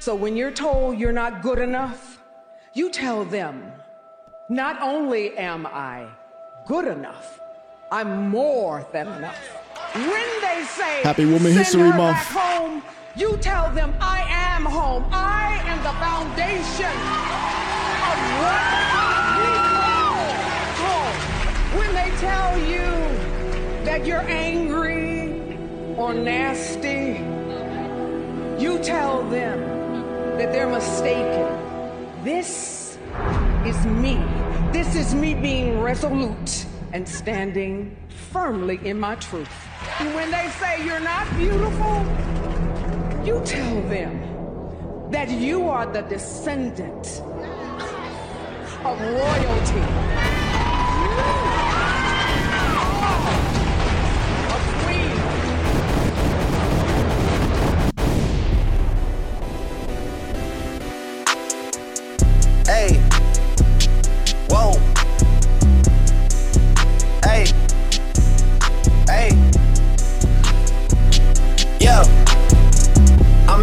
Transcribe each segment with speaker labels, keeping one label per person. Speaker 1: So when you're told you're not good enough, you tell them, not only am I good enough, I'm more than enough. When they say
Speaker 2: Happy Woman
Speaker 1: "Send
Speaker 2: History
Speaker 1: her
Speaker 2: Month."
Speaker 1: back home, you tell them I am home. I am the foundation of what we call home. When they tell you that you're angry or nasty, you tell them that they're mistaken. This is me. This is me being resolute and standing firmly in my truth. And when they say you're not beautiful, you tell them that you are the descendant of royalty. You are a queen.
Speaker 3: Hey. Whoa. Hey. Hey. Yo. I'm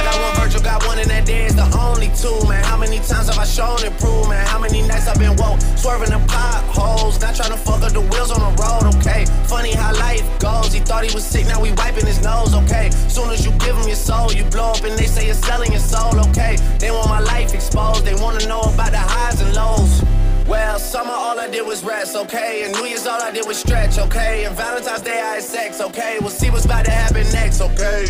Speaker 3: I got one Virgil, got one, and that there is the only two, man. How many times have I shown and proved, man? How many nights I've been woke, swerving the potholes, not trying to fuck up the wheels on the road, okay? Funny how life goes. He thought he was sick, now we wiping his nose, okay? Soon as you give him your soul, you blow up and they say you're selling your soul, okay? They want my life exposed, they wanna know about the highs and lows. Well, summer all I did was rest, okay? And New Year's all I did was stretch, okay? And Valentine's Day I had sex, okay? We'll see what's about to happen next, okay?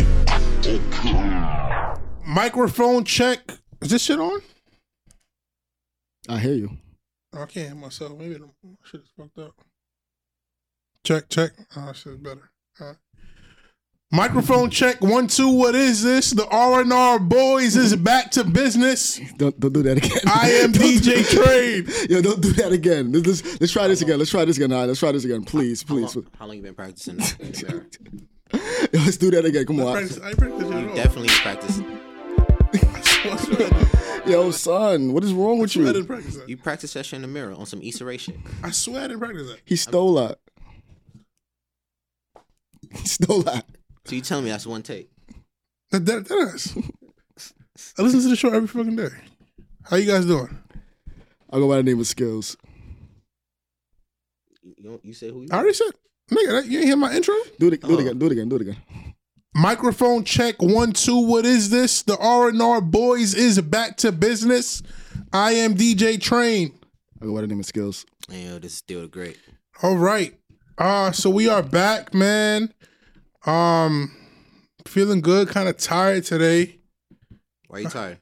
Speaker 4: Microphone check. Is this shit on?
Speaker 2: I hear you.
Speaker 4: Oh, I can't hear myself. Maybe the my shit is fucked up. Check, check. Oh, shit's better. All right. Microphone check. One, two. What is this? The R and R boys is back to business.
Speaker 2: Don't don't do that again.
Speaker 4: I am
Speaker 2: Don't do-
Speaker 4: DJ Trade.
Speaker 2: Yo, don't do that again. Let's, let's, let's try this again. Let's try this again. All right, let's try this again. Please, please.
Speaker 5: How long, how long you been practicing that in the mirror?
Speaker 2: Yo, let's do that again. Come on.
Speaker 4: Practice- I practice it all.
Speaker 5: Definitely practice.
Speaker 4: What's that?
Speaker 2: Yo, son, what is wrong with
Speaker 4: I didn't
Speaker 2: you?
Speaker 4: practice that.
Speaker 5: You practice that shit in the mirror on some Issa Rae shit.
Speaker 4: I swear I didn't practice that.
Speaker 2: He stole that. He stole that.
Speaker 5: So you tell me that's one take.
Speaker 4: That, that, that is. I listen to the show every fucking day. How you guys doing?
Speaker 2: I'll go by the name of Skills.
Speaker 5: You, you, you say who you
Speaker 4: I already said, nigga, that, you ain't hear my intro?
Speaker 2: Do it, do it again. Do it again. Do it again.
Speaker 4: Microphone check one two. What is this? The R and R boys is back to business. I am DJ Train.
Speaker 2: I'll go by the name of Skills.
Speaker 5: Yo, this is still great.
Speaker 4: All right. Uh so we are back, man. Um, feeling good. Kind of tired today.
Speaker 5: Why you tired?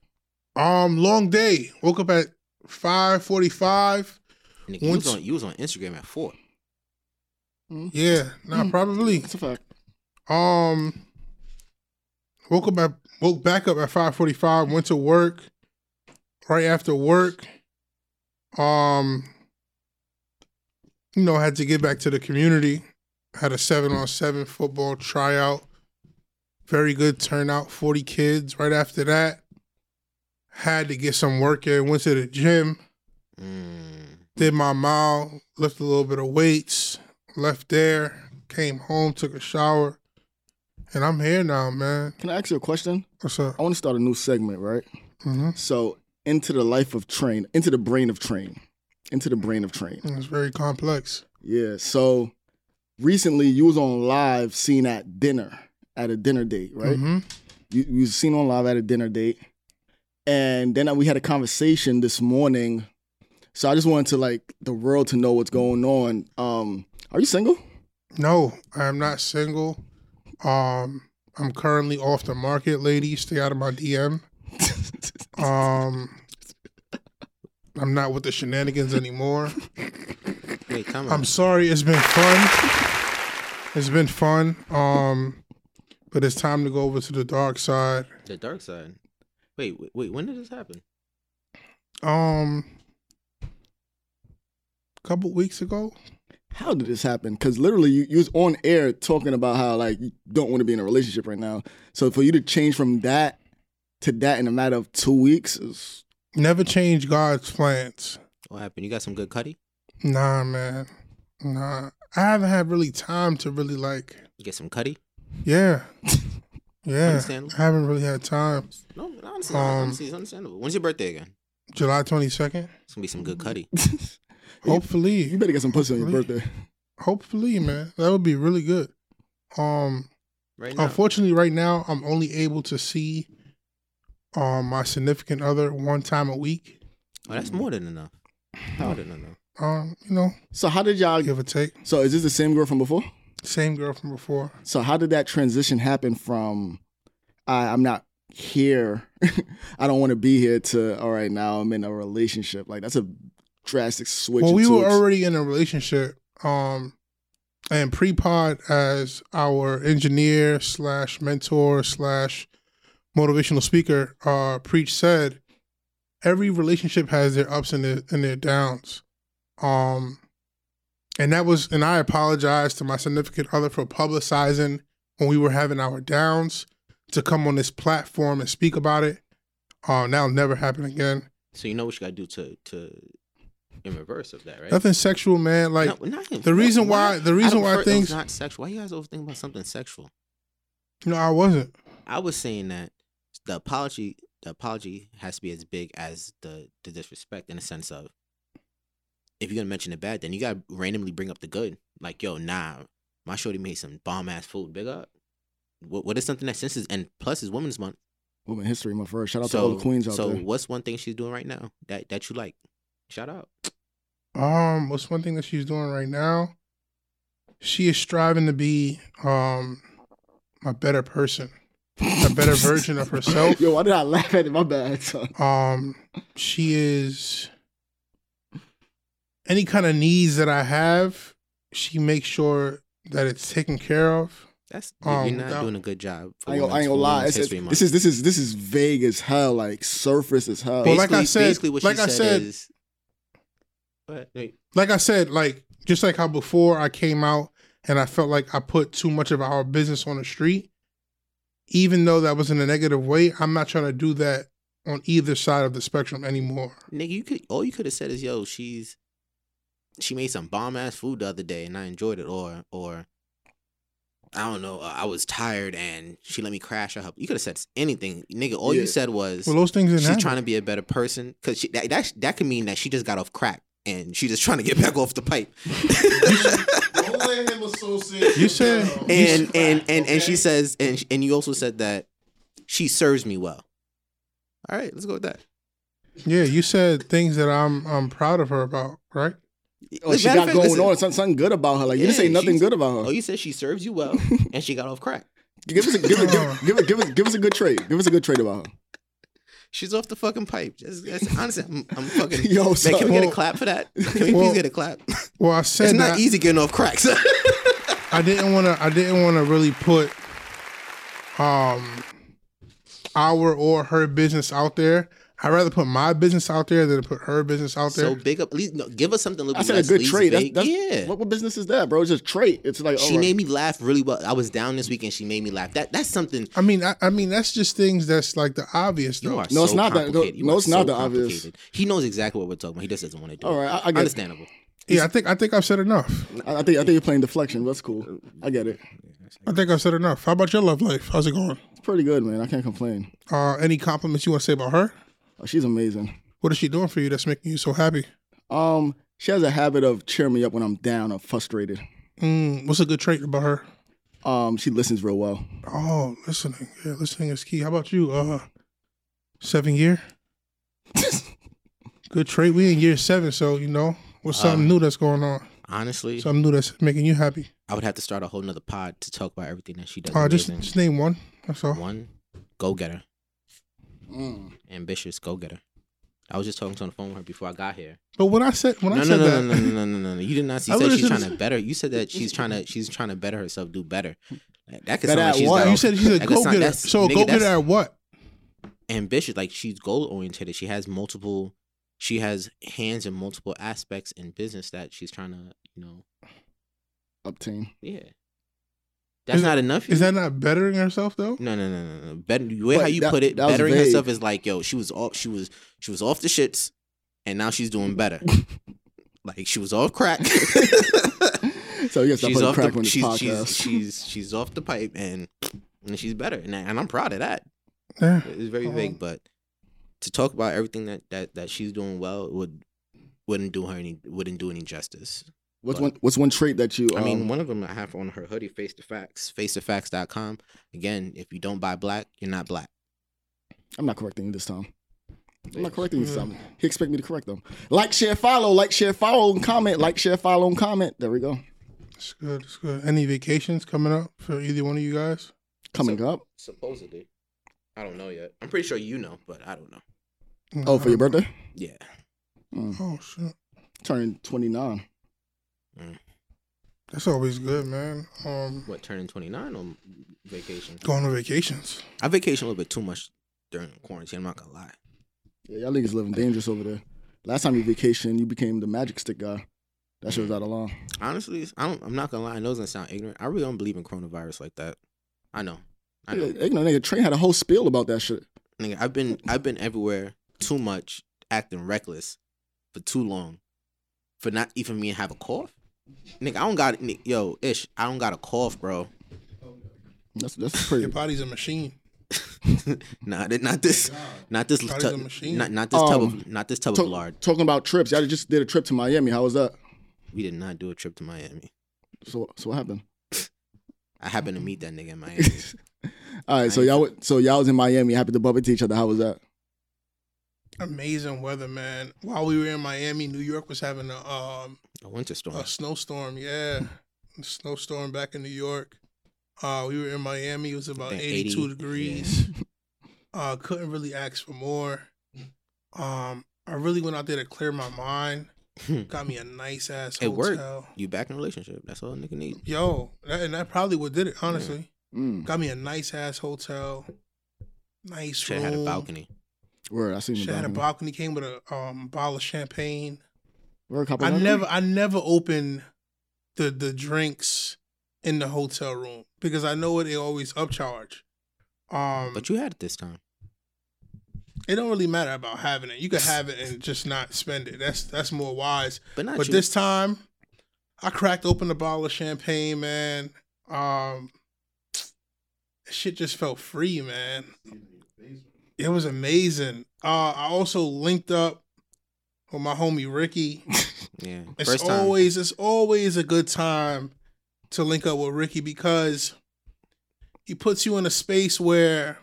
Speaker 4: Um, long day. Woke up at five forty five.
Speaker 5: Nigga, you was
Speaker 4: Once-
Speaker 5: on you was on Instagram at four.
Speaker 4: Yeah, nah, probably.
Speaker 2: That's a fact.
Speaker 4: Um, woke up at woke back up at five forty five. Went to work. Right after work, um, you know, had to get back to the community. Had a seven on seven football tryout. Very good turnout, forty kids. Right after that, had to get some work in. Went to the gym
Speaker 5: Mm.
Speaker 4: did my mile, lifted a little bit of weights, left there, came home, took a shower, and I'm here now, man.
Speaker 2: Can I ask you a question?
Speaker 4: What's up?
Speaker 2: I want to start a new segment, right? So, into the life of Train, into the brain of Train, into the brain of Train.
Speaker 4: It's very complex.
Speaker 2: Yeah. So recently you was on live seen at dinner at a dinner date, right? You you was seen on live at a dinner date. And then uh, we had a conversation this morning. So I just wanted to like the world to know what's going on. Um are you single?
Speaker 4: No, I am not single. Um, I'm currently off the market, ladies. Stay out of my DM. Um, I'm not with the shenanigans anymore.
Speaker 5: Wait, time
Speaker 4: I'm
Speaker 5: out.
Speaker 4: sorry, it's been fun. It's been fun. Um, but it's time to go over to the dark side.
Speaker 5: The dark side. Wait, wait, wait, when did this happen?
Speaker 4: Um, couple weeks ago.
Speaker 2: How did this happen? Cause literally you, you was on air talking about how like you don't want to be in a relationship right now. So for you to change from that to that in a matter of two weeks is
Speaker 4: Never change God's plans.
Speaker 5: What happened? You got some good cutty?
Speaker 4: Nah, man. Nah. I haven't had really time to really like
Speaker 5: You get some cutty?
Speaker 4: yeah. Yeah.
Speaker 5: Understandable.
Speaker 4: I haven't really had time.
Speaker 5: No, no, honestly, honestly,
Speaker 4: Um,
Speaker 5: it's understandable. When's your birthday again?
Speaker 4: July twenty second?
Speaker 5: It's gonna be some good cutty.
Speaker 4: Hopefully.
Speaker 2: you better get some pussy on your birthday.
Speaker 4: Hopefully, man. That would be really good. Um
Speaker 5: Right now.
Speaker 4: Unfortunately, right now I'm only able to see um my significant other one time a week.
Speaker 5: Oh, that's more than enough. More than enough.
Speaker 4: Um, you know,
Speaker 2: So how did y'all?
Speaker 4: give or take.
Speaker 2: So is this the same girl from before?
Speaker 4: Same girl from before.
Speaker 2: So how did that transition happen from I, I'm not here, I don't want to be here to all right now I'm in a relationship. Like that's a drastic switch.
Speaker 4: well,
Speaker 2: in
Speaker 4: we
Speaker 2: two
Speaker 4: were
Speaker 2: weeks.
Speaker 4: already in a relationship. Um, and Prepod as our engineer slash mentor slash motivational speaker, uh, preach said, every relationship has their ups and their, and their downs. Um, and that was, and I apologize to my significant other for publicizing when we were having our downs to come on this platform and speak about it. Uh, that'll never happen again.
Speaker 5: So you know what you gotta do to to in reverse of that, right?
Speaker 4: Nothing sexual, man. Like,
Speaker 5: No, not in-
Speaker 4: the reason why- the
Speaker 5: I
Speaker 4: reason
Speaker 5: don't
Speaker 4: why
Speaker 5: prefer- it was
Speaker 4: things-
Speaker 5: not sexual. Why you guys always think about something sexual?
Speaker 4: no, I wasn't.
Speaker 5: I was saying that the apology the apology has to be as big as the the disrespect in the sense of if you're gonna mention the bad, then you gotta randomly bring up the good. Like, yo, nah, my shorty made some bomb ass food. Big up. What, what is something that since is and plus is Women's Month.
Speaker 2: Women History Month first. Shout out to all the queens out
Speaker 5: so
Speaker 2: there.
Speaker 5: what's one thing she's doing right now that that you like? Shout out.
Speaker 4: Um, what's one thing that she's doing right now? She is striving to be um a better person, a better version of herself.
Speaker 2: Yo, why did I laugh at it? My bad, son.
Speaker 4: Um, she is any kind of needs that I have, she makes sure that it's taken care of.
Speaker 5: That's you- you're
Speaker 4: Um,
Speaker 5: not
Speaker 4: that-
Speaker 5: doing a good job. For
Speaker 2: I ain't gonna, I
Speaker 5: Women's-
Speaker 2: ain't
Speaker 5: for
Speaker 2: gonna lie.
Speaker 5: Women's
Speaker 2: It's,
Speaker 5: History Month.
Speaker 2: this is this is this is vague as hell. Like surface as hell.
Speaker 4: Well, like I
Speaker 5: Basically-
Speaker 4: said-
Speaker 5: basically what
Speaker 4: like
Speaker 5: she
Speaker 4: I said-
Speaker 5: is. But, wait,
Speaker 4: Like I said, like just like how before I came out and I felt like I put too much of our business on the street, even though that was in a negative way, I'm not trying to do that on either side of the spectrum anymore.
Speaker 5: nigga, you could all you could have said is, "Yo, she's she made some bomb ass food the other day, and I enjoyed it," or or I don't know, uh, I was tired and she let me crash her. hub." You could have said anything, nigga. All
Speaker 2: Yeah.
Speaker 5: you said was
Speaker 4: Well, those things didn't
Speaker 5: she's
Speaker 4: happen.
Speaker 5: trying to be a better person because that, that that could mean that she just got off crack and she just trying to get back off the pipe.
Speaker 6: Don't let him associate.
Speaker 4: You said-
Speaker 6: yourself.
Speaker 4: You
Speaker 5: and
Speaker 4: s-
Speaker 5: and and, and she
Speaker 6: Okay.
Speaker 5: says and sh- and you also said that she serves me well. All right, let's go with that.
Speaker 4: yeah, you said things that I'm I'm proud of her about, right?
Speaker 2: Oh, she got
Speaker 5: Matter of fact,
Speaker 2: going
Speaker 5: listen.
Speaker 2: on. Something, something good about her. Like you didn't
Speaker 5: Yeah,
Speaker 2: say nothing
Speaker 5: she's-
Speaker 2: good about her.
Speaker 5: Oh, you said she serves you well and she got off crack.
Speaker 2: Give us a give, a, give, give, give us give us a good trade. Give us a good trade about her.
Speaker 5: She's off the fucking pipe. Just, that's, honestly, I'm, I'm fucking.
Speaker 2: Yo,
Speaker 5: man,
Speaker 2: son.
Speaker 5: can we get
Speaker 4: Well-
Speaker 5: a clap for that? Can we
Speaker 4: Well,
Speaker 5: please get a clap?
Speaker 4: Well, I said
Speaker 5: It's
Speaker 4: that
Speaker 5: not easy getting off crack. son.
Speaker 4: I didn't want to. I didn't want to really put um our or her business out there. I'd rather put my business out there than to put her business out there.
Speaker 5: so big up. At least no, give us something a little.
Speaker 2: I
Speaker 5: bit
Speaker 2: said a
Speaker 5: less
Speaker 2: good
Speaker 5: lazy,
Speaker 2: trade. That's,
Speaker 5: vague.
Speaker 2: that's,
Speaker 5: yeah.
Speaker 2: What, what business is that, bro? It's just trade. It's like oh,
Speaker 5: she
Speaker 2: all right.
Speaker 5: made me laugh really well. I was down this week and she made me laugh. That that's something.
Speaker 4: I mean, I, I mean that's just things that's like the obvious
Speaker 5: You
Speaker 4: though.
Speaker 5: are
Speaker 2: No,
Speaker 5: so
Speaker 2: it's not that-
Speaker 5: complicated. You
Speaker 2: no,
Speaker 5: are
Speaker 2: it's not that
Speaker 5: so
Speaker 2: obvious.
Speaker 5: complicated. He knows exactly what we're talking about. He just doesn't want to do
Speaker 2: All
Speaker 5: it.
Speaker 2: right, I- I get it.
Speaker 5: Understandable.
Speaker 4: Yeah, I think I think I've said enough.
Speaker 2: I, I think I think you're playing deflection. That's cool. I get it.
Speaker 4: I think I've said enough. How about your love life? How's it going?
Speaker 2: It's pretty good, man. I can't complain.
Speaker 4: Uh, any compliments you want to say about her?
Speaker 2: Oh, she's amazing.
Speaker 4: What is she doing for you that's making you so happy?
Speaker 2: Um, she has a habit of cheering me up when I'm down or frustrated.
Speaker 4: Mm, what's a good trait about her?
Speaker 2: Um, she listens real well.
Speaker 4: Oh, listening. Yeah, listening is key. How about you? Uh, seven year. Good trait. We in year seven, so you know what's
Speaker 5: Uh,
Speaker 4: something new that's going on.
Speaker 5: Honestly,
Speaker 4: Something new that's making you happy.
Speaker 5: I would have to start a whole nother pod to talk about everything that she does.
Speaker 4: Uh, just,
Speaker 5: amazing.
Speaker 4: just name one. That's all.
Speaker 5: One, go getter. Mm. Ambitious go getter. I was just talking to her on the phone with her before I got here.
Speaker 4: But when I said when
Speaker 5: No,
Speaker 4: I
Speaker 5: no,
Speaker 4: said
Speaker 5: no, no,
Speaker 4: that,
Speaker 5: no, no, no, no, no. You did not see.
Speaker 4: I
Speaker 5: You said
Speaker 4: would've
Speaker 5: she's
Speaker 4: said-
Speaker 5: trying to better. You said that she's trying to she's trying to better herself, do better. Like, That could
Speaker 2: That
Speaker 5: sound
Speaker 2: at
Speaker 5: like she's
Speaker 2: what?
Speaker 5: got
Speaker 4: Oh, you
Speaker 5: off-
Speaker 4: said she's a
Speaker 5: that could
Speaker 4: go
Speaker 5: sound-
Speaker 4: getter.
Speaker 5: that's-
Speaker 4: So a
Speaker 5: nigga,
Speaker 4: go getter
Speaker 5: that's
Speaker 4: at what?
Speaker 5: ambitious. Like she's goal oriented. She has multiple. She has hands in multiple aspects in business that she's trying to you know
Speaker 2: Obtain.
Speaker 5: yeah. That's
Speaker 4: Is-
Speaker 5: not enough.
Speaker 4: Is
Speaker 5: yo.
Speaker 4: that not bettering herself though?
Speaker 5: No, no, no, no, no. Bet- the way
Speaker 2: But
Speaker 5: how you
Speaker 2: that-
Speaker 5: put it,
Speaker 2: that was
Speaker 5: bettering
Speaker 2: vague.
Speaker 5: herself is like, yo, she was off, she was, she was off the shits, and now she's doing better. like she was off crack.
Speaker 2: So yes, I
Speaker 5: she's
Speaker 2: put
Speaker 5: off
Speaker 2: crack
Speaker 5: the,
Speaker 2: on this
Speaker 5: she's,
Speaker 2: podcast.
Speaker 5: she's she's she's off the pipe, and and she's better, and, I- and I'm proud of that.
Speaker 4: Yeah.
Speaker 5: It's very
Speaker 2: Uh-huh.
Speaker 5: vague, but to talk about everything that that that she's doing well would wouldn't do her any wouldn't do any justice.
Speaker 2: what's
Speaker 5: but-
Speaker 2: one What's one trait that you? Um,
Speaker 5: I mean, one of them I have on her hoodie, Face to Facts, face to facts.com. Again, if you don't buy black, you're not black.
Speaker 2: I'm not correcting you this time. I'm not correcting you this
Speaker 5: Mm.
Speaker 2: time. He expect me to correct them. Like, share, follow. Like, share, follow, and comment. Like, share, follow, and comment. There we go.
Speaker 4: It's good. It's good. Any vacations coming up for either one of you guys?
Speaker 2: Coming up.
Speaker 5: Supposedly. I don't know yet. I'm pretty sure you know, but I don't know.
Speaker 2: Oh, for your birthday?
Speaker 5: Yeah.
Speaker 4: Oh shit.
Speaker 2: Turning 29.
Speaker 4: That's always good, man. Um,
Speaker 5: What, turning 29 on vacation?
Speaker 4: going on vacations.
Speaker 5: I vacation a little bit too much during quarantine. I'm not going to lie.
Speaker 2: Yeah, y'all niggas living dangerous over there. Last time you vacationed, you became the magic stick guy. That shit was out of line.
Speaker 5: Honestly, I don't, I'm not going to lie. I know it's going to sound ignorant. I really don't believe in coronavirus like that. I know. I know.
Speaker 2: You know, nigga, Trey had a whole spiel about that shit.
Speaker 5: Nigga, I've been I've been everywhere too much, acting reckless for too long, for not even me to have a cough. Nigga, I don't got ni- yo ish. I don't got a cough, bro.
Speaker 2: That's that's
Speaker 4: Your
Speaker 2: pretty.
Speaker 4: body's a machine.
Speaker 5: nah, th- not this, not this,
Speaker 4: Body's
Speaker 5: tu-
Speaker 4: a machine.
Speaker 5: not not this tub of not this tub of
Speaker 2: Talk,
Speaker 5: lard.
Speaker 2: talking about trips, y'all just did a trip to Miami. How was that?
Speaker 5: We did not do a trip to Miami.
Speaker 2: So so what happened?
Speaker 5: I happened to meet that nigga in Miami.
Speaker 2: All right, so y'all went- so y'all was in Miami, happy to bump into each other. How was that?
Speaker 4: Amazing weather, man. While we were in Miami, New York was having a um
Speaker 5: a winter storm.
Speaker 4: a snowstorm. Yeah, a snowstorm back in New York. Uh, we were in Miami. It was about
Speaker 5: About
Speaker 4: eighty-two
Speaker 5: 80,
Speaker 4: degrees. Uh, couldn't really ask for more. Um, I really went out there to clear my mind. Got me a nice ass
Speaker 5: it worked.
Speaker 4: hotel.
Speaker 5: You back in a relationship. That's all a nigga need.
Speaker 4: Yo, that, and that probably what did it. Honestly,
Speaker 2: Mm,
Speaker 4: got me a nice ass hotel. Nice
Speaker 5: Should
Speaker 4: room.
Speaker 5: have had a balcony.
Speaker 2: word, I seen the
Speaker 4: Shit had a
Speaker 2: balcony.
Speaker 4: balcony. Came with a um, bottle of champagne.
Speaker 2: Word, couple
Speaker 4: I
Speaker 2: nothing?
Speaker 4: never, I never open the the drinks in the hotel room because I know it. They always upcharge. Um,
Speaker 5: But you had it this time.
Speaker 4: it don't really matter about having it. You could have it and just not spend it. That's that's more wise.
Speaker 5: But not
Speaker 4: But
Speaker 5: you.
Speaker 4: this time, I cracked open a bottle of champagne, man. Um, shit just felt free, man. It was amazing. Uh, I also linked up with my homie Ricky.
Speaker 5: yeah.
Speaker 4: It's
Speaker 5: First time.
Speaker 4: always it's always a good time to link up with Ricky because he puts you in a space where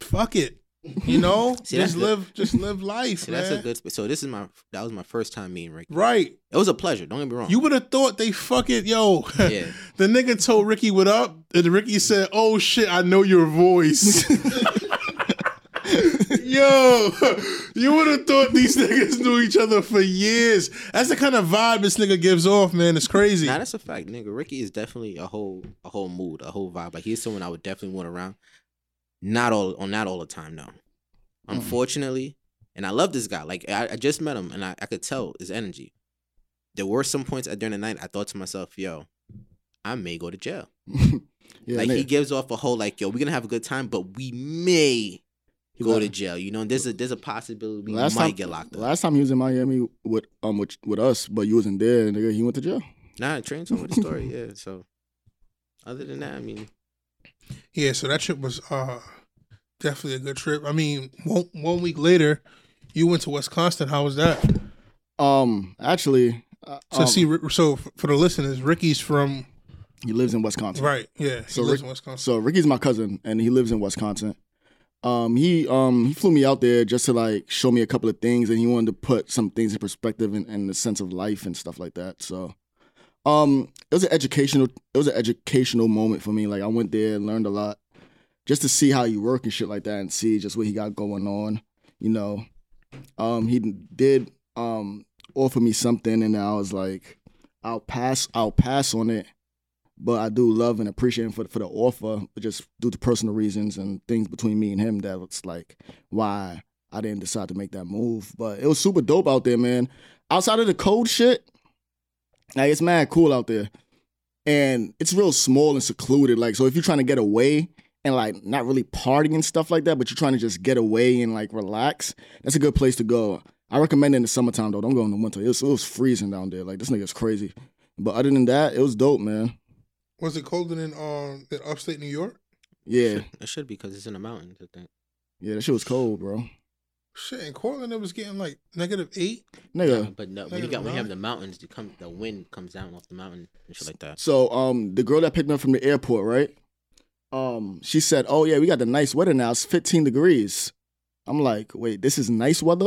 Speaker 4: fuck it. You know?
Speaker 5: See, that's
Speaker 4: just
Speaker 5: good.
Speaker 4: live just live life.
Speaker 5: so that's a
Speaker 4: man.
Speaker 5: good. sp- So this is my. That was my first time meeting Ricky.
Speaker 4: Right.
Speaker 5: It was a pleasure. Don't get me wrong.
Speaker 4: You would have thought they fuck it, yo.
Speaker 5: Yeah.
Speaker 4: the nigga told Ricky what up, and Ricky said, "Oh shit, I know your voice." yo, you would have thought these niggas knew each other for years. That's the kind of vibe this nigga gives off, man. It's crazy.
Speaker 5: Now that's a fact, nigga. Ricky is definitely a whole a whole mood, a whole vibe. Like he's someone I would definitely want around. Not all on not all the time, no.
Speaker 2: Hmm.
Speaker 5: Unfortunately, and I love this guy. Like I, I just met him and I, I could tell his energy. There were some points during the night I thought to myself, yo, I may go to jail.
Speaker 2: yeah,
Speaker 5: like
Speaker 2: nigga.
Speaker 5: he gives off a whole like, yo, we're gonna have a good time, but we may go
Speaker 2: got-
Speaker 5: to jail. You know, and there's a there's a possibility we
Speaker 2: last
Speaker 5: might
Speaker 2: time,
Speaker 5: get locked up.
Speaker 2: Last time he was in Miami with um with, with us, but you wasn't there, nigga. He went to jail.
Speaker 5: Nah, train told me the story, yeah. So other than that, I mean
Speaker 4: Yeah, so that trip was uh definitely a good trip. I mean, one, one week later, you went to Wisconsin. How was that?
Speaker 2: Um, actually, uh,
Speaker 4: So
Speaker 2: um,
Speaker 4: see, Ri- so f- for the listeners, Ricky's from
Speaker 2: he lives in Wisconsin.
Speaker 4: right. Yeah, he
Speaker 2: So
Speaker 4: lives
Speaker 2: Rick-
Speaker 4: in Wisconsin.
Speaker 2: So Ricky's my cousin, and he lives in Wisconsin. Um, he um he flew me out there just to like show me a couple of things, and he wanted to put some things in perspective and, and the sense of life and stuff like that. So, um, it was an educational it was an educational moment for me. Like I went there, and learned a lot, just to see how you work and shit like that, and see just what he got going on. You know, um, he did um offer me something, and I was like, I'll pass I'll pass on it but I do love and appreciate him for for the offer, but just due to personal reasons and things between me and him that was like why I didn't decide to make that move. But it was super dope out there, man. Outside of the cold shit, like it's mad cool out there. and it's real small and secluded. Like, so if you're trying to get away and like not really partying and stuff like that, but you're trying to just get away and like relax, that's a good place to go. I recommend it in the summertime though. Don't go in the winter. It was, it was freezing down there. Like this nigga's crazy. But other than that, it was dope, man.
Speaker 4: Was it colder than um than upstate New York?
Speaker 2: Yeah,
Speaker 5: It should be because it's in the mountains. I think.
Speaker 2: yeah, that shit was cold, bro.
Speaker 4: Shit, in Cortland it was getting like negative eight.
Speaker 5: Uh,
Speaker 2: Nigga.
Speaker 5: But no, when
Speaker 4: Nigga,
Speaker 5: you got when you have
Speaker 4: right.
Speaker 5: the mountains, you come the wind comes down off the mountain and shit like that.
Speaker 2: So um, the girl that picked me up from the airport, right? Um, she said, "Oh yeah, we got the nice weather now. It's 15 degrees." I'm like, "Wait, this is nice weather?"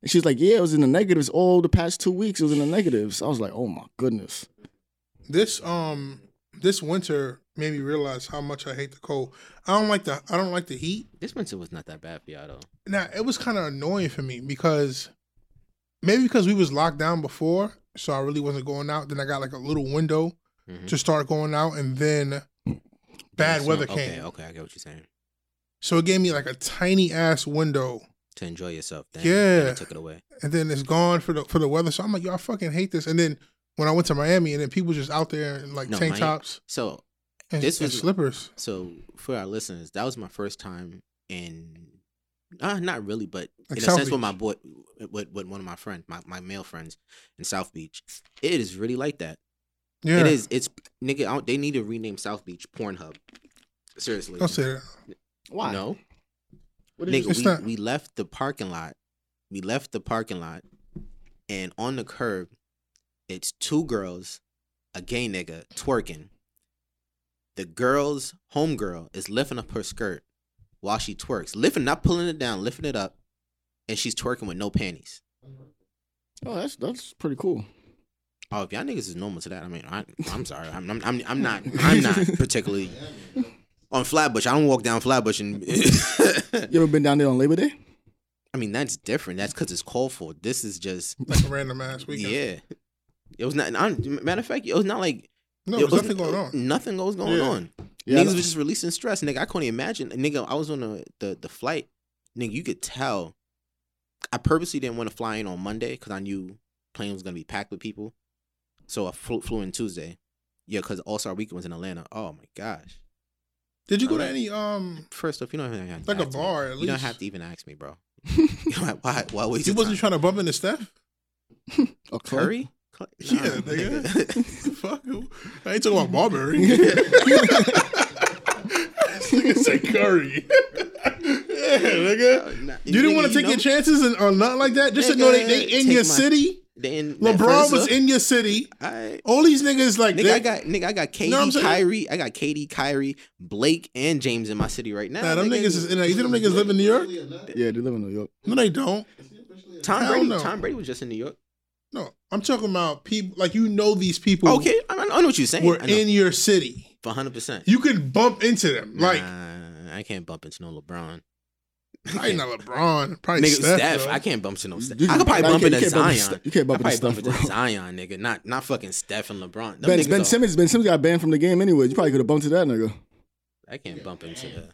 Speaker 2: And she's like, "Yeah, it was in the negatives all the past two weeks. It was in the negatives." I was like, "Oh my goodness."
Speaker 4: This um this winter made me realize how much I hate the cold. I don't like the I don't like the heat.
Speaker 5: This winter was not that bad for y'all though.
Speaker 4: Now it was kind of annoying for me because maybe because we was locked down before, so I really wasn't going out. Then I got like a little window
Speaker 5: Mhm.
Speaker 4: to start going out, and then bad
Speaker 5: It's not-
Speaker 4: weather
Speaker 5: okay,
Speaker 4: came.
Speaker 5: Okay, I get what you're saying.
Speaker 4: So it gave me like a tiny ass window,
Speaker 5: To enjoy yourself. Then,
Speaker 4: Yeah.
Speaker 5: Then I took it away.
Speaker 4: and then it's gone for the for the weather. So I'm like, yo, I fucking hate this. And then when I went to Miami, and then people just out there in like
Speaker 5: No,
Speaker 4: tank
Speaker 5: Miami-
Speaker 4: tops
Speaker 5: So
Speaker 4: and,
Speaker 5: this
Speaker 4: and
Speaker 5: was-
Speaker 4: slippers.
Speaker 5: So for our listeners, that was my first time in, uh, not really, but
Speaker 4: Like
Speaker 5: in
Speaker 4: South
Speaker 5: a sense,
Speaker 4: Beach.
Speaker 5: with my boy, with, with one of my friends, my, my male friends in South Beach, it is really like that.
Speaker 4: Yeah,
Speaker 5: It is. It's nigga. I don't- they need to rename South Beach Pornhub. Seriously.
Speaker 4: Don't say that.
Speaker 2: Why?
Speaker 5: No,
Speaker 2: What did you-
Speaker 5: nigga.
Speaker 4: It's
Speaker 5: We,
Speaker 4: not-
Speaker 5: we left the parking lot. We left the parking lot, and on the curb, it's two girls, a gay nigga twerking. The girl's homegirl is lifting up her skirt while she twerks, lifting, not pulling it down, lifting it up, and she's twerking with no panties.
Speaker 2: Oh, that's that's pretty cool.
Speaker 5: Oh, if y'all niggas is normal to that, I mean, I, I'm sorry, I'm, I'm, I'm, I'm not, I'm not particularly on Flatbush. I don't walk down Flatbush and.
Speaker 2: You ever been down there on Labor Day?
Speaker 5: I mean, that's different. That's because it's called for. This is just
Speaker 4: like a random ass weekend.
Speaker 5: yeah. It was not. i matter of fact, it was not like
Speaker 4: No,
Speaker 5: it
Speaker 4: there's
Speaker 5: was-
Speaker 4: nothing going on.
Speaker 5: Nothing was going
Speaker 4: Yeah.
Speaker 5: on.
Speaker 2: Yeah, I
Speaker 5: Niggas
Speaker 2: know.
Speaker 5: was just releasing stress. Nigga, I couldn't imagine. Nigga, I was on the the, the flight. Nigga, you could tell. I purposely didn't want to fly in on Monday because I knew plane was gonna be packed with people. So I flew, flew in Tuesday. Yeah, because All Star Weekend was in Atlanta. Oh my gosh.
Speaker 4: Did you go to any um?
Speaker 5: First off, you don't even have to
Speaker 4: Like a
Speaker 5: ask me.
Speaker 4: bar, at
Speaker 5: You don't
Speaker 4: least.
Speaker 5: have to even ask me, bro. why? Why waste?
Speaker 4: You
Speaker 5: your
Speaker 4: wasn't
Speaker 5: time?
Speaker 4: trying to bump into Steph?
Speaker 2: A club?
Speaker 5: Curry? Cl-
Speaker 4: Yeah,
Speaker 5: Nah,
Speaker 4: nigga.
Speaker 5: nigga.
Speaker 4: Fuck. who- I ain't talking about Marbury. This nigga said Curry. yeah, nigga.
Speaker 5: Nah,
Speaker 4: You didn't want
Speaker 5: nigga,
Speaker 4: to take
Speaker 5: know,
Speaker 4: your chances and, or nothing like that. Just to know they, they
Speaker 5: Nigga,
Speaker 4: in
Speaker 5: take
Speaker 4: your
Speaker 5: my-
Speaker 4: city.
Speaker 5: they in that
Speaker 4: LeBron
Speaker 5: first
Speaker 4: was
Speaker 5: look.
Speaker 4: in your city.
Speaker 5: I,
Speaker 4: All these niggas like
Speaker 5: nigga,
Speaker 4: they-
Speaker 5: I got nigga, I got KD,
Speaker 4: know what I'm saying?
Speaker 5: Kyrie, I got KD, Kyrie, Blake, and James in my city right now.
Speaker 4: Nah, them niggas is in. You think them niggas live in New York?
Speaker 2: Yeah, they live in New York.
Speaker 4: No, they don't.
Speaker 5: Tom
Speaker 4: Hell
Speaker 5: Brady.
Speaker 4: no.
Speaker 5: Tom Brady was just in New York.
Speaker 4: No, I'm talking about people like you know these people.
Speaker 5: Okay, I, I know what you're saying.
Speaker 4: were
Speaker 5: I know.
Speaker 4: in your city.
Speaker 5: for 100. percent
Speaker 4: You could bump into them. Like
Speaker 5: I can't bump into no LeBron.
Speaker 4: I ain't not LeBron. Probably
Speaker 5: Nigga,
Speaker 4: Steph.
Speaker 5: Steph,
Speaker 4: though.
Speaker 5: I can't bump into no Steph.
Speaker 2: You-
Speaker 5: I could probably
Speaker 2: nah, you
Speaker 5: bump
Speaker 2: can't- you
Speaker 5: into
Speaker 2: can't bump into
Speaker 5: Zion.
Speaker 2: Ste- you can't bump
Speaker 5: I
Speaker 2: into
Speaker 5: probably
Speaker 2: Steph,
Speaker 5: bump into
Speaker 2: bro.
Speaker 5: Zion, nigga. Not not fucking Steph and LeBron. Them
Speaker 2: Ben,
Speaker 5: niggas
Speaker 2: ben
Speaker 5: are-
Speaker 2: Simmons, Ben Simmons got banned from the game anyways. You probably could have bumped to that nigga.
Speaker 5: I can't bump into the.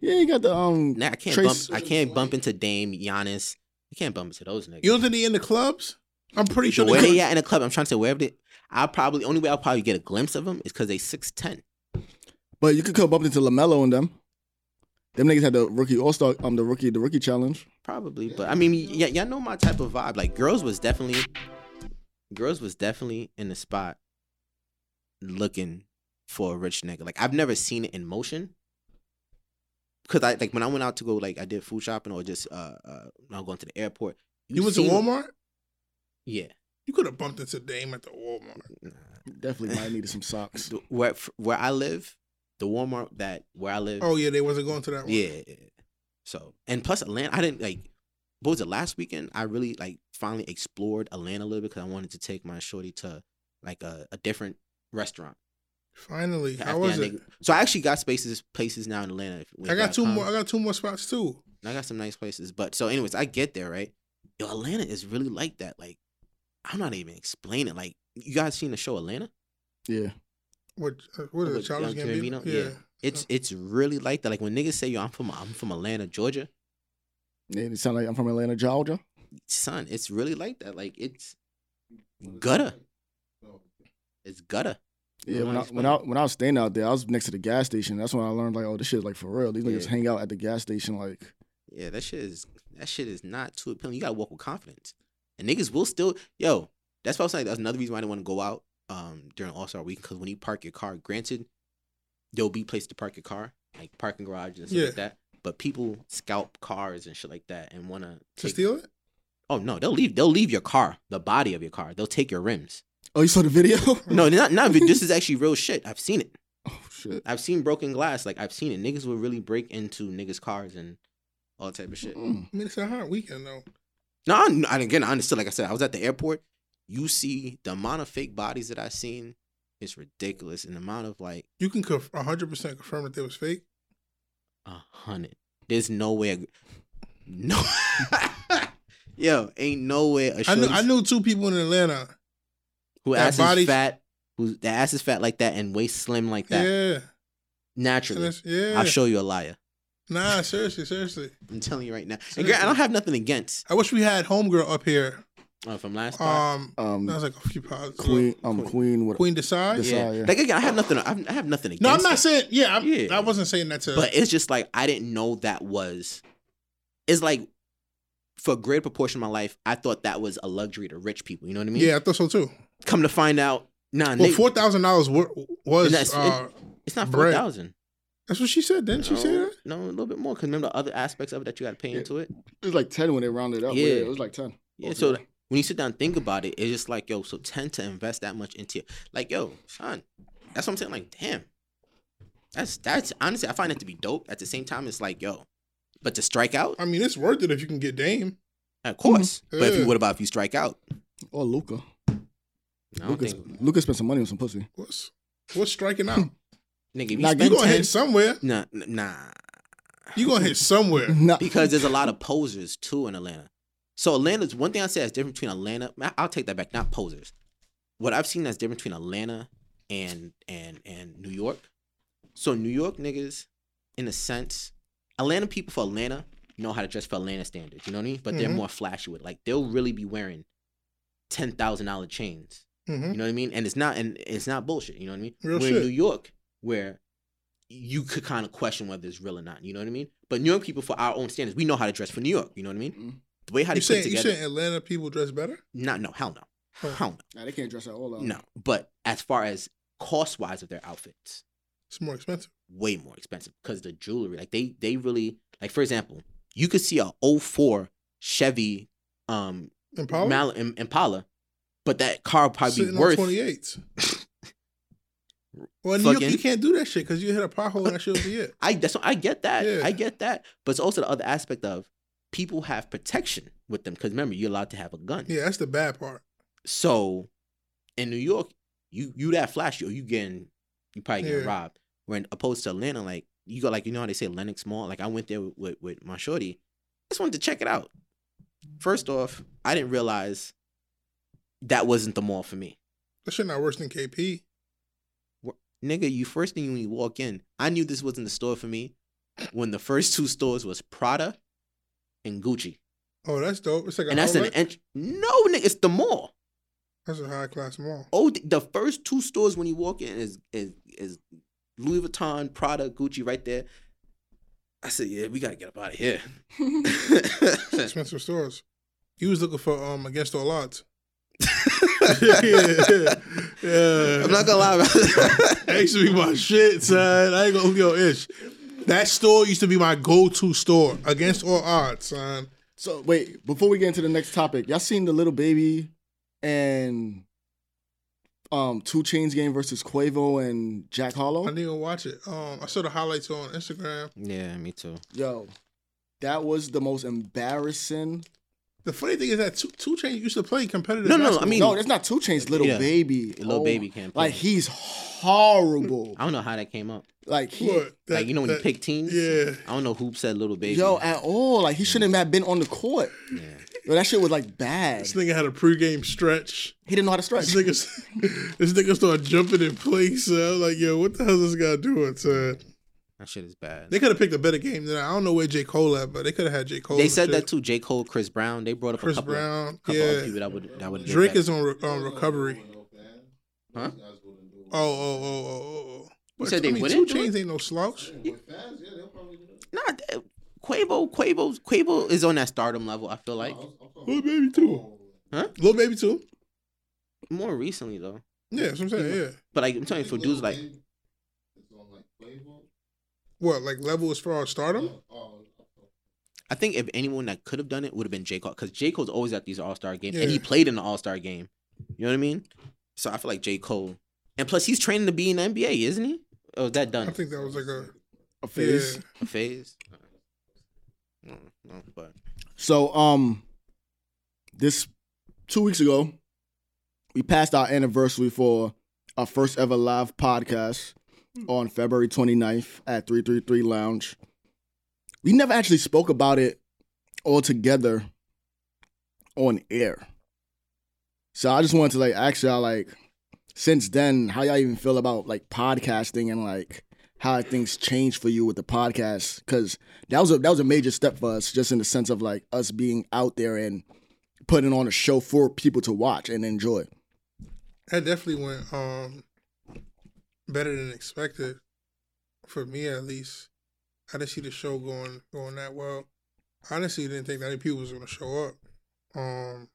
Speaker 2: Yeah, you got the um.
Speaker 5: Nah, I can't
Speaker 2: Trace-
Speaker 5: bump. I can't bump into Dame, Giannis. I can't bump into those niggas.
Speaker 4: You don't think they in the clubs? I'm pretty sure
Speaker 5: the way
Speaker 4: they.
Speaker 5: they at in a club, I'm trying to say wherever they. I probably only way I'll probably get a glimpse of them is because they six ten.
Speaker 2: But you could come bump into Lamelo and them. Them niggas had the rookie all star, um, the rookie, the rookie challenge.
Speaker 5: Probably, but I mean, y- y'all know my type of vibe. Like girls was definitely, girls was definitely in the spot, looking for a rich nigga. Like I've never seen it in motion. Cause I like when I went out to go like I did food shopping or just uh, uh when I was going to the airport.
Speaker 4: You went to
Speaker 5: seen-
Speaker 4: Walmart.
Speaker 5: Yeah,
Speaker 4: You could have bumped into Dame at the Walmart.
Speaker 2: Definitely might have needed some socks.
Speaker 5: The- where where I live, the Walmart that where I live.
Speaker 4: Oh yeah, they wasn't going to that one.
Speaker 5: Yeah. So and plus Atlanta, I didn't like. What was it last weekend? I really like finally explored Atlanta a little bit because I wanted to take my shorty to like a, a different restaurant.
Speaker 4: Finally,
Speaker 5: to
Speaker 4: how
Speaker 5: Afghan
Speaker 4: was it?
Speaker 5: nigga- So I actually got spaces places now in Atlanta. if- with
Speaker 4: I got two
Speaker 5: .com.
Speaker 4: more. I got two more spots too.
Speaker 5: And I got some nice places. But so, anyways, I get there right. Yo, Atlanta is really like that. Like I'm not even explaining. Like you guys seen the show Atlanta?
Speaker 2: Yeah,
Speaker 4: What? uh, What is it?
Speaker 5: With
Speaker 4: Childish
Speaker 5: Young
Speaker 4: Gambino.
Speaker 5: Gambino? Yeah. It's it's really like that. Like when niggas say yo, I'm from I'm from Atlanta, Georgia.
Speaker 2: yeah. It sound like I'm from Atlanta, Georgia.
Speaker 5: son, it's really like that. Like it's gutter. It's gutter.
Speaker 2: Yeah, when I,
Speaker 5: Nice,
Speaker 2: when I when I was staying out there, I was next to the gas station. That's when I learned like, oh, this shit like for real. These niggas
Speaker 5: Yeah.
Speaker 2: hang out at the gas station like
Speaker 5: Yeah, that shit is that shit is not too appealing. You gotta walk with confidence, and niggas will still yo. That's why I was saying that's another reason why I didn't want to go out um during All Star Week because when you park your car, granted, there'll be places to park your car like parking garages and stuff
Speaker 4: Yeah.
Speaker 5: like that. But people scalp cars and shit like that and wanna
Speaker 4: to
Speaker 5: take-
Speaker 4: steal it.
Speaker 5: Oh no, they'll leave. They'll leave your car, the body of your car. They'll take your rims.
Speaker 2: Oh, you saw the video?
Speaker 5: No, not not. even- this is actually real shit. I've seen it.
Speaker 2: oh shit.
Speaker 5: I've seen broken glass. Like I've seen it. Niggas will really break into niggas' cars and all type of shit.
Speaker 2: Mm.
Speaker 4: I mean, it's a hot weekend though.
Speaker 5: No, I, I again, I understood. Like I said, I was at the airport. You see the amount of fake bodies that I've seen is ridiculous, and the amount of like
Speaker 4: You can conf- 100% confirm that they was fake.
Speaker 5: a hundred. There's no way, a- no, yo, ain't no way. A
Speaker 4: I knew,
Speaker 5: shorty
Speaker 4: I knew two people in Atlanta.
Speaker 5: who
Speaker 4: that
Speaker 5: ass
Speaker 4: body-
Speaker 5: is fat, who the ass is fat like that and waist slim like that
Speaker 4: Yeah. And
Speaker 5: naturally.
Speaker 4: that's- yeah.
Speaker 5: I'll show you a liar.
Speaker 4: nah, seriously, seriously.
Speaker 5: I'm telling you right now. And Grant, I don't have nothing against
Speaker 4: I wish we had Homegirl up here.
Speaker 5: uh, from last part.
Speaker 4: Um,
Speaker 2: Um,
Speaker 4: that was like a few pods.
Speaker 2: Queen, um, Queen, what?
Speaker 4: Queen Decide.
Speaker 2: Decide.
Speaker 5: yeah.
Speaker 2: sorry, yeah.
Speaker 5: like again, I have nothing. I have, I have nothing against.
Speaker 4: No, I'm not
Speaker 5: it.
Speaker 4: saying. Yeah, I'm,
Speaker 5: Yeah.
Speaker 4: I wasn't saying that to.
Speaker 5: But it's just like I didn't know that was. It's like, for a great proportion of my life, I thought that was a luxury to rich people. You know what I mean?
Speaker 4: yeah, I thought so too.
Speaker 5: Come to find out, nah,
Speaker 4: Well,
Speaker 5: nigga,
Speaker 4: four thousand dollars was.
Speaker 5: That's-
Speaker 4: uh,
Speaker 5: it's not four
Speaker 4: bread.
Speaker 5: thousand.
Speaker 4: that's what she said. Didn't she say
Speaker 5: No,
Speaker 4: that?
Speaker 5: no, a little bit more. Cause remember the other aspects of it that you got to pay into it.
Speaker 2: It was like ten when they rounded up.
Speaker 5: Yeah.
Speaker 2: Yeah, it was like ten.
Speaker 5: Yeah. So like, when you sit down and think about it, it's just like yo. So tend to invest that much into it. Like yo, son, that's what I'm saying. Like damn, that's that's honestly I find it to be dope. At the same time, it's like yo, but to strike out,
Speaker 4: I mean, it's worth it if you can get Dame.
Speaker 5: of course.
Speaker 2: Mm-hmm.
Speaker 5: But if
Speaker 4: Yeah.
Speaker 5: you, what about if you strike out?
Speaker 2: Or Luca.
Speaker 5: I don't
Speaker 2: Luca,
Speaker 5: think
Speaker 2: Luca spent some money on some pussy.
Speaker 4: What's what's striking out?
Speaker 5: Nigga, if you
Speaker 2: Nah, you
Speaker 5: spend
Speaker 4: you gonna
Speaker 5: 10
Speaker 4: hit somewhere.
Speaker 5: nah, n- nah,
Speaker 4: You gonna hit somewhere.
Speaker 2: Nah,
Speaker 5: because there's a lot of posers too in Atlanta. So Atlanta's one thing I say that's different between Atlanta. I- I'll take that back. Not posers. What I've seen that's different between Atlanta and and and New York. So New York niggas, in a sense, Atlanta people for Atlanta know how to dress for Atlanta standards. You know what I mean? But they're
Speaker 2: Mm-hmm.
Speaker 4: Mhm.
Speaker 5: more flashy with like they'll really be wearing ten thousand dollar chains.
Speaker 4: hmm
Speaker 5: You know what I mean? And it's not and it's not bullshit. You know what I mean?
Speaker 4: Real
Speaker 5: We're
Speaker 4: shit.
Speaker 5: in New York where you could kind of question whether it's real or not. You know what I mean? But New York people, for our own standards, we know how to dress for New York. You know what I mean? The way how
Speaker 4: Mm-hmm.
Speaker 5: they put
Speaker 4: You
Speaker 5: it
Speaker 4: saying you
Speaker 5: together.
Speaker 4: saying Oh, Atlanta people dress better?
Speaker 5: Not no hell no
Speaker 4: Huh.
Speaker 5: hell
Speaker 2: nah, they can't dress that all
Speaker 5: no
Speaker 4: oh.
Speaker 2: out.
Speaker 5: no. But as far as cost wise of their outfits,
Speaker 4: It's more expensive.
Speaker 5: way more expensive because the jewelry like they they really like for example you could see a 04 Chevy um
Speaker 4: And Paula
Speaker 5: Mal- Im- Impala, but that car would probably
Speaker 4: sitting
Speaker 5: be worth
Speaker 4: on 28s. well, in New York,
Speaker 5: Fucking-
Speaker 4: you can't do that shit because you hit a pothole and that shit will be it.
Speaker 5: I that's what, I get that.
Speaker 4: Yeah.
Speaker 5: I get that. But it's also the other aspect of people have protection with them because remember you're allowed to have a gun.
Speaker 4: Yeah, that's the bad part.
Speaker 5: So in New York, you you that flashy or you getting you probably getting
Speaker 4: Yeah.
Speaker 5: robbed. When opposed to Atlanta, like you go like you know how they say Lennox Mall. Like I went there with, with with my shorty. Just wanted to check it out. First off, I didn't realize that wasn't the mall for me.
Speaker 4: That shit not worse than KP.
Speaker 5: Nigga, you first thing when you walk in, I knew this wasn't the store for me when the first two stores was Prada and Gucci.
Speaker 4: Oh, that's dope. It's like a
Speaker 5: And that's an
Speaker 4: outlet.
Speaker 5: ent- no nigga, it's the mall.
Speaker 4: that's a high class mall.
Speaker 5: Oh, th- the first two stores when you walk in is is is Louis Vuitton, Prada, Gucci right there. I said, yeah, we gotta get up out of here.
Speaker 4: Expensive stores. You was looking for um against all odds. yeah.
Speaker 5: I'm not gonna lie about it.
Speaker 4: That used to be my shit, son. I ain't gonna yo ish. That store used to be my go-to store against all odds, son.
Speaker 2: So wait, before we get into the next topic, y'all seen the little baby and um Two Chains game versus Quavo and Jack
Speaker 4: I
Speaker 2: Hollow?
Speaker 4: didn't even watch it. Um, I saw the highlights on Instagram.
Speaker 5: yeah, me too.
Speaker 2: Yo, that was the most embarrassing.
Speaker 4: The funny thing is that two, two Chainz used to play competitive.
Speaker 5: No, no,
Speaker 4: basketball.
Speaker 5: I mean-
Speaker 2: no, that's not Two Chains. Little
Speaker 5: Yeah.
Speaker 2: baby, Oh,
Speaker 5: Lil Baby can't play.
Speaker 2: Like he's horrible.
Speaker 5: I don't know how that came up.
Speaker 2: Like he,
Speaker 4: What?
Speaker 5: like you know when
Speaker 4: that-
Speaker 5: you pick teams.
Speaker 4: Yeah.
Speaker 5: I don't know who said little baby.
Speaker 2: yo, at all. Like he shouldn't have been on the court.
Speaker 5: yeah.
Speaker 2: Yo, that shit was like bad.
Speaker 4: This nigga had a pregame stretch.
Speaker 2: He didn't know how to stretch.
Speaker 4: This nigga, this nigga started jumping in place. son. I was like, yo, what the hell is this guy doing, son?
Speaker 5: that shit is bad.
Speaker 4: They could have picked a better game than that. I don't know where J. Cole at, but they could have had J. Cole.
Speaker 5: They
Speaker 4: and
Speaker 5: said
Speaker 4: shit.
Speaker 5: that too. J Cole, Chris Brown. They brought up
Speaker 4: Chris
Speaker 5: a couple,
Speaker 4: Brown,
Speaker 5: couple of
Speaker 4: yeah.
Speaker 5: people that would that would get
Speaker 4: Drake
Speaker 5: that.
Speaker 4: is on, re- on recovery.
Speaker 5: Huh?
Speaker 6: That's what I'm doing.
Speaker 4: oh, oh, oh, oh, oh.
Speaker 7: You said they
Speaker 4: 22
Speaker 7: wouldn't do
Speaker 4: Chainz ain't no slouch.
Speaker 6: With Faz, yeah, they'll probably do that.
Speaker 5: Nah, th- Quavo, Quavo, Quavo is on that stardom level. I feel like
Speaker 6: I'll- I'll call
Speaker 4: Little
Speaker 6: it.
Speaker 4: baby too. Little baby too.
Speaker 5: more recently though.
Speaker 4: Yeah, that's what I'm saying. Yeah.
Speaker 5: But like I'm telling you, for dudes like
Speaker 6: It's on like Quavo.
Speaker 4: What like level as far as stardom?
Speaker 6: Oh,
Speaker 5: I think if anyone that could have done it would have been J Cole because J Cole's always at these All Star games and he
Speaker 4: Yeah.
Speaker 5: played in the All Star game. You know what I mean? So I feel like J Cole, and plus he's training to be in the NBA, isn't he? Oh, is that
Speaker 4: I
Speaker 5: done?
Speaker 4: think that was like a
Speaker 2: A
Speaker 4: yeah.
Speaker 2: phase.
Speaker 5: A phase. Uh, No, no, but
Speaker 2: So um this two weeks ago, we passed our anniversary for our first ever live podcast on February 29th at 333 Lounge. We never actually spoke about it all together on air. So I just wanted to like ask y'all like since then, how y'all even feel about like podcasting and like how things changed for you with the podcast? Cause that was a that was a major step for us, just in the sense of like us being out there and putting on a show for people to watch and enjoy.
Speaker 4: That definitely went um better than expected for me at least. I didn't see the show going going that well. I Honestly, didn't think that many people was gonna show up. Um,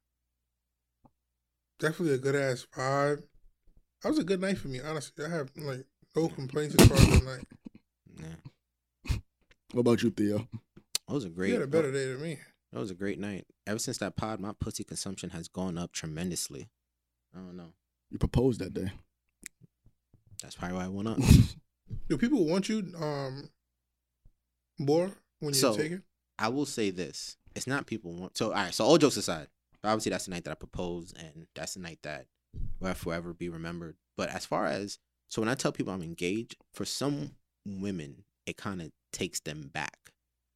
Speaker 4: definitely a good ass vibe. That was a good night for me. Honestly, I have like no complaints as far as the night.
Speaker 5: yeah,
Speaker 2: What about you, Theo?
Speaker 5: that was a great.
Speaker 4: You had a better day than me.
Speaker 5: That was a great night. Ever since that pod, my pussy consumption has gone up tremendously. I don't know.
Speaker 2: You proposed that day.
Speaker 5: That's probably why I went up.
Speaker 4: Do people want you um more when you
Speaker 5: So-
Speaker 4: take it?
Speaker 5: I will say this: it's not people want. So all right. So all jokes aside, obviously that's the night that I proposed, and that's the night that will forever be remembered. But as far as so, when I tell people I'm engaged, for some women, it kind of takes them back.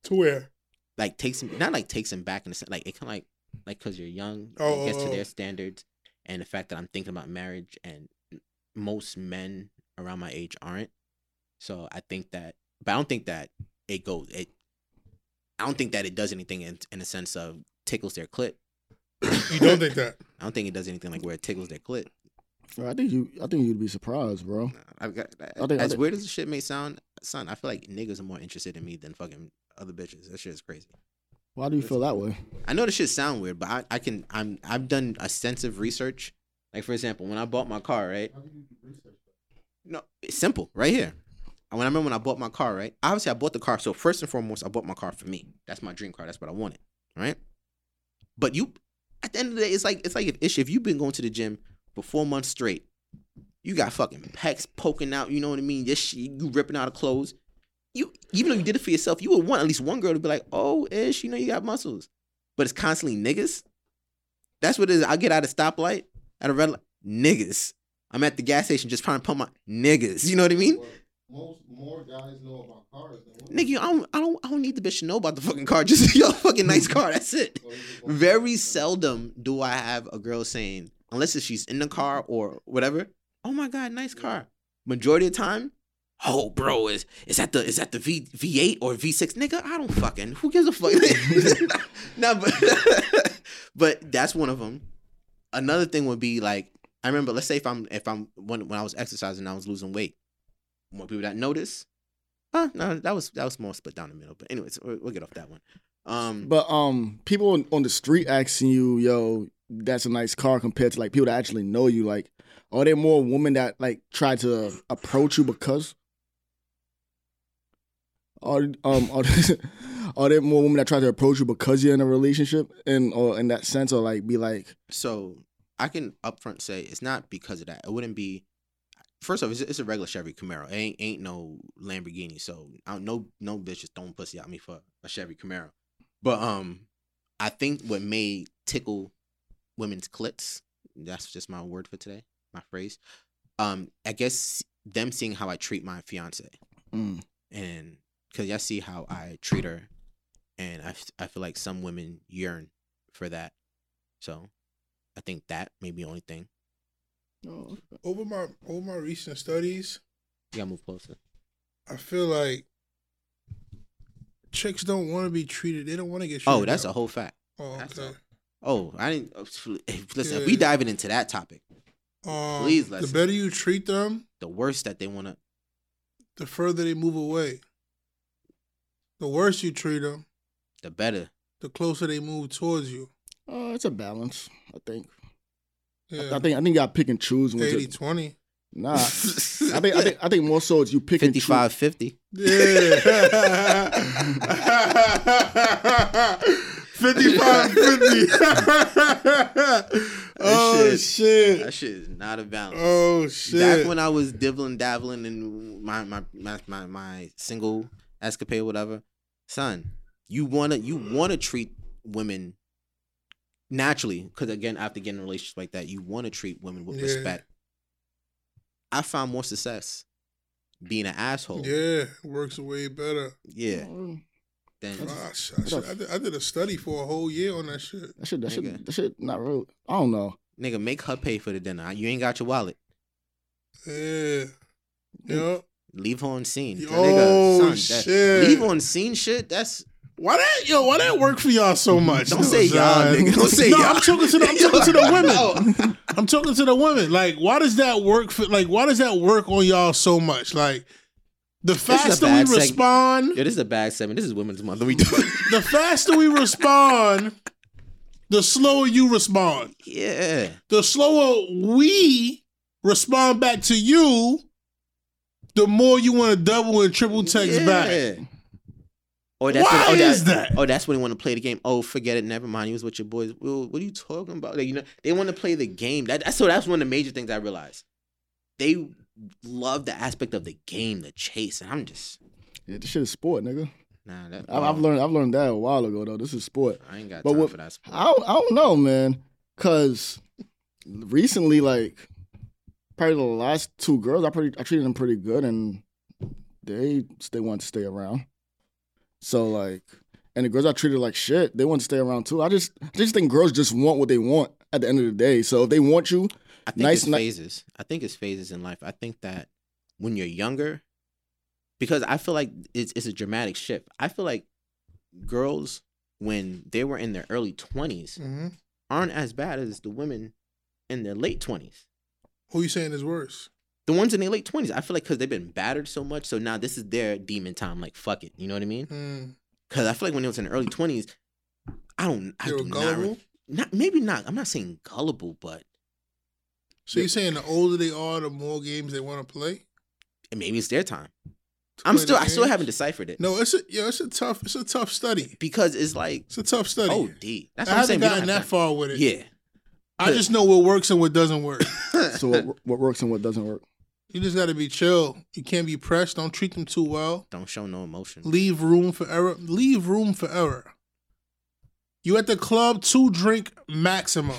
Speaker 4: To where?
Speaker 5: Like takes them not like takes them back in the sense like it kind of like like because you're young,
Speaker 4: Oh,
Speaker 5: it gets to
Speaker 4: oh, oh.
Speaker 5: their standards, and the fact that I'm thinking about marriage and most men around my age aren't. So I think that, but I don't think that it goes. It, I don't think that it does anything in in the sense of tickles their clit.
Speaker 4: You don't think that?
Speaker 5: I don't think it does anything like where it tickles their clit.
Speaker 2: Bro, I think you. I think you'd be surprised, bro.
Speaker 5: I've got,
Speaker 2: I think- I
Speaker 5: as
Speaker 2: think-
Speaker 5: weird as the shit may sound, son, I feel like niggas are more interested in me than fucking other bitches. That shit is crazy.
Speaker 2: Why do you feel that way?
Speaker 5: I know this shit sound weird, but I, I can I'm I've done extensive research. Like for example, when I bought my car, right? No, it's simple, right here. And When I remember when I bought my car, right? Obviously, I bought the car. So first and foremost, I bought my car for me. That's my dream car. That's what I wanted, right? But you, at the end of the day, it's like it's like an issue. If you've been going to the gym for four months straight, you got fucking pecs poking out. You know what I mean? This shit, you ripping out of clothes. You even though you did it for yourself, you would want at least one girl to be like, "Oh, ish, you know you got muscles." but it's constantly niggas. That's what it is. I get out of stoplight, at a red light, niggas. I'm at the gas station just trying to pump my niggas. You know what I mean?
Speaker 6: Most more guys know about cars than women.
Speaker 5: Nigga, I don't, I don't, I don't need the bitch to know about the fucking car. Just your fucking nice car. That's it.
Speaker 6: Or is it both?
Speaker 5: Very seldom do I have a girl saying, unless if she's in the car or whatever. Oh my god, nice car. Majority of the time, oh bro, is is that the is that the V V eight or V six? Nigga, I don't fucking who gives a fuck. nah, but but that's one of them. Another thing would be like I remember. Let's say if I'm if I'm when when I was exercising, I was losing weight. More people that notice. Huh? No, that was that was more split down the middle. But anyways, we'll, we'll get off that one. Um,
Speaker 2: But um, people on, on the street asking you, "Yo, that's a nice car," compared to like people that actually know you. Like, are there more women that like try to approach you because? Are um are, are there more women that try to approach you because you're in a relationship and or in that sense or like be like
Speaker 5: so I can upfront say it's not because of that. It wouldn't be. First off, it's, it's a regular Chevy Camaro. It ain't ain't no Lamborghini. So I don't, no no bitch is throwing pussy at me for a Chevy Camaro. But um, I think what may tickle women's clits. That's just my word for today. My phrase. Um, I guess them seeing how I treat my fiance
Speaker 2: mm,
Speaker 5: and because y'all see how I treat her, and I, f- I feel like some women yearn for that. So I think that may be the only thing.
Speaker 4: Over my over my recent studies,
Speaker 5: You gotta move closer.
Speaker 4: I feel like chicks don't want to be treated. They don't want to get.
Speaker 5: Oh,
Speaker 4: treated
Speaker 5: that's a
Speaker 4: out.
Speaker 5: whole fact.
Speaker 4: Oh,
Speaker 5: that's
Speaker 4: okay.
Speaker 5: a- Oh, I didn't. Listen, if we
Speaker 4: Yeah.
Speaker 5: diving into that topic,
Speaker 4: Um,
Speaker 5: Please,
Speaker 4: the
Speaker 5: Leslie.
Speaker 4: better you treat them,
Speaker 5: The worst that they want to.
Speaker 4: the further they move away. The worse you treat them,
Speaker 5: The better.
Speaker 4: the closer they move towards you.
Speaker 2: Uh, it's a balance, I think. I-
Speaker 4: Yeah,
Speaker 2: I think I think you got to pick and choose. When
Speaker 4: 80
Speaker 2: to,
Speaker 4: 20.
Speaker 2: nah, I think, I think I think more so it's you pick and
Speaker 5: 55 50.
Speaker 4: Yeah. 55 50. oh,
Speaker 5: shit.
Speaker 4: shit.
Speaker 5: That shit is not a balance.
Speaker 4: Oh,
Speaker 5: Back
Speaker 4: shit.
Speaker 5: when I was dibbling, dabbling in my my my my, my single escapade, whatever, son, you wanna you wanna treat women naturally, because again, after getting in relationships like that, you wanna treat women with
Speaker 4: Yeah.
Speaker 5: respect. I found more success being an asshole. Yeah.
Speaker 4: Yeah, works way better.
Speaker 2: choose.
Speaker 5: than
Speaker 4: Ah, shit, I, should- I did, I did a study for a whole year on that shit.
Speaker 2: That should that
Speaker 5: Nigga.
Speaker 2: should that should not really. I don't know.
Speaker 5: nigga, make her pay for the dinner. You ain't got your wallet.
Speaker 4: Yeah. Yeah.
Speaker 5: Leave her on scene.
Speaker 4: Oh,
Speaker 5: nigga, son, that-
Speaker 4: shit.
Speaker 5: leave on scene shit. That's
Speaker 4: Why that yo? Why that work for y'all so much?
Speaker 5: Don't say y'all,
Speaker 4: son?
Speaker 5: nigga. Don't say
Speaker 4: no,
Speaker 5: y'all.
Speaker 4: I'm talking to the. I'm talking to the women. I'm talking to the women. Like, why does that work for? Like, why does that work on y'all so much? Like, the
Speaker 5: is a
Speaker 4: faster
Speaker 5: bad
Speaker 4: we
Speaker 5: seg-
Speaker 4: respond,
Speaker 5: yo, this is a bad segment. This is Women's Month. We do.
Speaker 4: the faster we respond, the slower you respond.
Speaker 5: yeah.
Speaker 4: The slower we respond back to you, the more you want to double and triple text back.
Speaker 5: Or that's
Speaker 4: Why
Speaker 5: when, oh, that-
Speaker 4: is that?
Speaker 5: Oh, that's when they want to play the game. Oh, forget it. Never mind. You was with your boys. Well, what are you talking about? Like, you know, they want to play the game. That, that's so. That's one of the major things I realized. They love the aspect of the game, the chase, and I'm just
Speaker 2: Yeah, this shit is sport, nigga.
Speaker 5: nah. That,
Speaker 2: I, I've learned I've learned that a while ago though. This is sport.
Speaker 5: I ain't got
Speaker 2: but
Speaker 5: time
Speaker 2: what-
Speaker 5: for that. Sport.
Speaker 2: I don't, I don't know, man. Cause recently, like probably the last two girls, I pretty I treated them pretty good, and they they want to stay around. So like, and the girls I treated like shit, they want to stay around too. I just I just think girls just want what they want at the end of the day. So if they want you,
Speaker 5: I think
Speaker 2: Nice
Speaker 5: it's
Speaker 2: ni-
Speaker 5: phases. I think it's phases in life. I think that when you're younger, because I feel like it's it's a dramatic shift. I feel like girls when they were in their early twenties
Speaker 4: Mm-hmm.
Speaker 5: aren't as bad as the women in their late twenties.
Speaker 4: Who you saying is worse?
Speaker 5: The ones in their late twenties, I feel like because they've been battered so much, so now this is their demon time. Like fuck it, you know what I mean?
Speaker 4: Mm.
Speaker 5: Because I feel like when it was in their early twenties, I don't, I
Speaker 4: They were
Speaker 5: do not, re-
Speaker 4: gullible.
Speaker 5: not, maybe not. I'm not saying gullible, but
Speaker 4: So you're saying the older they are, the more games they want to play?
Speaker 5: maybe it's their time. I'm
Speaker 4: play
Speaker 5: still,
Speaker 4: the
Speaker 5: I still
Speaker 4: games?
Speaker 5: haven't deciphered it.
Speaker 4: No, it's a yo, it's a tough, it's a tough study.
Speaker 5: because it's like
Speaker 4: It's a tough study.
Speaker 5: oh d that's
Speaker 4: I
Speaker 5: what i'm
Speaker 4: haven't
Speaker 5: saying We don't
Speaker 4: gotten that
Speaker 5: have
Speaker 4: far with
Speaker 5: to-
Speaker 4: it.
Speaker 5: yeah
Speaker 4: I just know what works and what doesn't work.
Speaker 2: so what, what works and what doesn't work.
Speaker 4: you just got to be chill. You can't be pressed. Don't treat them too well.
Speaker 5: don't show no emotion
Speaker 4: Leave room for error. Leave room for error. You at the club, two drink maximum.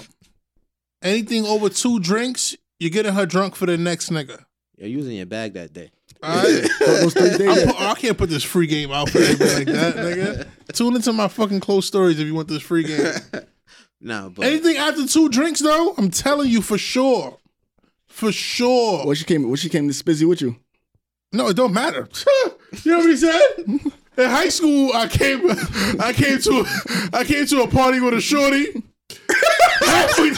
Speaker 4: Anything over two drinks, you're getting her drunk for the next nigga.
Speaker 5: you're using your bag that day
Speaker 4: All right.
Speaker 2: Those three
Speaker 4: I'm
Speaker 2: days,
Speaker 4: pu- oh, I can't put this free game out for everybody like that, nigga. Tune into my fucking close stories if you want this free game.
Speaker 5: no but
Speaker 4: Anything after two drinks, though, I'm telling you for sure, for sure.
Speaker 2: when she came, when she came to Spizzy with you,
Speaker 4: No, it don't matter. you know what he said? In high school, I came, I came to, I came to a party with a shorty. halfway,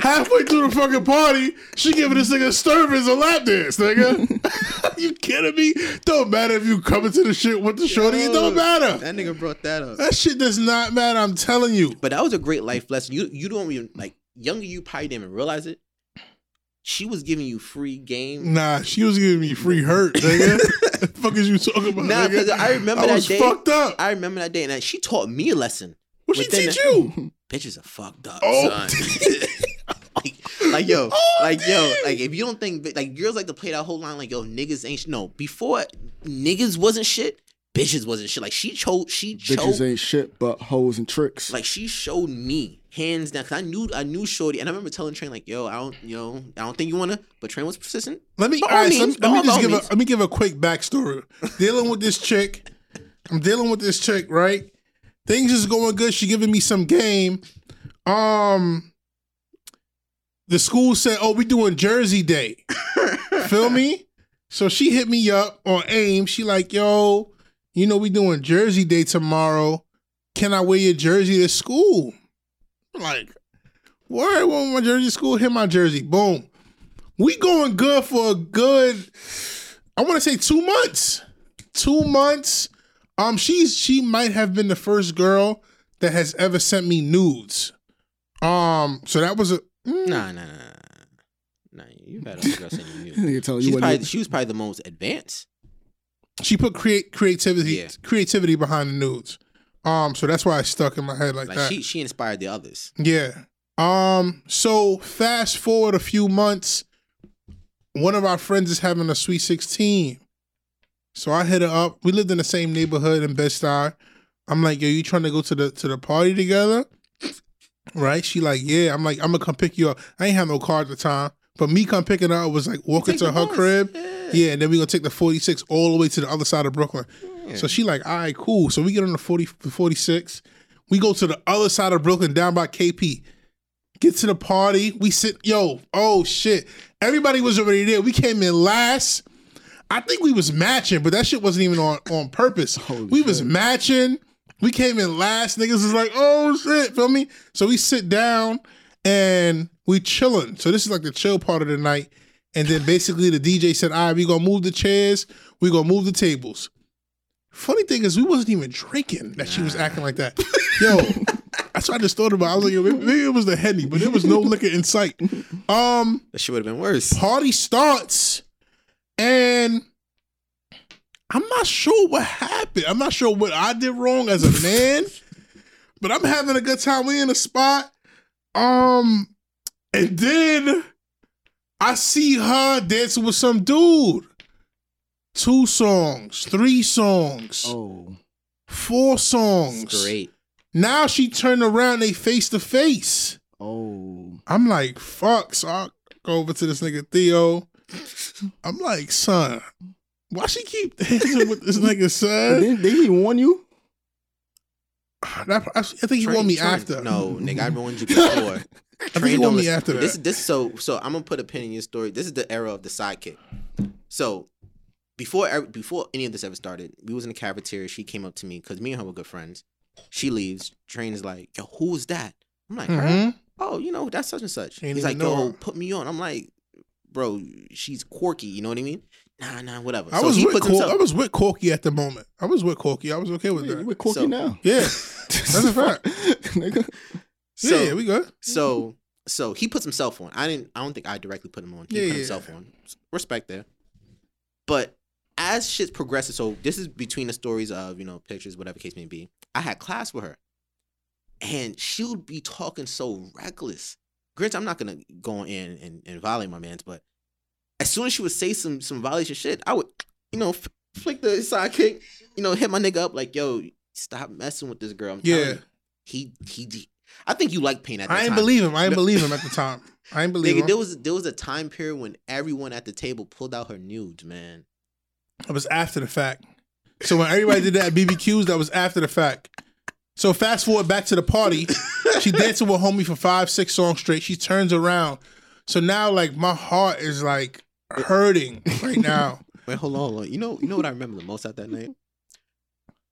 Speaker 4: halfway through the fucking party, she giving this nigga stir as a lap dance, nigga. you kidding me? Don't matter if you coming to the shit with the shorty. it don't matter.
Speaker 5: that nigga brought that up
Speaker 4: That shit does not matter. I'm telling you.
Speaker 5: but that was a great life lesson you you don't even like younger you probably didn't even realize it she was giving you free game
Speaker 4: Nah, she was giving me free hurt, nigga. the fuck is you talking about?
Speaker 5: Nah,
Speaker 4: nigga?
Speaker 5: 'cause I remember
Speaker 4: I
Speaker 5: that
Speaker 4: was
Speaker 5: day.
Speaker 4: fucked up.
Speaker 5: i remember that day and that she taught me a lesson
Speaker 4: what she
Speaker 5: within
Speaker 4: teach
Speaker 5: the-
Speaker 4: you?
Speaker 5: bitches are fucked up
Speaker 4: Oh.
Speaker 5: son Like, like yo, like yo, like if you don't think like girls like to play that whole line like yo niggas ain't sh- no before niggas wasn't shit, bitches wasn't shit. Like she chose, she chose,
Speaker 2: bitches ain't shit but hoes and tricks.
Speaker 5: like she showed me hands down because I knew I knew shorty and I remember telling Train like yo I don't yo I don't think you wanna, but Train was persistent.
Speaker 4: Let me,
Speaker 5: By
Speaker 4: all
Speaker 5: all
Speaker 4: right,
Speaker 5: means,
Speaker 4: let me, let
Speaker 5: by
Speaker 4: me just
Speaker 5: all
Speaker 4: give a,
Speaker 5: means.
Speaker 4: let me give a quick backstory. Dealing with this chick, I'm dealing with this chick, right? Things is going good. She giving me some game. Um, the school said, "Oh, we doing Jersey Day." Feel me? So she hit me up on AIM. She like, "Yo, you know we doing Jersey Day tomorrow. Can I wear your jersey to school?" I'm like, where? Well, my jersey to school. Hit my jersey. Boom. We going good for a good. I want to say two months. Two months. Um, she's she might have been the first girl that has ever sent me nudes. Um, so that was a mm,
Speaker 5: Nah, nah, nah, nah, nah. Nah, you better girl sending you.
Speaker 2: Nigga telling
Speaker 5: She's
Speaker 2: you
Speaker 5: probably,
Speaker 2: what?
Speaker 5: she was probably the most advanced.
Speaker 4: She put create creativity
Speaker 5: Yeah.
Speaker 4: creativity behind the nudes. Um, so that's why it stuck in my head like,
Speaker 5: Like
Speaker 4: that.
Speaker 5: she, she inspired the others.
Speaker 4: Yeah. Um, so fast forward a few months, one of our friends is having a sweet 16. So I hit her up. We lived in the same neighborhood in Bed Stuy. I'm like, yo, you trying to go to the to the party together? Right? She like, yeah. I'm like, I'm gonna come pick you up. I ain't have no car at the time. But me come picking her up was like walking
Speaker 5: Take
Speaker 4: to
Speaker 5: the
Speaker 4: her
Speaker 5: bus.
Speaker 4: crib.
Speaker 5: Yeah.
Speaker 4: Yeah, and then we gonna take the 46 all the way to the other side of Brooklyn. So she like, all right, cool. So we get on the 40, the 46. We go to the other side of Brooklyn, down by KP. Get to the party. We sit, yo, oh shit. Everybody was already there. We came in last. I think we was matching, but that shit wasn't even on, on purpose. we was matching. We came in last. Niggas was like, oh shit, feel me? So we sit down and we chilling. So this is like the chill part of the night. And then basically the DJ said, all right, we gonna move the chairs, we gonna move the tables. Funny thing is, we wasn't even drinking that she was acting like that. Yo, that's what I just thought about. I was like, yo, maybe, maybe it was the Henny, but there was no liquor in sight. Um,
Speaker 5: That shit would have been worse.
Speaker 4: party starts and I'm not sure what happened. I'm not sure what I did wrong as a man, but I'm having a good time. We in a spot. Um and then I see her dancing with some dude. Two songs, three songs,
Speaker 2: Oh,
Speaker 4: four songs.
Speaker 5: It's great.
Speaker 4: Now she turned around, they face to face.
Speaker 2: oh,
Speaker 4: I'm like, fuck. So I go over to this nigga Theo. I'm like, son, why she keep dancing with this nigga, son?
Speaker 2: did, did he warn you?
Speaker 4: That- I think he
Speaker 5: Train-
Speaker 4: want me
Speaker 5: train-
Speaker 4: after.
Speaker 5: No, nigga, I ruined you before.
Speaker 4: I think he
Speaker 5: Train
Speaker 4: want
Speaker 5: don't
Speaker 4: me
Speaker 5: listen-
Speaker 4: after that.
Speaker 5: This, this so so. I'm gonna put a pin in your story. This is the era of the sidekick. So before ev- before any of this ever started, we was in the cafeteria. She came up to me because me and her were good friends. She leaves. Train is like, yo, who's that? I'm like, her.
Speaker 4: Mhm.
Speaker 5: Oh, you know, that's such and such.
Speaker 4: Ain't
Speaker 5: He's like,
Speaker 4: even know
Speaker 5: yo,
Speaker 4: her.
Speaker 5: put me on. I'm like, bro, she's quirky. You know what I mean? Nah, nah, whatever.
Speaker 4: I
Speaker 5: So
Speaker 4: was
Speaker 5: he
Speaker 4: with
Speaker 5: puts
Speaker 4: Corky. I
Speaker 5: himself-
Speaker 4: was with Corky at the moment. I was with Corky. I was okay with
Speaker 2: Wait,
Speaker 4: that.
Speaker 2: we're corky
Speaker 5: So-
Speaker 2: now.
Speaker 4: Yeah, that's a fact.
Speaker 2: Nigga.
Speaker 5: so-
Speaker 4: yeah, we good. Mm-hmm.
Speaker 5: So so he puts himself on. I didn't. I don't think I directly put him on. He
Speaker 4: Yeah,
Speaker 5: put
Speaker 4: yeah.
Speaker 5: himself on. Respect there. But as shit progresses, so this is between the stories of you know pictures, whatever case may be. I had class with her, and she would be talking so reckless. Grinch, I'm not gonna go in and, and violate my man's, but as soon as she would say some some violation shit, I would you know f- flick the sidekick, you know, hit my nigga up like, yo, stop messing with this girl. I'm telling
Speaker 4: Yeah.
Speaker 5: you. he he. he- I think you like pain at that
Speaker 4: I ain't
Speaker 5: time.
Speaker 4: believe him. I ain't
Speaker 5: No.
Speaker 4: believe him at the time. I ain't believe
Speaker 5: Nigga, there
Speaker 4: him.
Speaker 5: was there was a time period when everyone at the table pulled out her nudes, man.
Speaker 4: It was after the fact. So when everybody did that at BBQs, that was after the fact. So fast forward back to the party. She dancing with homie for five, six songs straight. She turns around. So now like my heart is like hurting right now.
Speaker 5: Wait, hold on, hold on. You know, you know what I remember the most at that night?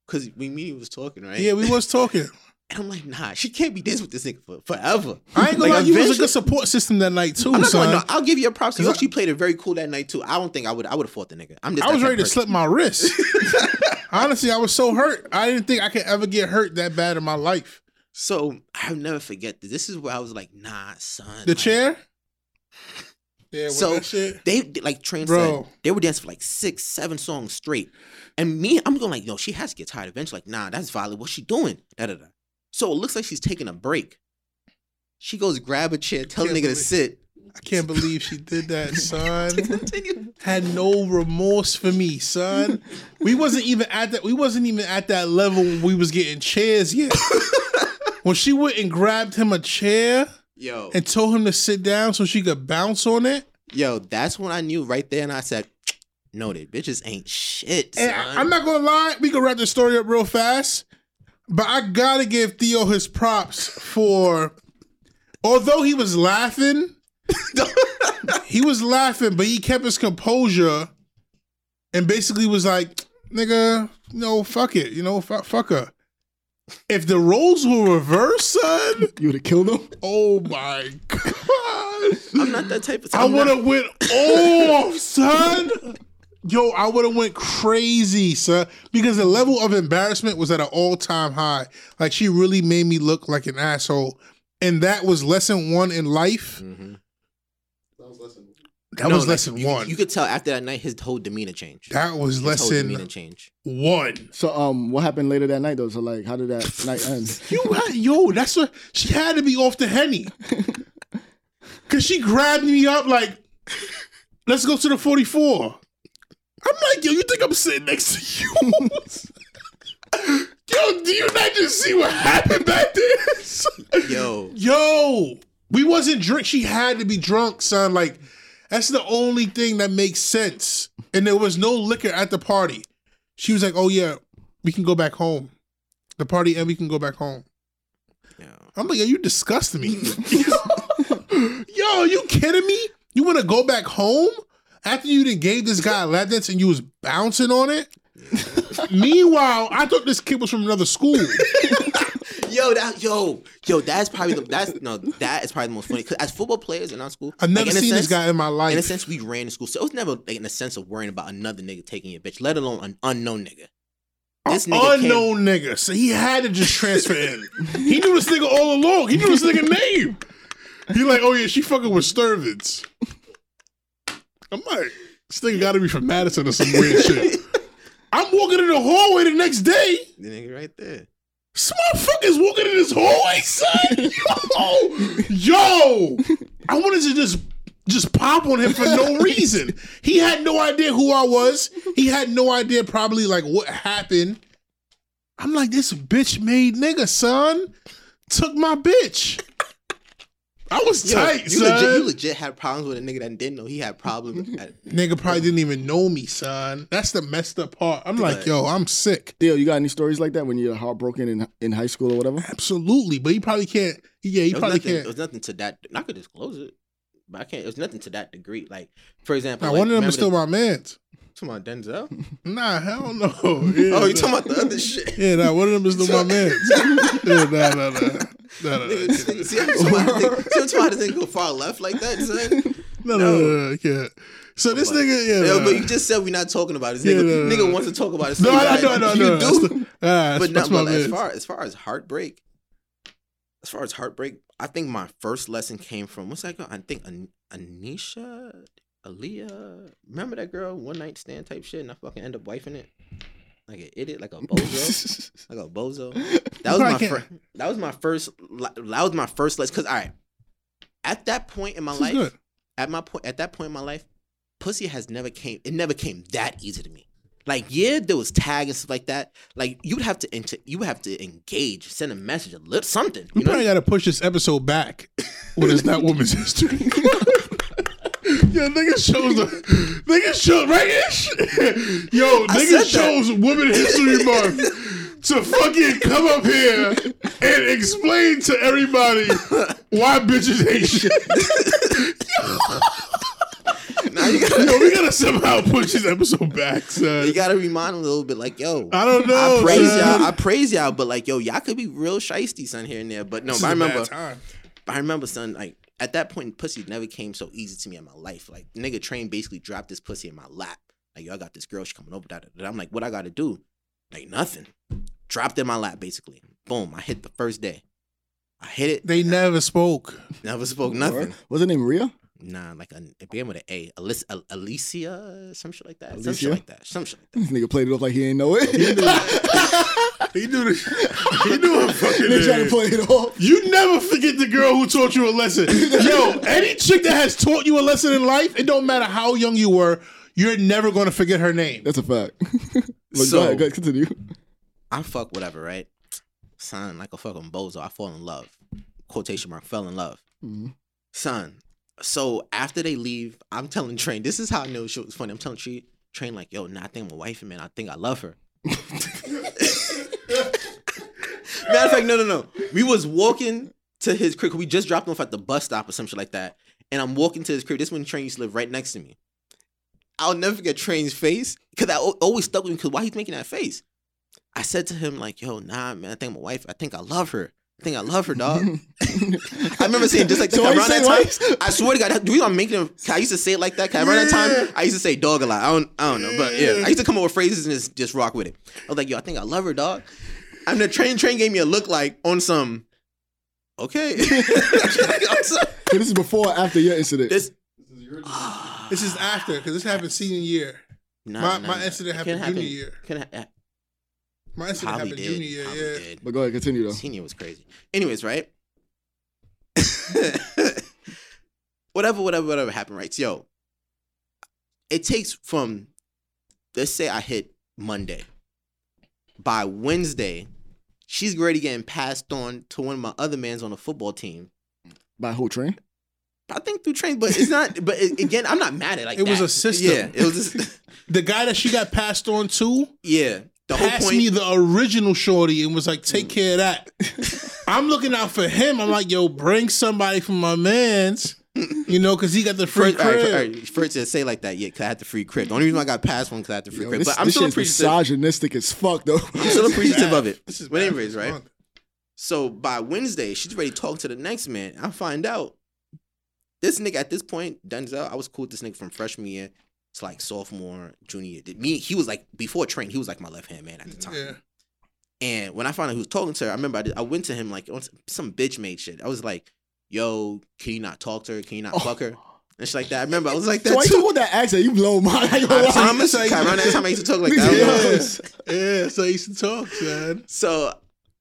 Speaker 5: Cause we me was talking, right?
Speaker 4: Yeah, we was talking.
Speaker 5: And I'm like, nah, she can't be dancing with this nigga for forever.
Speaker 4: I ain't
Speaker 5: Like,
Speaker 4: gonna lie, you was a
Speaker 5: eventually-
Speaker 4: good support system that night too,
Speaker 5: I'm not
Speaker 4: son.
Speaker 5: gonna, no, I'll give you a props.
Speaker 4: 'Cause
Speaker 5: Yo,
Speaker 4: I-
Speaker 5: she played it very cool that night too. I don't think I would I would have fought the nigga. I'm just
Speaker 4: I was
Speaker 5: that
Speaker 4: ready to
Speaker 5: type
Speaker 4: slip my wrist. Honestly, I was so hurt. I didn't think I could ever get hurt that bad in my life.
Speaker 5: of person. So I'll never forget this. This is where I was like, nah, son.
Speaker 4: The
Speaker 5: like,
Speaker 4: chair? Yeah, with
Speaker 5: So
Speaker 4: that shit.
Speaker 5: they they- like train
Speaker 4: Bro.
Speaker 5: said they were dancing for like six, seven songs straight. And me, I'm going like, no, she has to get tired eventually. Like, nah, that's violent. What's she doing? Da da da. So it looks like she's taking a break. She goes grab a chair, tell the
Speaker 4: Can't
Speaker 5: nigga to
Speaker 4: believe-
Speaker 5: sit.
Speaker 4: I can't believe she did that, son.
Speaker 5: Continue.
Speaker 4: had no remorse for me, son. We wasn't even at that. We wasn't even at that level when we was getting chairs yet. when she went and grabbed him a chair
Speaker 5: Yo,
Speaker 4: and told him to sit down so she could bounce on it,
Speaker 5: yo, that's when I knew right there, and I said, noted, bitches ain't shit. Son.
Speaker 4: and I, am not gonna lie, we can wrap this story up real fast. But I gotta give Theo his props for, although he was laughing, he was laughing, but he kept his composure, and basically was like, "Nigga, no, fuck it, you know, fuck, fuck her." If the roles were reversed, son,
Speaker 2: You would have killed him.
Speaker 4: oh my gosh.
Speaker 5: I'm not that type of.
Speaker 4: I
Speaker 5: I'm not-
Speaker 4: would have went off, son. Yo, I would have went crazy, son, because the level of embarrassment was at an all time high. Like she really made me look like an asshole, and that was lesson one in life.
Speaker 5: Mhm.
Speaker 6: That was lesson.
Speaker 4: That
Speaker 5: No,
Speaker 4: was
Speaker 5: like,
Speaker 4: lesson
Speaker 5: you-
Speaker 4: one.
Speaker 5: You could tell after that night, his whole demeanor changed.
Speaker 4: that was
Speaker 5: his whole demeanor
Speaker 4: lesson
Speaker 5: changed.
Speaker 4: one.
Speaker 2: So um, what happened later that night though? So like, how did that night end?
Speaker 4: You had, yo, that's what she had to be off the henny, cause she grabbed me up like, let's go to the forty four. I'm like, yo, you think I'm sitting next to you? yo, do you not just see what happened back there?
Speaker 5: Yo,
Speaker 4: yo, we wasn't drunk. She had to be drunk, son. Like, that's the only thing that makes sense. And there was no liquor at the party. She was like, oh yeah, we can go back home. The party and we can go back home.
Speaker 5: yo.
Speaker 4: I'm like, yo, you disgust me. yo, you kidding me? You want to go back home after you done gave this guy a lap dance and you was bouncing on it? Meanwhile, I thought this kid was from another school.
Speaker 5: Yo, that yo, yo, that's probably the that's no, that is probably the most funny. Cause as football players in our school,
Speaker 4: I've never
Speaker 5: like, in a
Speaker 4: seen this
Speaker 5: sense-
Speaker 4: guy in my life.
Speaker 5: In a sense, we ran to school, so it was never like, in a sense of worrying about another nigga taking your bitch, let alone an unknown nigga. This nigga came,
Speaker 4: unknown nigga. So he had to just transfer in. he knew this nigga all along. He knew this nigga name. He like, oh yeah, she fucking with Sturvins. I'm like, this nigga gotta be from Madison or some weird shit. I'm walking in the hallway the next day.
Speaker 5: the nigga right there.
Speaker 4: This motherfucker's walking in this hallway, son. Yo, yo, I wanted to just just pop on him for no reason. He had no idea who I was. He had no idea probably like what happened. I'm like this bitch made nigga, son. Took my bitch. I was
Speaker 5: Yo,
Speaker 4: tight,
Speaker 5: you,
Speaker 4: son.
Speaker 5: legit, you legit had problems with a nigga that didn't know he had problems. At,
Speaker 4: nigga probably didn't even know me, son. That's the messed up part. I'm like, yo, I'm sick.
Speaker 2: Theo, you got any stories like that when you're heartbroken in in high school or whatever?
Speaker 4: Absolutely, but he probably can't. Yeah, he
Speaker 5: it was
Speaker 4: probably
Speaker 5: nothing,
Speaker 4: can't.
Speaker 5: It was nothing to that. I could disclose it, but I can't. It was nothing to that degree. Like for example,
Speaker 4: Now
Speaker 5: like,
Speaker 4: one of them is still
Speaker 5: remember
Speaker 4: my man's.
Speaker 5: the- talking about Denzel.
Speaker 4: Nah, hell no. Yeah,
Speaker 5: Oh, you
Speaker 4: nah.
Speaker 5: talking about the other shit?
Speaker 4: Yeah, nah, one of them is the my man. Yeah, nah, nah, nah. Nah, nah, nah.
Speaker 5: Nigga, see, see, I'm somebody think, see, I'm somebody think go far left like that, son.
Speaker 4: No, no, no, no, yeah. So this nigga, yeah.
Speaker 5: Yo,
Speaker 4: nah.
Speaker 5: but you just said we're not talking about this.
Speaker 4: Yeah,
Speaker 5: Nigga,
Speaker 4: no, no,
Speaker 5: nigga
Speaker 4: no.
Speaker 5: wants to talk about it.
Speaker 4: no,
Speaker 5: so
Speaker 4: I-
Speaker 5: like,
Speaker 4: I- no, no,
Speaker 5: you
Speaker 4: no.
Speaker 5: do.
Speaker 4: That's the, ah,
Speaker 5: but
Speaker 4: but
Speaker 5: not
Speaker 4: that's my
Speaker 5: but as
Speaker 4: man.
Speaker 5: far as far as heartbreak, as far as heartbreak, I think my first lesson came from what's that girl? I think An- Anisha, Aaliyah. Remember that girl, one night stand type shit, and I fucking end up wifing it like an idiot, like a bozo. like a bozo. That was
Speaker 4: Bro, I
Speaker 5: my
Speaker 4: can't-
Speaker 5: first. That was my first. li- That was my first lesson. Cause all right, at that point in my
Speaker 4: This is
Speaker 5: life,
Speaker 4: good.
Speaker 5: at my point, at that point in my life, pussy has never came. It never came that easy to me. Like yeah, there was tag and stuff like that. Like you would have to enter. You would have to engage, send a message, a little something.
Speaker 4: We
Speaker 5: You know?
Speaker 4: probably got to push this episode back when it's not women's history. Yo, niggas chose the niggas chose right ish. Yo,
Speaker 5: I
Speaker 4: niggas
Speaker 5: said that.
Speaker 4: chose Women History Month to fucking come up here and explain to everybody why bitches hate shit.
Speaker 5: Now you gotta.
Speaker 4: Yo, we gotta somehow push this episode back, son.
Speaker 5: You gotta remind them a little bit, like, yo,
Speaker 4: I don't know,
Speaker 5: I praise
Speaker 4: son.
Speaker 5: y'all, I praise y'all, but like, yo, y'all could be real shysty, son, here and there. But no,
Speaker 4: This
Speaker 5: but I
Speaker 4: is a bad
Speaker 5: remember,
Speaker 4: time.
Speaker 5: But I remember, son, like at that point, pussy never came so easy to me in my life. Like nigga, train basically dropped this pussy in my lap. Like yo, I got this girl, she coming over. Da, da, da. I'm like, what I got to do? Like nothing. Dropped in my lap, basically. Boom. I hit the first day. I hit it.
Speaker 4: They never spoke.
Speaker 5: Never spoke nothing.
Speaker 2: Was her name Rhea?
Speaker 5: Nah, like a, it began with an A. Alicia, Alicia, some shit like that. Some
Speaker 2: Alicia?
Speaker 5: shit like that. Some shit like that.
Speaker 2: This nigga played it off like he ain't know it.
Speaker 4: He knew this. He knew her fucking
Speaker 2: they tried to
Speaker 4: name.
Speaker 2: play it off.
Speaker 4: You never forget the girl who taught you a lesson. Yo, any chick that has taught you a lesson in life, it don't matter how young you were, you're never gonna forget her name.
Speaker 2: That's a fact. Look,
Speaker 5: So-
Speaker 2: go ahead, go ahead, continue.
Speaker 5: I fuck whatever, right? Son, like a fucking bozo. I fall in love. Quotation mark. Fell in love.
Speaker 2: Mhm.
Speaker 5: son. So after they leave, I'm telling Train, this is how I know she was funny. I'm telling Train, Train like, yo, nah, I think I'm a wife, man. I think I love her. Matter of fact, no, no, no. We was walking to his crib. We just dropped him off at the bus stop or some shit like that. And I'm walking to his crib. This one Train used to live right next to me. I'll never forget Train's face because that al- always stuck with me because why he's making that face. I said to him like, "Yo, nah, man. I think my wife. I think I love her. I think I love her, dog." I remember saying just like
Speaker 2: So
Speaker 5: that
Speaker 2: why you
Speaker 5: around
Speaker 2: say
Speaker 5: that
Speaker 2: wife?
Speaker 5: time. I swear to God, do we not make them? I used to say it like that. 'cause Around that time, I used to say dog a lot. I don't, I don't know, but yeah, I used to come up with phrases and just, just rock with it. I was like, "Yo, I think I love her, dog." And the train train gave me a look like on some. Okay. On some-
Speaker 2: So this is before or after your incident.
Speaker 5: this
Speaker 6: This is your
Speaker 4: This is after because this happened senior year.
Speaker 5: nah,
Speaker 4: My-
Speaker 5: nah,
Speaker 4: my
Speaker 5: nah.
Speaker 4: incident
Speaker 5: It
Speaker 4: happened
Speaker 5: couldn't
Speaker 4: junior year.
Speaker 5: happen. Couldn't ha-
Speaker 4: My incident
Speaker 5: Probably
Speaker 4: happened
Speaker 5: did.
Speaker 4: junior year.
Speaker 5: Probably
Speaker 4: yeah.
Speaker 5: did.
Speaker 2: but go ahead, continue though.
Speaker 5: Senior was crazy. Anyways, right? whatever, whatever, whatever happened, right? So, yo, it takes from, let's say I hit Monday. By Wednesday, she's already getting passed on to one of my other mans on the football team.
Speaker 2: By whole train.
Speaker 5: I think through train, but it's not. But it- again, I'm not mad at it like
Speaker 4: It was
Speaker 5: that.
Speaker 4: a system.
Speaker 5: Yeah, it was. A,
Speaker 4: The guy that she got passed on to
Speaker 5: yeah, the whole
Speaker 4: passed
Speaker 5: point. Mm.
Speaker 4: me the original shorty and was like, "Take care of that." I'm looking out for him. I'm like, "Yo, bring somebody from my man's." You know, because he got the free
Speaker 5: First, all right,
Speaker 4: crib.
Speaker 5: for, all right, for it to say like that, yeah, because I had the free crib. The only reason I got passed one because I had the free
Speaker 2: Yo,
Speaker 5: crib.
Speaker 2: this,
Speaker 5: but I'm
Speaker 2: this
Speaker 5: still
Speaker 2: shit's
Speaker 5: appreciative.
Speaker 2: misogynistic as fuck though.
Speaker 5: I'm still appreciative of it.
Speaker 4: This is
Speaker 5: but
Speaker 4: bad.
Speaker 5: anyways, right? So by Wednesday, she's ready to talk to the next man. I find out this nigga at this point, Denzel, I was cool with this nigga from freshman year to like sophomore, junior year. Me, he was like before train, he was like my left hand man at the time.
Speaker 4: Yeah.
Speaker 5: And when I found out who was talking to her, I remember I, did, I went to him like on some- some bitch made shit. I was like, "Yo, can you not talk to her? Can you not fuck her?"
Speaker 4: Oh.
Speaker 5: And shit like that. I remember I was like
Speaker 2: So
Speaker 5: that
Speaker 2: why you
Speaker 5: too.
Speaker 2: talking about that accent? You blow my. I ain't gonna
Speaker 5: I
Speaker 2: lie.
Speaker 5: promise. Like, around that time I used to talk like that. I was like,
Speaker 4: Yes. Yeah, so I used to talk, man.
Speaker 5: So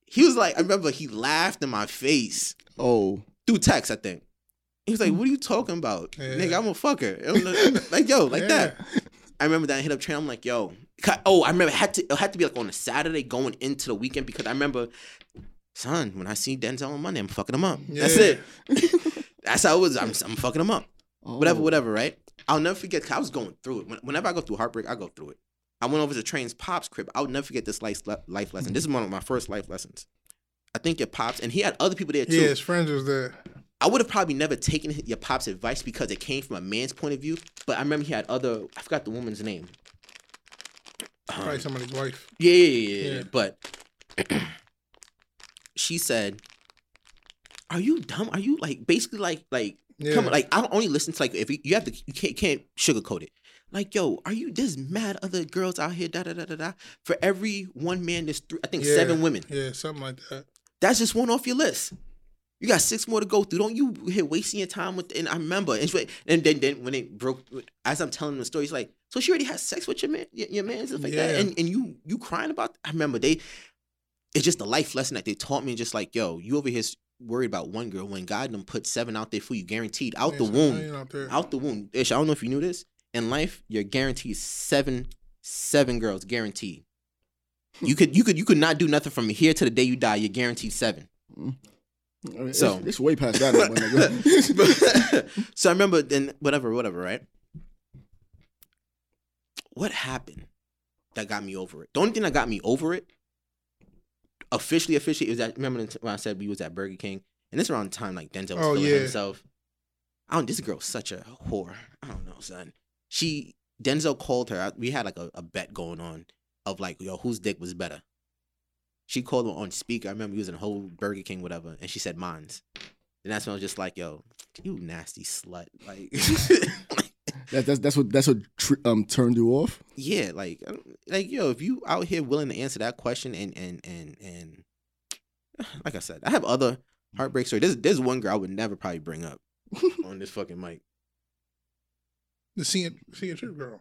Speaker 5: he was like, I remember he laughed in my face
Speaker 2: Oh,
Speaker 5: through text, I think. He was like, What are you talking about?
Speaker 4: Yeah.
Speaker 5: Nigga, I'm a fucker. I'm like- like, yo, like that. I remember that I hit up train. I'm like, yo. Ca- Oh, I remember it had to it had to be like on a Saturday going into the weekend because I remember, son, when I see Denzel on Monday, I'm fucking him up. That's
Speaker 4: Yeah.
Speaker 5: it. That's how it was. I'm I'm fucking him up. Whatever,
Speaker 2: Oh.
Speaker 5: whatever, right? I'll never forget 'cause I was going through it. When- Whenever I go through heartbreak, I go through it. I went over to Train's Pop's crib. I'll never forget this life, life lesson. This is one of my first life lessons. I think your pops, and he had other people there too.
Speaker 4: Yeah, his friends was there.
Speaker 5: I would have probably never taken hi- your pop's advice because it came from a man's point of view. But I remember he had other. I forgot the woman's name.
Speaker 4: Probably somebody's wife.
Speaker 5: Yeah, yeah, yeah. yeah, yeah.
Speaker 4: Yeah.
Speaker 5: But she said, "Are you dumb? Are you like basically like like come
Speaker 4: Yeah.
Speaker 5: on, like I don't only listen to like if you, you have to you can't can't sugarcoat it. Like yo, are you there's mad other girls out here da da da da da. For every one man, there's three, I think
Speaker 4: Yeah.
Speaker 5: seven women.
Speaker 4: Yeah, something like that.
Speaker 5: That's just one off your list. You got six more to go through. Don't you here wasting your time with? And I remember, and, she, and then then when it broke, as I'm telling the story, it's like, so she already had sex with your man, your, your man, stuff like that,
Speaker 4: Yeah.
Speaker 5: and and you you crying about. I remember they, it's just the life lesson that they taught me. Just like, yo, you over here s- worried about one girl when God done put seven out there for you, guaranteed out
Speaker 4: Yeah,
Speaker 5: the
Speaker 4: so
Speaker 5: womb,
Speaker 4: hanging out there.
Speaker 5: out the womb. Ish, I don't know if you knew this. In life, you're guaranteed seven, seven girls, guaranteed. You could you could you could not do nothing from here to the day you die. You're guaranteed seven.
Speaker 2: It's-
Speaker 5: So-
Speaker 2: it's, way past that, my nigga.
Speaker 5: so I remember then whatever, whatever, right? What happened that got me over it? The only thing that got me over it, officially, officially, is that remember when I said we was at Burger King, and this around the time like Denzel was
Speaker 4: Oh,
Speaker 5: feeling
Speaker 4: yeah.
Speaker 5: himself. I don't. This girl's such a whore. I don't know, son. She Denzel called her. I- We had like a, a bet going on of like, yo, whose dick was better. She called him on speaker. I remember he was in a whole Burger King, whatever, and she said mine's. And that's when I was just like, yo, you nasty slut. Like,
Speaker 2: That, that's that's what that's what tr- um turned you off.
Speaker 5: yeah, like, I don't- like yo, if you out here willing to answer that question and and and and like I said, I have other heartbreak stories. There's there's one girl I would never probably bring up on this fucking mic.
Speaker 4: The senior, senior trip girl.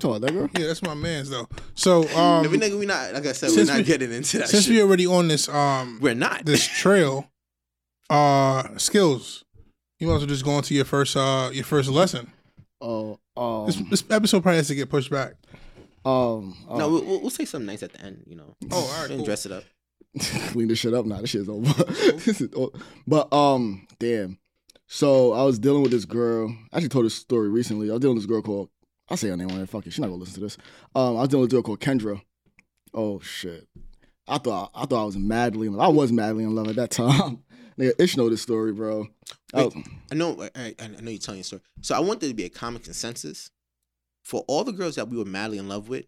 Speaker 2: Talk about that girl.
Speaker 4: Yeah, that's my man's though. So um,
Speaker 5: we nigga, we not like I said, we're
Speaker 4: since
Speaker 5: not
Speaker 4: we-
Speaker 5: getting into that.
Speaker 4: since
Speaker 5: shit.
Speaker 4: we already on this um
Speaker 5: we're not.
Speaker 4: this trail, uh skills. You might as well just go into your first uh your first lesson.
Speaker 2: Oh, um,
Speaker 4: This, this episode probably has to get pushed back.
Speaker 2: um, um,
Speaker 5: no, we'll, we'll- we'll say something nice at the end. You know,
Speaker 4: Oh, all right,
Speaker 5: Then
Speaker 4: cool.
Speaker 5: dress it up.
Speaker 2: clean this shit up. Nah, this shit's over. This is o- but um, damn. So I was dealing with this girl. I actually told this story recently. I was dealing with this girl called I'll say her name on here. Fuck it. She's not gonna listen to this. Um, I was dealing with a girl called Kendra. Oh shit. I thought I thought I was madly in love. I was madly in love at that time. Nigga, Ish know this story, bro. Oh, I-
Speaker 5: Wait. I know. I, I, I know you're telling your story. So I want there to be a common consensus for all the girls that we were madly in love with.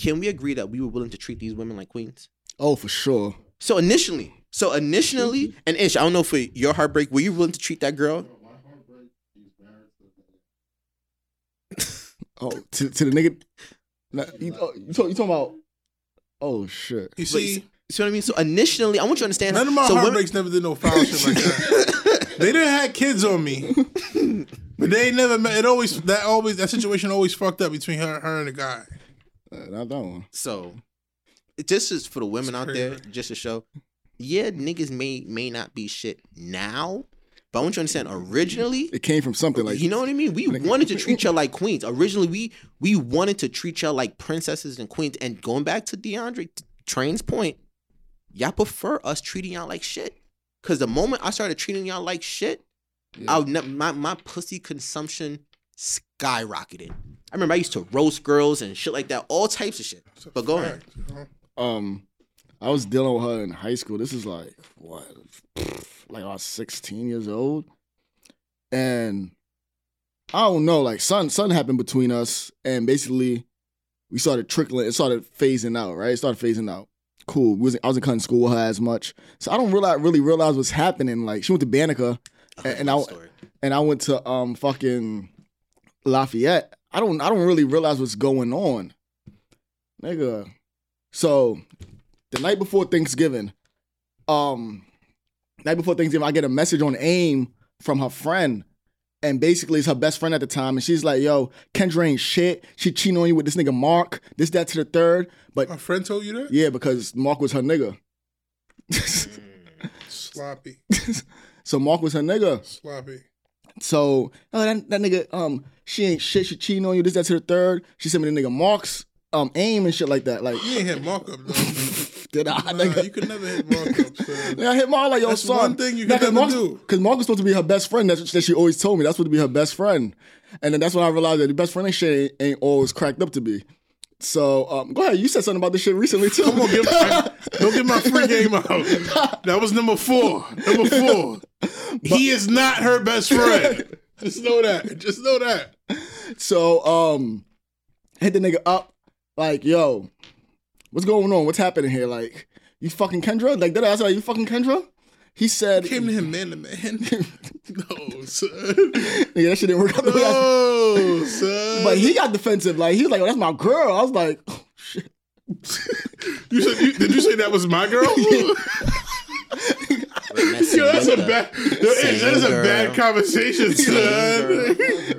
Speaker 5: can we agree that we were willing to treat these women like queens?
Speaker 2: Oh, for sure.
Speaker 5: So initially, so
Speaker 4: Mm-hmm.
Speaker 5: initially, and Ish, I don't know for your heartbreak, were you willing to treat that girl?
Speaker 2: Oh, to, to the nigga. Nah, you, oh, you, talk, you talking about? Oh shit.
Speaker 4: You
Speaker 5: But-
Speaker 4: see,
Speaker 5: See what I mean? So initially, I want you to understand.
Speaker 4: none of my
Speaker 5: so women-
Speaker 4: heartbreaks never did no foul shit like that. They didn't have kids on me, but they ain't never met. It always that always that situation always fucked up between her, her and the guy.
Speaker 2: Uh, not that one.
Speaker 5: So it just is for the women out there,
Speaker 4: crazy.
Speaker 5: just to show, yeah, niggas may may not be shit now, but I want you to understand originally,
Speaker 2: It came from something like
Speaker 5: you know what I mean? We wanted to treat y'all like queens. Originally, we we wanted to treat y'all like princesses and queens. And going back to DeAndre t- Train's point, y'all prefer us treating y'all like shit. Cause the moment I started treating y'all like shit, I would ne- my my pussy consumption skyrocketed. I remember I used to roast girls and shit like that, all types of shit. But go ahead.
Speaker 2: um, I was dealing with her in high school. This is like what, like I was 16 years old, and I don't know. Like something, something happened between us, and basically we started trickling. It started phasing out. Right, it started phasing out. Cool. We was, I wasn't cutting school with her as much, so I don't realize, really realize what's happening. Like she went to Banneker, and, and I
Speaker 5: Story.
Speaker 2: and I went to um fucking Lafayette. I don't I don't really realize what's going on. Nigga. So the night before Thanksgiving, um night before Thanksgiving, I get a message on AIM from her friend. And basically it's her best friend at the time. And she's like, yo, Kendra ain't shit. She cheating on you with this nigga Mark, this, that to the third. But
Speaker 4: My friend told you that
Speaker 2: yeah, because Mark was her nigga.
Speaker 4: sloppy,
Speaker 2: so Mark was her nigga.
Speaker 4: sloppy.
Speaker 2: So, oh, that, that nigga, um, she ain't shit. She cheating on you. This, that, to the third. She sent me the nigga Mark's, um, aim and shit like that. Like,
Speaker 4: You ain't hit markup though.
Speaker 2: did I,
Speaker 4: Nah,
Speaker 2: nigga?
Speaker 4: you could never hit markup. son.
Speaker 2: Yeah, I hit Mark like, yo,
Speaker 4: That's
Speaker 2: son.
Speaker 4: one thing you
Speaker 2: Nah,
Speaker 4: can
Speaker 2: cause
Speaker 4: never
Speaker 2: Mark,
Speaker 4: do.
Speaker 2: Because Mark was supposed to be her best friend. That's what that she always told me. That's supposed to be her best friend. And then that's when I realized that the best friend and shit ain't, ain't always cracked up to be. So, um, go ahead. You said something about this shit recently, too.
Speaker 4: Come on, give, don't get my free game out. That was number four. Number four. he is not her best friend. Just know that. Just know that.
Speaker 2: So um hit the nigga up, like, yo, what's going on? What's happening here? Like, you fucking Kendra? Like that I was like, you fucking Kendra? He said
Speaker 4: Came to him man to man. No, son.
Speaker 2: Nigga, that shit didn't work out the way I-
Speaker 4: No, Oh, son.
Speaker 2: But he got defensive. Like he was like, oh, that's my girl. I was like,
Speaker 4: you said, you, did you say that was my girl? Yo, that's a bad. Yo, Ish, that is a
Speaker 5: girl.
Speaker 4: bad conversation, son.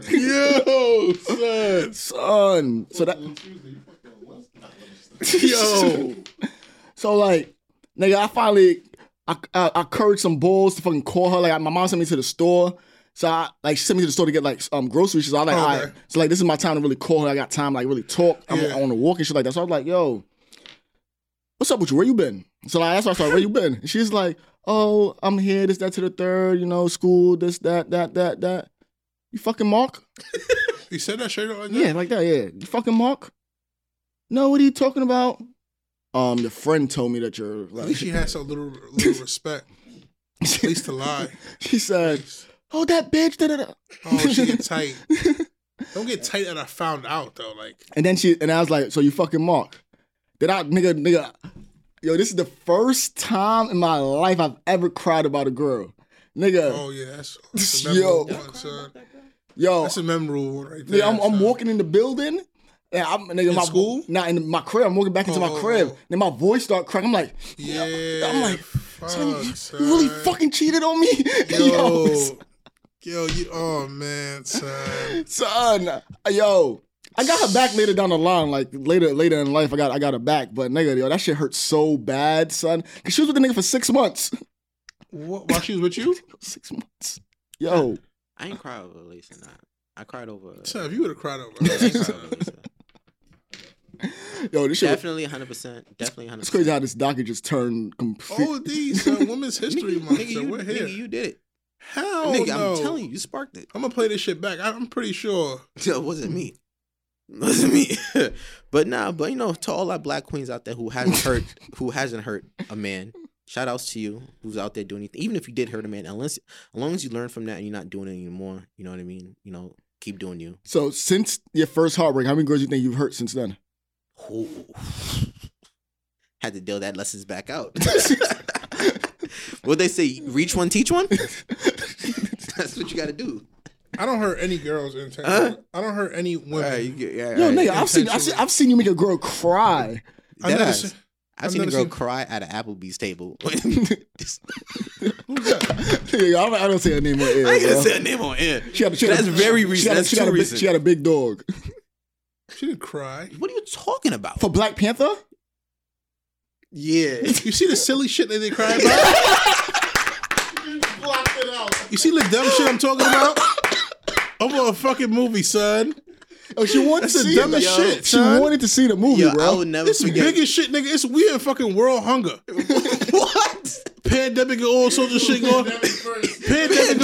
Speaker 4: Yo, son.
Speaker 2: son. So that
Speaker 4: Yo.
Speaker 2: So like, nigga, I finally I, I I courage some balls to fucking call her. Like my mom sent me to the store. So I like she sent me to the store to get like um groceries. So I like,
Speaker 4: Oh, Okay.
Speaker 2: all right. So like this is my time to really call her. I got time like really talk. I'm
Speaker 4: Yeah.
Speaker 2: on a walk and shit like that. So I was like, yo, what's up with you? Where you been? So like, that's why I started, where you been? And she's like, oh, I'm here, this, that to the third, you know, school, this, that, that, that, that. You fucking Mark?
Speaker 4: You said that straight up like that?
Speaker 2: Yeah, like that. Yeah, you fucking Mark. No, what are you talking about? Um, your friend told me that you're.
Speaker 4: At
Speaker 2: Like,
Speaker 4: least she had some little, little respect. At least to lie.
Speaker 2: she said, "Oh, that bitch." Da, da, da.
Speaker 4: Oh, she get tight. Don't get tight that I found out though. Like
Speaker 2: And then she and I was like, "So you fucking Mark?" Did I, nigga, nigga? Yo, this is the first time in my life I've ever cried about a girl, nigga.
Speaker 4: oh yeah, that's, that's a memorable
Speaker 2: Yo.
Speaker 4: one, son.
Speaker 2: yo,
Speaker 4: That's a memorable one right there.
Speaker 2: nigga, I'm, I'm
Speaker 4: son.
Speaker 2: walking in the building. And I'm nigga, my
Speaker 4: school?
Speaker 2: Nah, in my crib. I'm walking back into
Speaker 4: Oh.
Speaker 2: my crib. Then my voice start cracking. I'm like,
Speaker 4: Yeah,
Speaker 2: I'm like,
Speaker 4: fuck,
Speaker 2: son, you
Speaker 4: son.
Speaker 2: you really fucking cheated on me,
Speaker 4: yo,
Speaker 2: Yo,
Speaker 4: yo, you. Oh man, son.
Speaker 2: son, uh, yo. I got her back later down the line, like later, later in life. I got, I got her back, but nigga, yo, that shit hurt so bad, son. Cause she was with the nigga for six months,
Speaker 4: What, while she was with you,
Speaker 2: six months. Yo,
Speaker 5: I ain't cry over Lisa. Nah. I cried over.
Speaker 4: son, if you would have cried over.
Speaker 5: I ain't
Speaker 4: her,
Speaker 5: cried
Speaker 4: son.
Speaker 5: over Lisa.
Speaker 2: yo, this shit. was-
Speaker 5: Definitely 100%. Definitely 100%.
Speaker 2: It's crazy how this docket just turned complete.
Speaker 4: Oh, these son, Women's History Month.
Speaker 5: Nigga,
Speaker 4: so
Speaker 5: you,
Speaker 4: we're here.
Speaker 5: nigga, you did it.
Speaker 4: Hell
Speaker 5: nigga,
Speaker 4: no.
Speaker 5: I'm telling you, you sparked it.
Speaker 4: I'm gonna play this shit back. I, I'm pretty sure.
Speaker 5: It wasn't me. It wasn't me. but nah, but you know, to all our black queens out there who hasn't hurt who hasn't hurt a man, shout outs to you who's out there doing anything. Even if you did hurt a man, unless as long as you learn from that and you're not doing it anymore, you know what I mean? You know, keep doing you.
Speaker 2: So since your first heartbreak, how many girls you think you've hurt since then?
Speaker 5: Ooh. Had to deal that lessons back out. what they say, reach one, teach one. That's what you got to do.
Speaker 4: I don't hurt any girls intentionally. I don't hurt any women.
Speaker 5: All right, you get, yeah,
Speaker 2: Yo,
Speaker 5: all right.
Speaker 2: nigga, I've seen, I've seen I've seen you make a girl cry.
Speaker 4: I've never
Speaker 5: Deadass.
Speaker 4: seen-
Speaker 5: I've
Speaker 4: I've
Speaker 5: seen a
Speaker 4: never
Speaker 5: girl
Speaker 4: seen-
Speaker 5: cry at an Applebee's table.
Speaker 2: Nigga, I don't- I don't say her name on air.
Speaker 5: I ain't gonna
Speaker 2: bro.
Speaker 5: say her name on air.
Speaker 2: She had a- she had a-
Speaker 5: That's very
Speaker 2: she
Speaker 5: recent.
Speaker 2: had a-
Speaker 5: That's
Speaker 2: she had
Speaker 5: too
Speaker 2: a big-
Speaker 5: recent.
Speaker 2: She had a big dog
Speaker 4: She didn't cry.
Speaker 5: What are you talking about?
Speaker 2: for Black Panther.
Speaker 5: yeah.
Speaker 4: You see the silly shit that they cry about?
Speaker 6: Blocked it out.
Speaker 4: you see the dumb shit I'm talking about? Over a fucking movie, son.
Speaker 2: Oh, she wanted
Speaker 4: That's
Speaker 2: to
Speaker 4: the
Speaker 2: see
Speaker 4: dumbest
Speaker 2: it.
Speaker 4: shit,
Speaker 2: She
Speaker 4: son.
Speaker 2: wanted to see the movie,
Speaker 5: Yo,
Speaker 2: bro.
Speaker 5: I would never
Speaker 4: It's
Speaker 5: forget.
Speaker 4: big as shit, nigga. It's weird fucking world hunger.
Speaker 5: what?
Speaker 4: Pandemic and all sorts of shit going. Pandemic and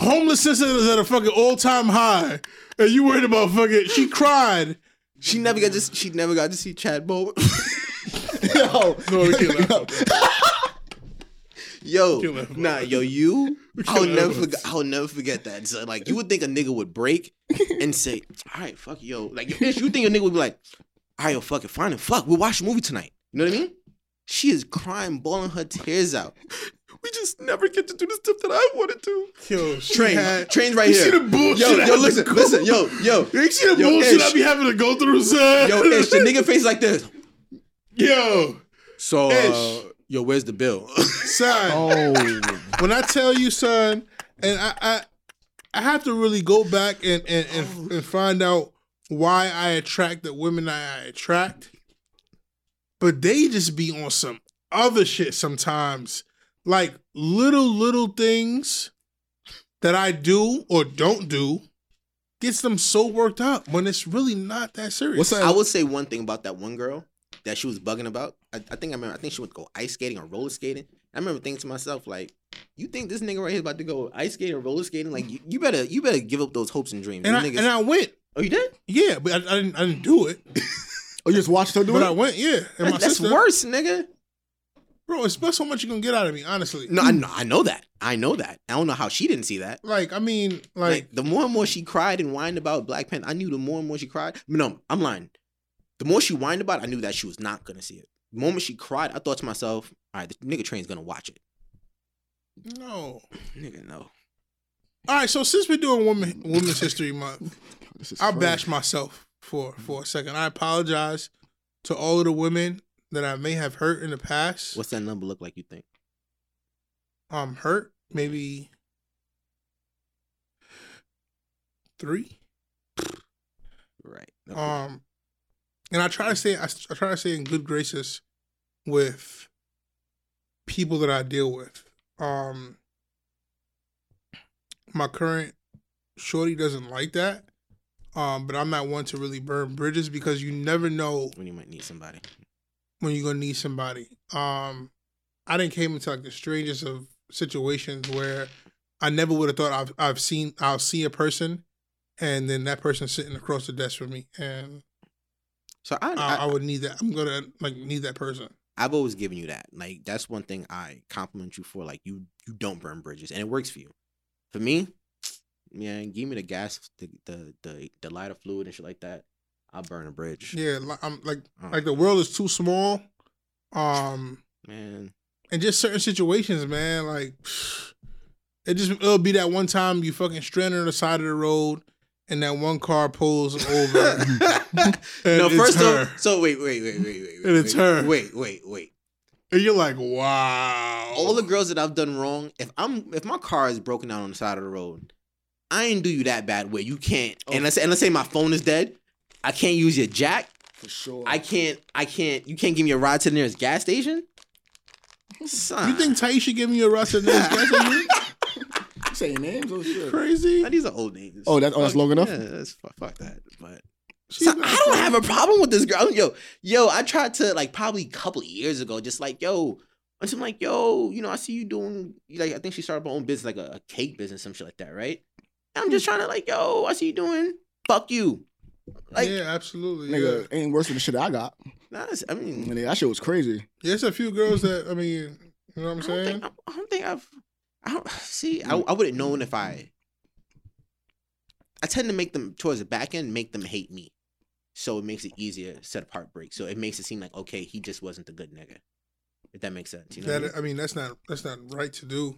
Speaker 4: all. Homelessness is at a fucking all time high. And you worried about fucking. She cried.
Speaker 5: She never got just. She never got to see Chad Bowl.
Speaker 2: Yo,
Speaker 4: No, we can't laugh about that.
Speaker 5: yo,
Speaker 4: Kill him.
Speaker 5: nah, yo, you. I'll
Speaker 4: Kill him.
Speaker 5: never forget. I'll never forget that. So, like, you would think a nigga would break and say, "All right, fuck, yo." Like, you you think a nigga would be like, "All right, yo, fuck it, fine, and fuck, we'll watch a movie tonight." You know what I mean? She is crying, bawling her tears out. We just never get to do the stuff that I wanted to.
Speaker 4: Yo, she
Speaker 5: Train,
Speaker 4: had-
Speaker 5: trains right
Speaker 4: you
Speaker 5: here.
Speaker 4: See the bullshit.
Speaker 5: Yo,
Speaker 4: I
Speaker 5: yo,
Speaker 4: had to
Speaker 5: listen,
Speaker 4: go-
Speaker 5: listen, yo, yo.
Speaker 4: You see the
Speaker 5: Yo,
Speaker 4: bullshit I
Speaker 5: Ish.
Speaker 4: be having to go through, son.
Speaker 5: Yo, Ish, the nigga face like this.
Speaker 4: Yo,
Speaker 5: So, uh,
Speaker 4: Ish.
Speaker 5: yo, where's the bill?
Speaker 4: son.
Speaker 2: oh,
Speaker 4: When I tell you, son, and I, I, I have to really go back and and, and, and find out why I attract the women I attract. But they just be on some other shit sometimes, like little little things that I do or don't do gets them so worked up when it's really not that serious.
Speaker 2: what's
Speaker 5: I
Speaker 2: that?
Speaker 5: will say one thing about that one girl that she was bugging about. I, I think I remember. I think she would go ice skating or roller skating. I remember thinking to myself, like, you think this nigga right here about to go ice skating or roller skating? Like, you, you better, you better give up those hopes and dreams.
Speaker 4: And
Speaker 5: You
Speaker 4: I,
Speaker 5: niggas-
Speaker 4: and I went,
Speaker 5: oh, you did?
Speaker 4: yeah, but I, I didn't I didn't do it.
Speaker 2: Oh, you just watched her do
Speaker 4: But I
Speaker 2: it.
Speaker 4: went, yeah. And my
Speaker 5: That's
Speaker 4: sister,
Speaker 5: worse, nigga.
Speaker 4: bro, it's best how much you gonna get out of me, honestly.
Speaker 5: No, I know, I know that. I know that. I don't know how she didn't see that.
Speaker 4: Like, I mean,
Speaker 5: Like,
Speaker 4: like,
Speaker 5: the more and more she cried and whined about Black Panther, I knew the more and more she cried. No, I'm lying. The more she whined about, it, I knew that she was not gonna see it. The moment she cried, I thought to myself, all right, the nigga train's gonna watch it.
Speaker 4: no.
Speaker 5: Nigga, no.
Speaker 4: All right, so since we're doing woman Women's History Month,
Speaker 2: This is
Speaker 4: I
Speaker 2: crazy.
Speaker 4: bash myself for for a second. I apologize to all of the women that I may have hurt in the past.
Speaker 5: What's that number look like? You think?
Speaker 4: Um, hurt maybe three.
Speaker 5: Right.
Speaker 4: Um, and I try to say I, s- I try to stay in good graces with people that I deal with. Um, my current shorty doesn't like that, um, but I'm not one to really burn bridges because you never know
Speaker 5: when you might need somebody.
Speaker 4: when you're gonna need somebody. Um, I didn't came into like the strangest of situations where I never would have thought I've I've seen I'll see a person, and then that person sitting across the desk from me, and
Speaker 5: So I,
Speaker 4: I, uh, I
Speaker 5: I,
Speaker 4: would need that. I'm gonna like need that person.
Speaker 5: I have always given you that. Like that's one thing I compliment you for. Like you you don't burn bridges, and it works for you. For me, man, give me the gas, the the the, the lighter fluid and shit like that. I'll burn a bridge.
Speaker 4: Yeah, li- I'm like
Speaker 5: Mm.
Speaker 4: like the world is too small, um,
Speaker 5: Man,
Speaker 4: and just certain situations, man. Like it just it'll be that one time you fucking stranded on the side of the road, and that one car pulls over. and
Speaker 5: no.
Speaker 4: it's
Speaker 5: First
Speaker 4: her.
Speaker 5: off, so wait, wait, wait, wait, wait, wait.
Speaker 4: And it's
Speaker 5: wait,
Speaker 4: her.
Speaker 5: Wait, wait, wait.
Speaker 4: and you're like, wow.
Speaker 5: All the girls that I've done wrong. If I'm if my car is broken down on the side of the road, I ain't do you that bad. Where you can't.
Speaker 2: Oh.
Speaker 5: And let's and let's say my phone is dead. I can't use your jack.
Speaker 2: for sure.
Speaker 5: I can't. I can't. You can't give me a ride to the nearest gas station. Son,
Speaker 4: You think Taisha giving you a rest of this? That's what you-
Speaker 2: You saying names or shit.
Speaker 4: crazy.
Speaker 5: Nah, these are old names?
Speaker 2: Oh, that- oh, that's
Speaker 5: Fuck-
Speaker 2: long enough?
Speaker 5: Yeah, that's fu- fuck that. But
Speaker 4: She's
Speaker 5: Son,
Speaker 4: not
Speaker 5: I don't
Speaker 4: fucking-
Speaker 5: have a problem with this girl. Yo, yo, I tried to like probably a couple of years ago, just like yo, and I'm like yo, you know, I see you doing like I think she started her own business, like a, a cake business, some shit like that, right? And I'm just trying to like yo, I see you doing. Fuck you. Like,
Speaker 4: yeah, absolutely.
Speaker 2: Nigga,
Speaker 4: yeah.
Speaker 2: ain't worse than the shit I got.
Speaker 5: nah, that's- I mean,
Speaker 2: Nigga, that shit was crazy.
Speaker 4: There's a few girls that I mean, you know what I'm
Speaker 5: I don't
Speaker 4: saying? Mm.
Speaker 5: think, I I don't think I've. I don't see. I, I would have known if I. I tend to make them towards the back end, make them hate me. So it makes it easier set of heartbreak. So it makes it seem like okay, he just wasn't the good nigga. If that makes sense, you know. what I mean?
Speaker 4: That uh, I mean, that's not that's not right to do.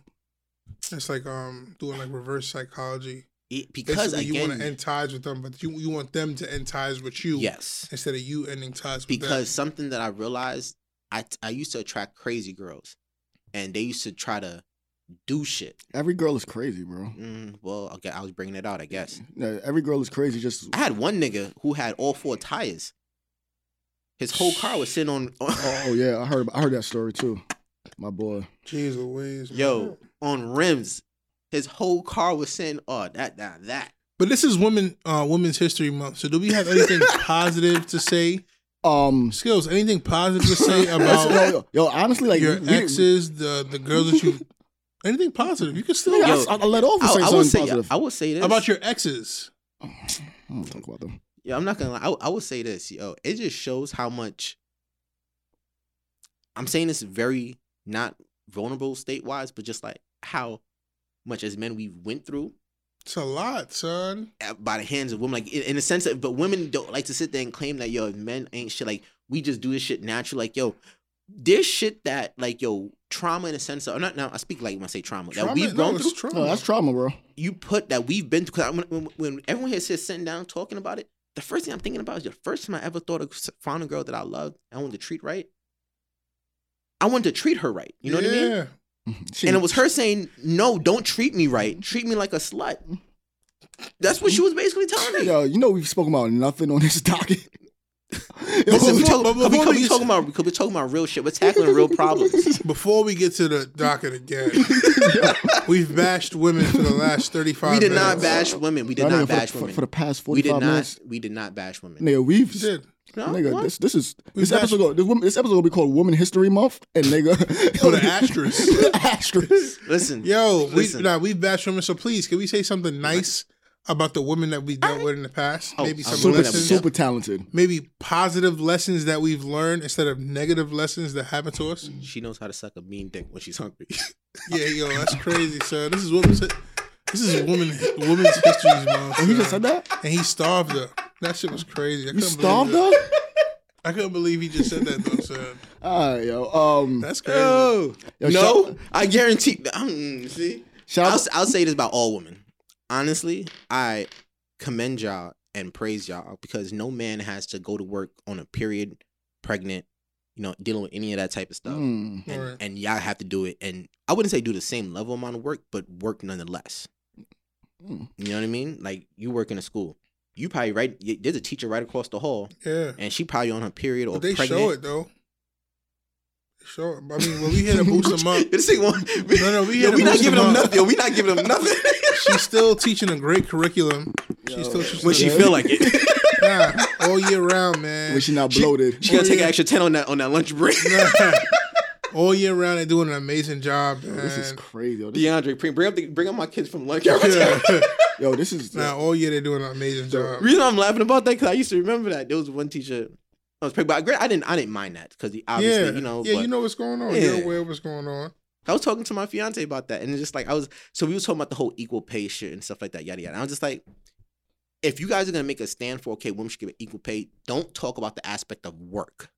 Speaker 4: It's like um doing like reverse psychology.
Speaker 5: It- because
Speaker 4: Basically, you want
Speaker 5: again,
Speaker 4: to end ties with them, but you you want them to end ties with you.
Speaker 5: yes,
Speaker 4: Instead of you ending ties with them.
Speaker 5: because something that I realized, I I used to attract crazy girls, and they used to try to do shit.
Speaker 2: Every girl is crazy, bro.
Speaker 5: Mm, well, okay, I was bringing it out, I guess.
Speaker 2: Yeah, every girl is crazy. Just
Speaker 5: I had one nigga who had all four tires. His whole car was sitting on,
Speaker 2: oh yeah, I heard I heard that story too. My boy,
Speaker 4: Jeez Louise. man.
Speaker 5: yo on rims. His whole car was sitting. Oh, that that that.
Speaker 4: But this is women uh women's history month. So do we have anything positive to say?
Speaker 2: um,
Speaker 4: Skills, anything positive to say
Speaker 2: that's- yo,
Speaker 4: about
Speaker 2: yo, yo, honestly, like
Speaker 4: your
Speaker 2: we- we-
Speaker 4: exes, the the girls that you anything positive. You can still
Speaker 2: Nigga, I
Speaker 5: Yo,
Speaker 2: s- I, let off
Speaker 5: I,
Speaker 2: say
Speaker 5: I
Speaker 2: something
Speaker 5: will say.
Speaker 2: positive.
Speaker 5: I will say this
Speaker 4: about your exes.
Speaker 2: I don't talk about them.
Speaker 5: Yeah, I'm not gonna lie. I, I would say this, yo. It just shows how much. I'm saying this very not vulnerable state wise, but just like how much as men we went through
Speaker 4: It's a lot, son. no,
Speaker 5: grown
Speaker 4: it's
Speaker 5: through.
Speaker 4: trauma.
Speaker 2: No, that's trauma, bro.
Speaker 5: you put that we've been because when, when, when everyone here sits sitting down talking about it, the first thing I'm thinking about is the first time I ever thought of s- found a girl that I loved. and I wanted to treat right. I wanted to treat her right. You know what I mean?
Speaker 4: Yeah.
Speaker 2: She-
Speaker 5: And it was her saying, "No, don't treat me
Speaker 4: Mm-hmm.
Speaker 5: right. Treat me like a slut." That's what she was basically telling me.
Speaker 2: Yo, you know we've spoken about nothing on this docket.
Speaker 5: Listen, we
Speaker 4: Before-
Speaker 5: talk-
Speaker 4: before
Speaker 5: because
Speaker 4: we
Speaker 5: we
Speaker 4: just-
Speaker 5: talking about because we talking about real shit. We're tackling real problems.
Speaker 4: Before we get to the docket again, we've bashed women for the last thirty-five.
Speaker 5: We did
Speaker 4: minutes.
Speaker 5: not bash women. We did
Speaker 2: Y'all nigga,
Speaker 5: not
Speaker 2: for the-
Speaker 5: bash
Speaker 2: for,
Speaker 5: women.
Speaker 2: for the past
Speaker 5: We did
Speaker 2: forty-five
Speaker 5: not.
Speaker 2: minutes.
Speaker 5: We did not bash women.
Speaker 2: Nigga, we've
Speaker 4: We did.
Speaker 5: No,
Speaker 2: nigga,
Speaker 5: what?
Speaker 2: this this is this
Speaker 4: got-
Speaker 2: episode go, this, woman, this episode gonna be called Woman History Month, and nigga,
Speaker 4: Put an asterisk.
Speaker 2: asterisk.
Speaker 5: Listen,
Speaker 4: Yo, we,
Speaker 5: Listen.
Speaker 4: nah, we bashed women. So please, can we say something nice about the women that we dealt with in the past?
Speaker 5: Oh,
Speaker 4: maybe
Speaker 5: I'm
Speaker 4: some
Speaker 5: looking
Speaker 2: Super,
Speaker 5: at
Speaker 4: lessons,
Speaker 5: myself.
Speaker 2: super talented.
Speaker 4: maybe positive lessons that we've learned instead of negative lessons that happened to us.
Speaker 5: she knows how to suck a mean dick when she's hungry.
Speaker 4: Yeah, yo, that's crazy, son. This is women's. This is women women's history month.
Speaker 2: And he
Speaker 4: son.
Speaker 2: just said that.
Speaker 4: and he starved her. That shit was crazy. I
Speaker 2: You
Speaker 4: couldn't
Speaker 2: starved
Speaker 4: believe
Speaker 2: her.
Speaker 4: that. I couldn't believe he just said that though, son.
Speaker 2: All right, yo. Um,
Speaker 4: That's crazy.
Speaker 5: Oh
Speaker 2: Yo,
Speaker 5: no! I guarantee. Um, see,
Speaker 2: shout
Speaker 5: I'll, I'll say this about all women. Honestly, I commend y'all and praise y'all because no man has to go to work on a period, pregnant, you know, dealing with any of that type of stuff,
Speaker 2: Mm,
Speaker 5: and,
Speaker 4: Right.
Speaker 5: and y'all have to do it. And I wouldn't say do the same level amount of work, but work nonetheless.
Speaker 2: Mm.
Speaker 5: You know what I mean? Like you work in a school, you probably right. y- There's a teacher right across the hall,
Speaker 4: Yeah,
Speaker 5: and she probably on her period or
Speaker 4: but they
Speaker 5: pregnant.
Speaker 4: show it though. They show it. I mean, when we hit a boost them up,
Speaker 5: This thing one.
Speaker 4: No, no, we
Speaker 5: yo,
Speaker 4: had to
Speaker 5: we not
Speaker 4: boost
Speaker 5: giving
Speaker 4: him
Speaker 5: them
Speaker 4: up.
Speaker 5: nothing. Yo, we not giving them nothing.
Speaker 4: she's still teaching a great curriculum. She's still teaching
Speaker 5: when
Speaker 4: a
Speaker 5: she
Speaker 4: great-
Speaker 5: feel like it,
Speaker 4: nah, all year round, man.
Speaker 2: when she not bloated.
Speaker 5: she gotta take an
Speaker 4: yeah.
Speaker 5: extra ten on that on that lunch break.
Speaker 4: Nah. all year round, they're doing an amazing job.
Speaker 2: Yo, this is
Speaker 4: man.
Speaker 2: crazy. Yo, this,
Speaker 5: DeAndre, pre- bring up the, bring up my kids from lunch.
Speaker 4: Yeah.
Speaker 2: yo, this is
Speaker 4: Nah, all year they're doing an amazing job.
Speaker 5: Reason I'm laughing about that because I used to remember that there was one teacher I was pregnant, but I, gra- I didn't I didn't mind that because obviously
Speaker 4: yeah,
Speaker 5: you know
Speaker 4: yeah,
Speaker 5: but
Speaker 4: you know what's going on.
Speaker 5: Yeah.
Speaker 4: You're aware of what's going on.
Speaker 5: I was talking to my fiance about that and it's just like I was so we was talking about the whole equal pay shit and stuff like that yada yada. And I was just like, if you guys are gonna make a stand for okay women should get equal pay, don't talk about the aspect of work.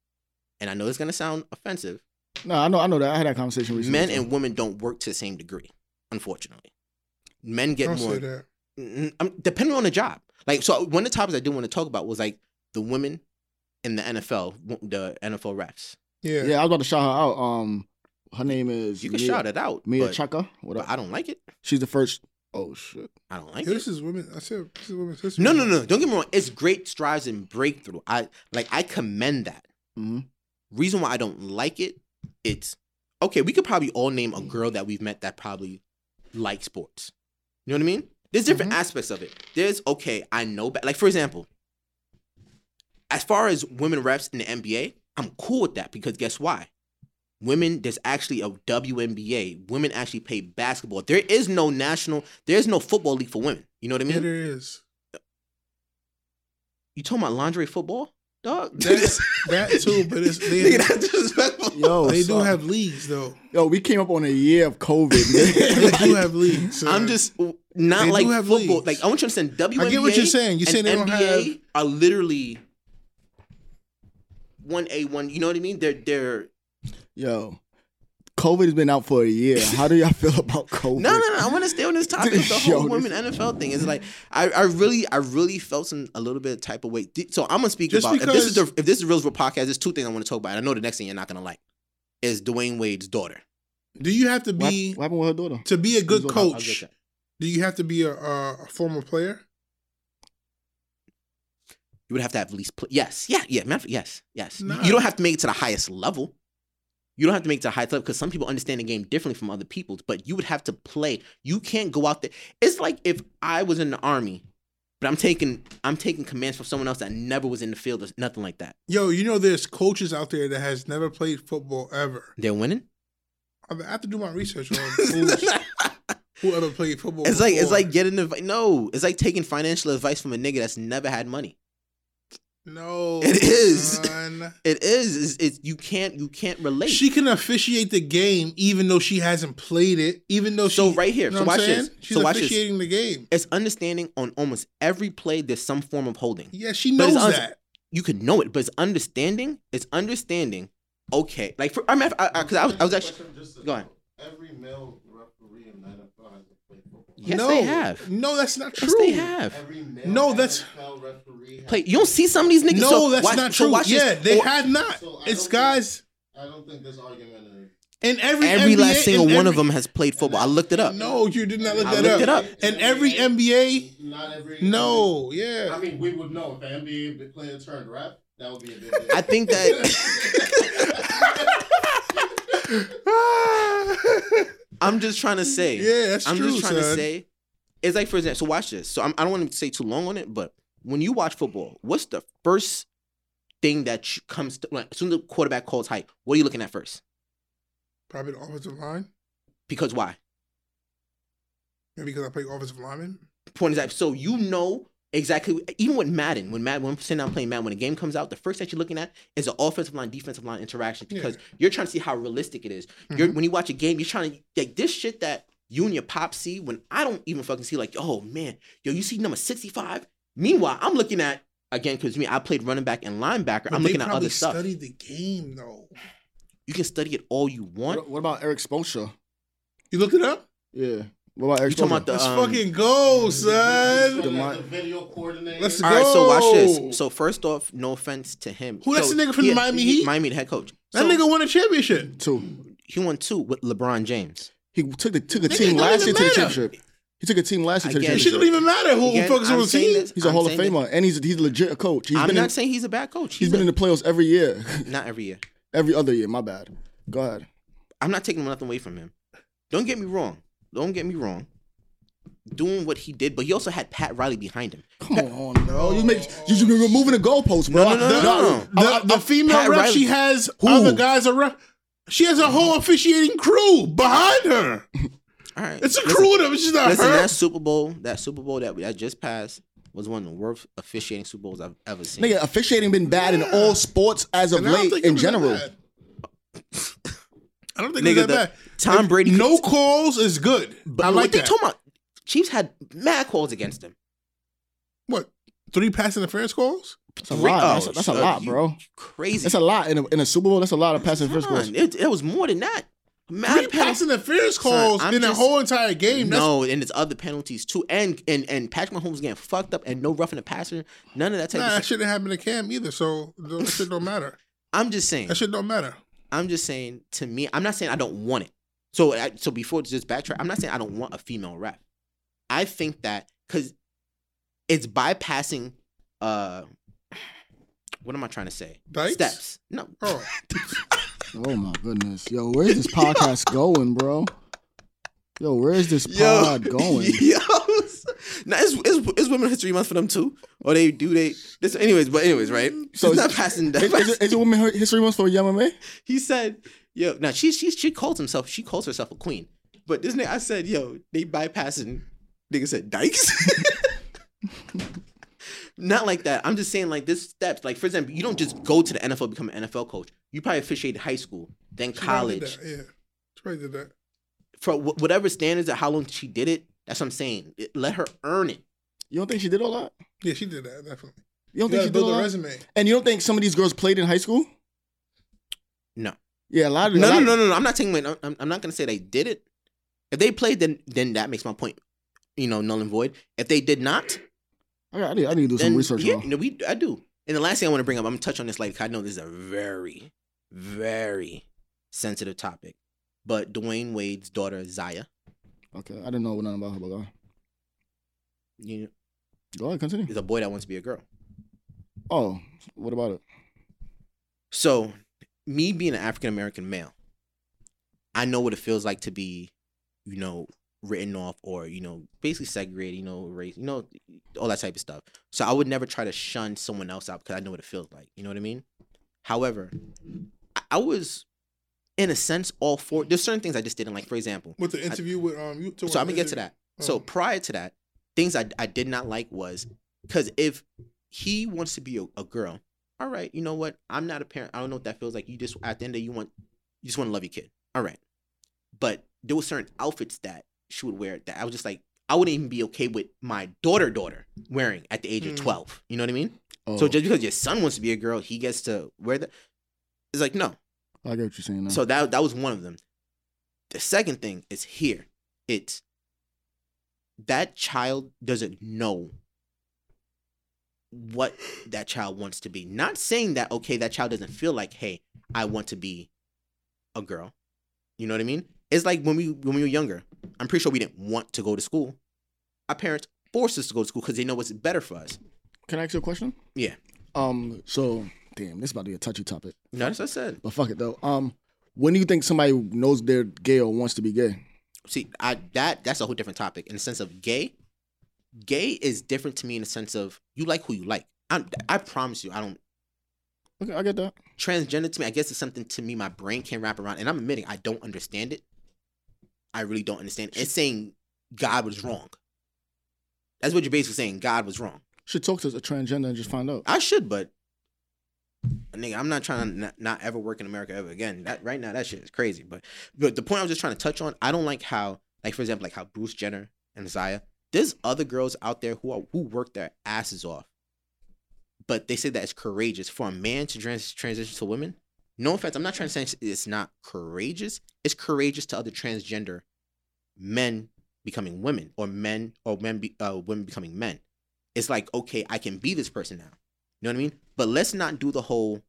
Speaker 5: And I know it's gonna sound offensive.
Speaker 2: no. I know. I know that. I had that conversation recently.
Speaker 5: men
Speaker 2: too.
Speaker 5: and women don't work to the same degree, unfortunately. Men get
Speaker 4: Don't say
Speaker 5: more
Speaker 4: that.
Speaker 5: Mm, I'm, depending on the job. Like so, uh, one of the topics I did want to talk about was like the women in the NFL, w- the NFL refs.
Speaker 4: Yeah.
Speaker 2: yeah, I was about to shout her out. Um, her name is
Speaker 5: You can
Speaker 2: Mia,
Speaker 5: shout it out,
Speaker 2: Mia
Speaker 5: but,
Speaker 2: Chaka. What
Speaker 5: but
Speaker 2: up?
Speaker 5: I don't like it.
Speaker 2: She's the first. Oh shit.
Speaker 5: I don't like
Speaker 4: Yo,
Speaker 5: it.
Speaker 4: this is women. I said this is women's history.
Speaker 5: No, no, no. Don't get me wrong. It's great strides and breakthrough. I like. I commend that.
Speaker 2: hmm
Speaker 5: Reason why I don't like it, it's okay. We could probably all name a girl that we've met that probably likes sports. You know what I mean? There's different aspects of it. There's okay. I know, but like for example, as far as women refs in the NBA, I'm cool with that because guess why? Women, there's actually a WNBA. Women actually play basketball. There is no national. There is no football league for women. You know what I
Speaker 4: It
Speaker 5: mean?
Speaker 4: is.
Speaker 5: You talking about lingerie football, dog?
Speaker 4: That, that too, but it's they,
Speaker 5: Nigga, that's disrespectful.
Speaker 2: Yo,
Speaker 4: they do
Speaker 2: son.
Speaker 4: have leagues though.
Speaker 2: Yo, we came up on a year of COVID. nigga.
Speaker 4: They do have leagues. son.
Speaker 5: I'm just not
Speaker 4: They
Speaker 5: like
Speaker 4: do have
Speaker 5: football.
Speaker 4: leagues.
Speaker 5: Like I want you to understand WNBA.
Speaker 4: I get what you're saying.
Speaker 5: and
Speaker 4: You're saying they don't
Speaker 5: NBA are literally one A one. You know what I mean? They're they're
Speaker 2: Yo, COVID has been out for a year. How do y'all feel about COVID?
Speaker 5: No, no, no. I want to stay on this topic. The whole
Speaker 2: Yo, this-
Speaker 5: women NFL thing is like, I, I really, I really felt some a little bit of type of way. Di- So I'm gonna speak
Speaker 4: Just
Speaker 5: about if this is the
Speaker 4: because-
Speaker 5: if this is real for podcast. There's two things I want to talk about. And I know the next thing you're not gonna like is Dwayne Wade's daughter.
Speaker 4: Do you have to
Speaker 2: What,
Speaker 4: be
Speaker 2: what happened with her daughter?
Speaker 4: to be a good
Speaker 2: Who's on- I'll
Speaker 5: I'll get
Speaker 4: coach?
Speaker 5: that.
Speaker 4: Do you have to be a, a a former player?
Speaker 5: You would have to have at least pl- yes, yeah, yeah, matter of fact, yes, yes. You-
Speaker 4: Nah.
Speaker 5: You don't have to make it to the highest level. You don't have to make it to the highest level because some people understand the game differently from other people's. But you would have to play. You can't go out there. It's like if I was in the army, but I'm taking I'm taking commands from someone else that never was in the field or nothing like that.
Speaker 4: Yo, you know there's coaches out there that has never played football ever.
Speaker 5: They're winning.
Speaker 4: I mean, I have to do my research on who's,
Speaker 5: it's
Speaker 4: who ever played football.
Speaker 5: like it's
Speaker 4: before.
Speaker 5: like getting advice. No, it's like taking financial advice from a nigga that's never had money.
Speaker 4: no,
Speaker 5: It is.
Speaker 4: son.
Speaker 5: It is. It's, it's you can't you can't relate.
Speaker 4: She can officiate the game even though she hasn't played it. Even though
Speaker 5: So
Speaker 4: she,
Speaker 5: right here,
Speaker 4: you know
Speaker 5: so
Speaker 4: what I'm
Speaker 5: watch this.
Speaker 4: saying? She's
Speaker 5: So watch this.
Speaker 4: officiating the game.
Speaker 5: it's understanding on almost every play. There's some form of holding.
Speaker 4: Yeah, she
Speaker 5: But
Speaker 4: knows
Speaker 5: it's un-
Speaker 4: that.
Speaker 5: you could know it, but it's understanding. It's understanding. Okay, like for I mean, I, I, cause I was, I was actually go on.
Speaker 6: Every male referee in the NFL has played football.
Speaker 5: Yes,
Speaker 4: no,
Speaker 5: they have.
Speaker 4: No, that's not true.
Speaker 5: Yes, they have.
Speaker 6: Every male
Speaker 4: No, that's-
Speaker 6: NFL referee.
Speaker 5: Play. You don't see some of these niggas.
Speaker 4: No,
Speaker 5: so
Speaker 4: that's
Speaker 5: watch-
Speaker 4: not
Speaker 5: so
Speaker 4: true.
Speaker 5: watch this.
Speaker 4: yeah, they
Speaker 5: Or-
Speaker 4: had not.
Speaker 6: So I
Speaker 4: it's
Speaker 6: don't think-
Speaker 4: guys
Speaker 6: I don't think this argument is.
Speaker 4: in every
Speaker 5: Every
Speaker 4: NBA,
Speaker 5: last single
Speaker 4: in
Speaker 5: one of
Speaker 4: every-
Speaker 5: them has played football. I looked it up.
Speaker 4: No, you did not look
Speaker 5: I
Speaker 4: that
Speaker 5: looked it
Speaker 4: up.
Speaker 5: up.
Speaker 4: And every NBA,
Speaker 6: Not every.
Speaker 4: no, yeah.
Speaker 6: I mean, we would know if an NBA player turned rap. That would be a big deal.
Speaker 5: I think that. I'm just trying to say.
Speaker 4: Yeah, that's
Speaker 5: I'm
Speaker 4: true,
Speaker 5: just trying to
Speaker 4: son.
Speaker 5: say. It's like, for example, so watch this. So I'm, I don't want to say too long on it, but when you watch football, what's the first thing that you- comes to, like, as soon as the quarterback calls height, what are you looking at first?
Speaker 4: Probably the offensive line.
Speaker 5: Because why?
Speaker 4: Maybe because I play offensive lineman.
Speaker 5: Point is that so you know exactly. Even with Madden, when Madden, when I'm sitting down playing Madden, when the game comes out, the first that you're looking at is the offensive line, defensive line interaction because you're trying to see how realistic it is.
Speaker 4: Mm-hmm.
Speaker 5: You're when you watch a game, you're trying to like this shit that you and your pop see. When I don't even fucking see, like, oh man, yo, you see number sixty five. Meanwhile, I'm looking at again because me, I played running back and linebacker.
Speaker 4: But
Speaker 5: I'm
Speaker 4: they
Speaker 5: looking at
Speaker 4: probably
Speaker 5: other stuff.
Speaker 4: Studied the game though.
Speaker 5: You can study it all you want.
Speaker 2: What, what about Eric Spoelstra?
Speaker 4: You looked it up.
Speaker 2: Yeah. What about Eric
Speaker 5: You
Speaker 2: Spoelstra?
Speaker 5: talking about the
Speaker 4: Let's
Speaker 5: um,
Speaker 4: fucking
Speaker 6: So
Speaker 4: go, son.
Speaker 6: that's
Speaker 2: Demar-
Speaker 6: the video coordinator.
Speaker 4: Let's
Speaker 5: All right, so watch
Speaker 4: Yo.
Speaker 5: this. So first off, no offense to him.
Speaker 4: Who, that's
Speaker 5: So
Speaker 4: the nigga from
Speaker 5: he-
Speaker 4: the Miami
Speaker 5: he-
Speaker 4: Heat?
Speaker 5: Miami head coach.
Speaker 4: That
Speaker 5: So-
Speaker 4: nigga won a championship.
Speaker 2: two?
Speaker 5: he won two with LeBron James.
Speaker 2: He took the took a
Speaker 4: Nigga,
Speaker 2: team
Speaker 4: don't
Speaker 2: last year
Speaker 4: even
Speaker 2: to the
Speaker 4: matter.
Speaker 2: championship. He took a team last year to the
Speaker 5: Again,
Speaker 4: It shouldn't
Speaker 2: championship.
Speaker 4: even matter who, who
Speaker 5: Again,
Speaker 4: focuses
Speaker 5: I'm
Speaker 4: on the
Speaker 5: saying
Speaker 4: team.
Speaker 5: this-
Speaker 2: He's a
Speaker 5: I'm
Speaker 2: Hall of
Speaker 5: saying this-
Speaker 2: Famer, and he's a, he's a legit coach. He's
Speaker 5: I'm
Speaker 2: been
Speaker 5: not
Speaker 2: in,
Speaker 5: saying he's a bad coach.
Speaker 2: he's been in the playoffs every year,
Speaker 5: not every year.
Speaker 2: every other year. My bad. Go ahead.
Speaker 5: I'm not taking nothing away from him. Don't get me wrong. Don't get me wrong. Doing what he did, but he also had Pat Riley behind him.
Speaker 2: Come on, bro. You make you should be removing the goalpost, bro.
Speaker 5: No, no, no, no, no.
Speaker 4: The,
Speaker 2: I- I-
Speaker 4: the female
Speaker 5: Oh, Pat
Speaker 4: ref
Speaker 5: Riley-
Speaker 4: she has,
Speaker 2: Who?
Speaker 4: other guys are ref. She has a whole officiating crew behind her.
Speaker 5: All right,
Speaker 4: It's a
Speaker 5: listen-
Speaker 4: crew of them. She's not
Speaker 5: Listen,
Speaker 4: her.
Speaker 5: that Super Bowl, that Super Bowl that that just passed was one of the worst officiating Super Bowls I've ever seen.
Speaker 2: Nigga, officiating been bad in all sports as of
Speaker 4: And I don't
Speaker 2: late
Speaker 4: think it
Speaker 2: in
Speaker 4: was that
Speaker 2: general.
Speaker 4: bad. I don't think
Speaker 5: Nigga,
Speaker 4: it was that
Speaker 5: the-
Speaker 4: bad.
Speaker 5: Tom
Speaker 4: If
Speaker 5: Brady-
Speaker 4: No calls is good.
Speaker 5: but
Speaker 4: I
Speaker 5: what
Speaker 4: like
Speaker 5: they
Speaker 4: that.
Speaker 5: talking about? Chiefs had mad calls against him.
Speaker 4: what? Three pass interference calls?
Speaker 2: That's a lot.
Speaker 5: Oh,
Speaker 2: that's, that's a
Speaker 5: shut-
Speaker 2: lot,
Speaker 5: you
Speaker 2: bro.
Speaker 5: Crazy.
Speaker 2: That's a lot in a, in a Super Bowl. That's a lot of passing first
Speaker 5: Son,
Speaker 2: goals.
Speaker 5: it, it was more than that.
Speaker 4: Three
Speaker 5: Mad
Speaker 4: pass interference
Speaker 5: Son,
Speaker 4: calls
Speaker 5: I'm
Speaker 4: in the
Speaker 5: just-
Speaker 4: whole entire game. That's
Speaker 5: No, and it's other penalties too, and and and Patrick Mahomes getting fucked up, and no roughing the passer, none of that type
Speaker 4: Nah,
Speaker 5: of
Speaker 4: that
Speaker 5: stuff.
Speaker 4: shouldn't happen to Cam either. So that shit don't matter.
Speaker 5: I'm just saying.
Speaker 4: That shit don't matter.
Speaker 5: I'm just saying. To me, I'm not saying I don't want it. So I, so before just backtrack, I'm not saying I don't want a female ref. I think that because it's bypassing. uh What am I trying to say?
Speaker 4: Dikes?
Speaker 5: Steps. No.
Speaker 4: Oh,
Speaker 2: Oh my goodness, yo, where's this podcast going, bro? Yo, where's this pod going?
Speaker 5: Yo, now it's, it's it's Women's History Month for them too, or they do they. This, anyways, but anyways, right?
Speaker 2: So
Speaker 5: So it's
Speaker 2: is-
Speaker 5: not passing.
Speaker 2: Is, is, it- is it Women History Month for MMA?
Speaker 5: He said, "Yo, now she she she calls himself she calls herself a queen, but this nigga I said, yo, they bypassing. Nigga said dykes. Not like that. I'm just saying like this steps. Like for example, you don't just go to the NFL become an NFL coach. You probably officiate high school, then
Speaker 4: probably
Speaker 5: college
Speaker 4: did that, Yeah, She probably did that.
Speaker 5: for wh- whatever standards or how long she did it. That's what I'm saying. It- let her earn it.
Speaker 2: You don't think she did all that?
Speaker 4: Yeah, she did that definitely.
Speaker 2: You don't think
Speaker 4: You gotta
Speaker 2: she did
Speaker 4: build
Speaker 2: all
Speaker 4: a
Speaker 2: that?
Speaker 4: resume.
Speaker 2: And you don't think some of these girls played in high school?
Speaker 5: No.
Speaker 2: Yeah, a lot of a
Speaker 5: No, no,
Speaker 2: lot-
Speaker 5: no, no, no. I'm not taking. my- I'm, I'm not gonna say they did it. If they played, then then that makes my point. You know, null and void. If they did not,
Speaker 2: I, got- I need, I need to do some
Speaker 5: then
Speaker 2: research.
Speaker 5: yeah,
Speaker 2: on
Speaker 5: no, we I do. And the last thing I want to bring up, I'm gonna touch on this. Like I know this is a very, very sensitive topic, but Dwayne Wade's daughter Zaya.
Speaker 2: Okay, I didn't know nothing about her. But go ahead.
Speaker 5: You know,
Speaker 2: go ahead, continue.
Speaker 5: is a boy that wants to be a girl.
Speaker 2: Oh, what about it?
Speaker 5: So, me being an African American male, I know what it feels like to be, you know, written off or you know, basically segregated, you know, race, you know, all that type of stuff. So I would never try to shun someone else out because I know what it feels like. You know what I mean? However, I, I was, in a sense, all for. There's certain things I just didn't like. For example,
Speaker 4: With the interview with um, you.
Speaker 5: so I'm gonna get to that. So
Speaker 4: Oh.
Speaker 5: prior to that, things I, I did not like was because if he wants to be a, a girl, all right, you know what? I'm not a parent. I don't know what that feels like. You just at the end of the day, you want you just want to love your kid. All right, but there were certain outfits that she would wear that I was just like I wouldn't even be okay with my daughter daughter wearing at the age of
Speaker 4: Hmm.
Speaker 5: 12. You know what I mean?
Speaker 2: Oh,
Speaker 5: So just because your son wants to be a girl, he gets to wear that. It's like no,
Speaker 2: I get what you're saying. Now.
Speaker 5: so that that was one of them. The second thing is here. It's that child doesn't know what that child wants to be. Not saying that okay, that child doesn't feel like, hey, I want to be a girl. You know what I mean? It's like when we when we were younger. I'm pretty sure we didn't want to go to school. Our parents forced us to go to school because they know what's better for us.
Speaker 2: can I ask you a question?
Speaker 5: Yeah.
Speaker 2: Um, so damn, this is about to be a touchy topic,
Speaker 5: No, that's what I said.
Speaker 2: but fuck it though. Um, when do you think somebody knows they're gay or wants to be gay?
Speaker 5: see i that that's a whole different topic in the sense of gay gay is different to me in the sense of you like who you like i i promise you i don't
Speaker 2: Okay, I get that.
Speaker 5: transgender to me i guess it's something to me my brain can wrap around and i'm admitting i don't understand it i really don't understand it. it's saying god was wrong that's what you're basically saying god was wrong
Speaker 2: Should talk to a transgender and just find out.
Speaker 5: i should but nigga i'm not trying to not, not ever work in america ever again that right now that shit is crazy but but the point i was just trying to touch on i don't like how like for example like how bruce jenner and zaya there's other girls out there who are who work their asses off but they say that it's courageous for a man to trans- transition to women no offense i'm not trying to say it's- it's not courageous it's courageous to other transgender men becoming women or men or men be, uh, women becoming men it's like okay i can be this person now you know what i mean but let's not do the whole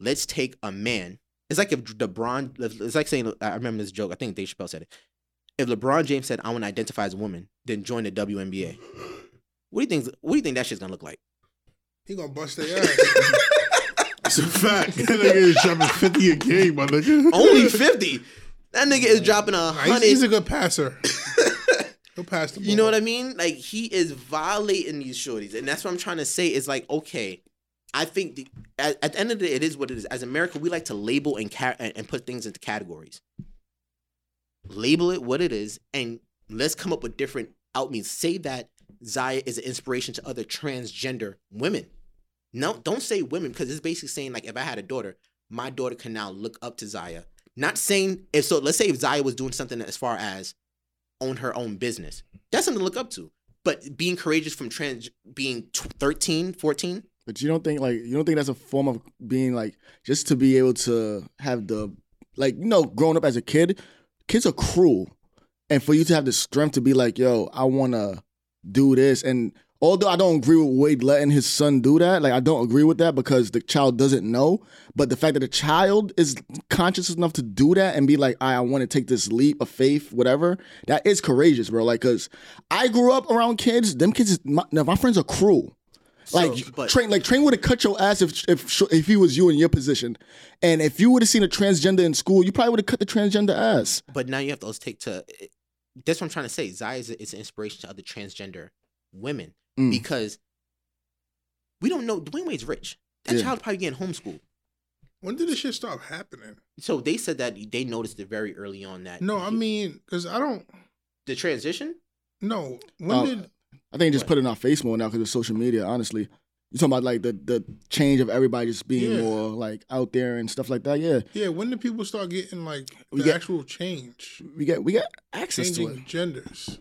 Speaker 5: let's take a man it's like if lebron it's like saying i remember this joke i think dave chappelle said it if lebron james said i want to identify as a woman then join the WNBA what do you think what do you think that shit's gonna look like
Speaker 4: He gonna bust their ass.
Speaker 6: It's a fact. That nigga is dropping 50 a game, my nigga.
Speaker 5: Only 50. That nigga is dropping a
Speaker 4: Nah, he's, he's
Speaker 5: hundred.
Speaker 4: a good passer. He'll pass the ball.
Speaker 5: You know what I mean? Like he is violating these shorties, and that's what I'm trying to say. Is like okay, I think the, at, at the end of the day, it is what it is. As America, we like to label and ca- and and put things into categories. Label it what it is, and let's come up with different out means. Say that Zaya is an inspiration to other transgender women. No, don't say women because it's basically saying like if I had a daughter, my daughter can now look up to Zaya. Not saying if so. Let's say if Zaya was doing something as far as own her own business. That's something to look up to. But being courageous from trans being t- 13, 14,
Speaker 2: But you don't think like you don't think that's a form of being like just to be able to have the like you know growing up as a kid, kids are cruel, and for you to have the strength to be like yo I wanna do this and although I don't agree with Wade letting his son do that like I don't agree with that because the child doesn't know, but the fact that the child is conscious enough to do that and be like I, I want to take this leap of faith whatever that is courageous bro like because I grew up around kids them kids is, my, now my friends are cruel. Like
Speaker 5: So, but-
Speaker 2: train, like train would have cut your ass if if sh- if he was you in your position, and if you would have seen a transgender in school, you probably would have cut the transgender ass.
Speaker 5: but now you have to also take to it- that's what I'm trying to say. Zaya is, is an inspiration to other transgender women
Speaker 2: Mm.
Speaker 5: because we don't know Dwayne Wade's rich. That
Speaker 2: Yeah.
Speaker 5: child probably getting homeschooled.
Speaker 4: When did this shit stop happening?
Speaker 5: So they said that they noticed it very early on that
Speaker 4: No, I mean, cause I don't.
Speaker 5: the transition.
Speaker 4: No, when
Speaker 2: Oh.
Speaker 4: did?
Speaker 2: I think they just put it in our face more now because of social media. Honestly, you talking about like the the change of everybody just being
Speaker 4: Yeah.
Speaker 2: more like out there and stuff like that. Yeah,
Speaker 4: Yeah, when did people start getting like
Speaker 2: We
Speaker 4: the
Speaker 2: get-
Speaker 4: actual change,
Speaker 2: we got we got access to it.
Speaker 4: changing genders?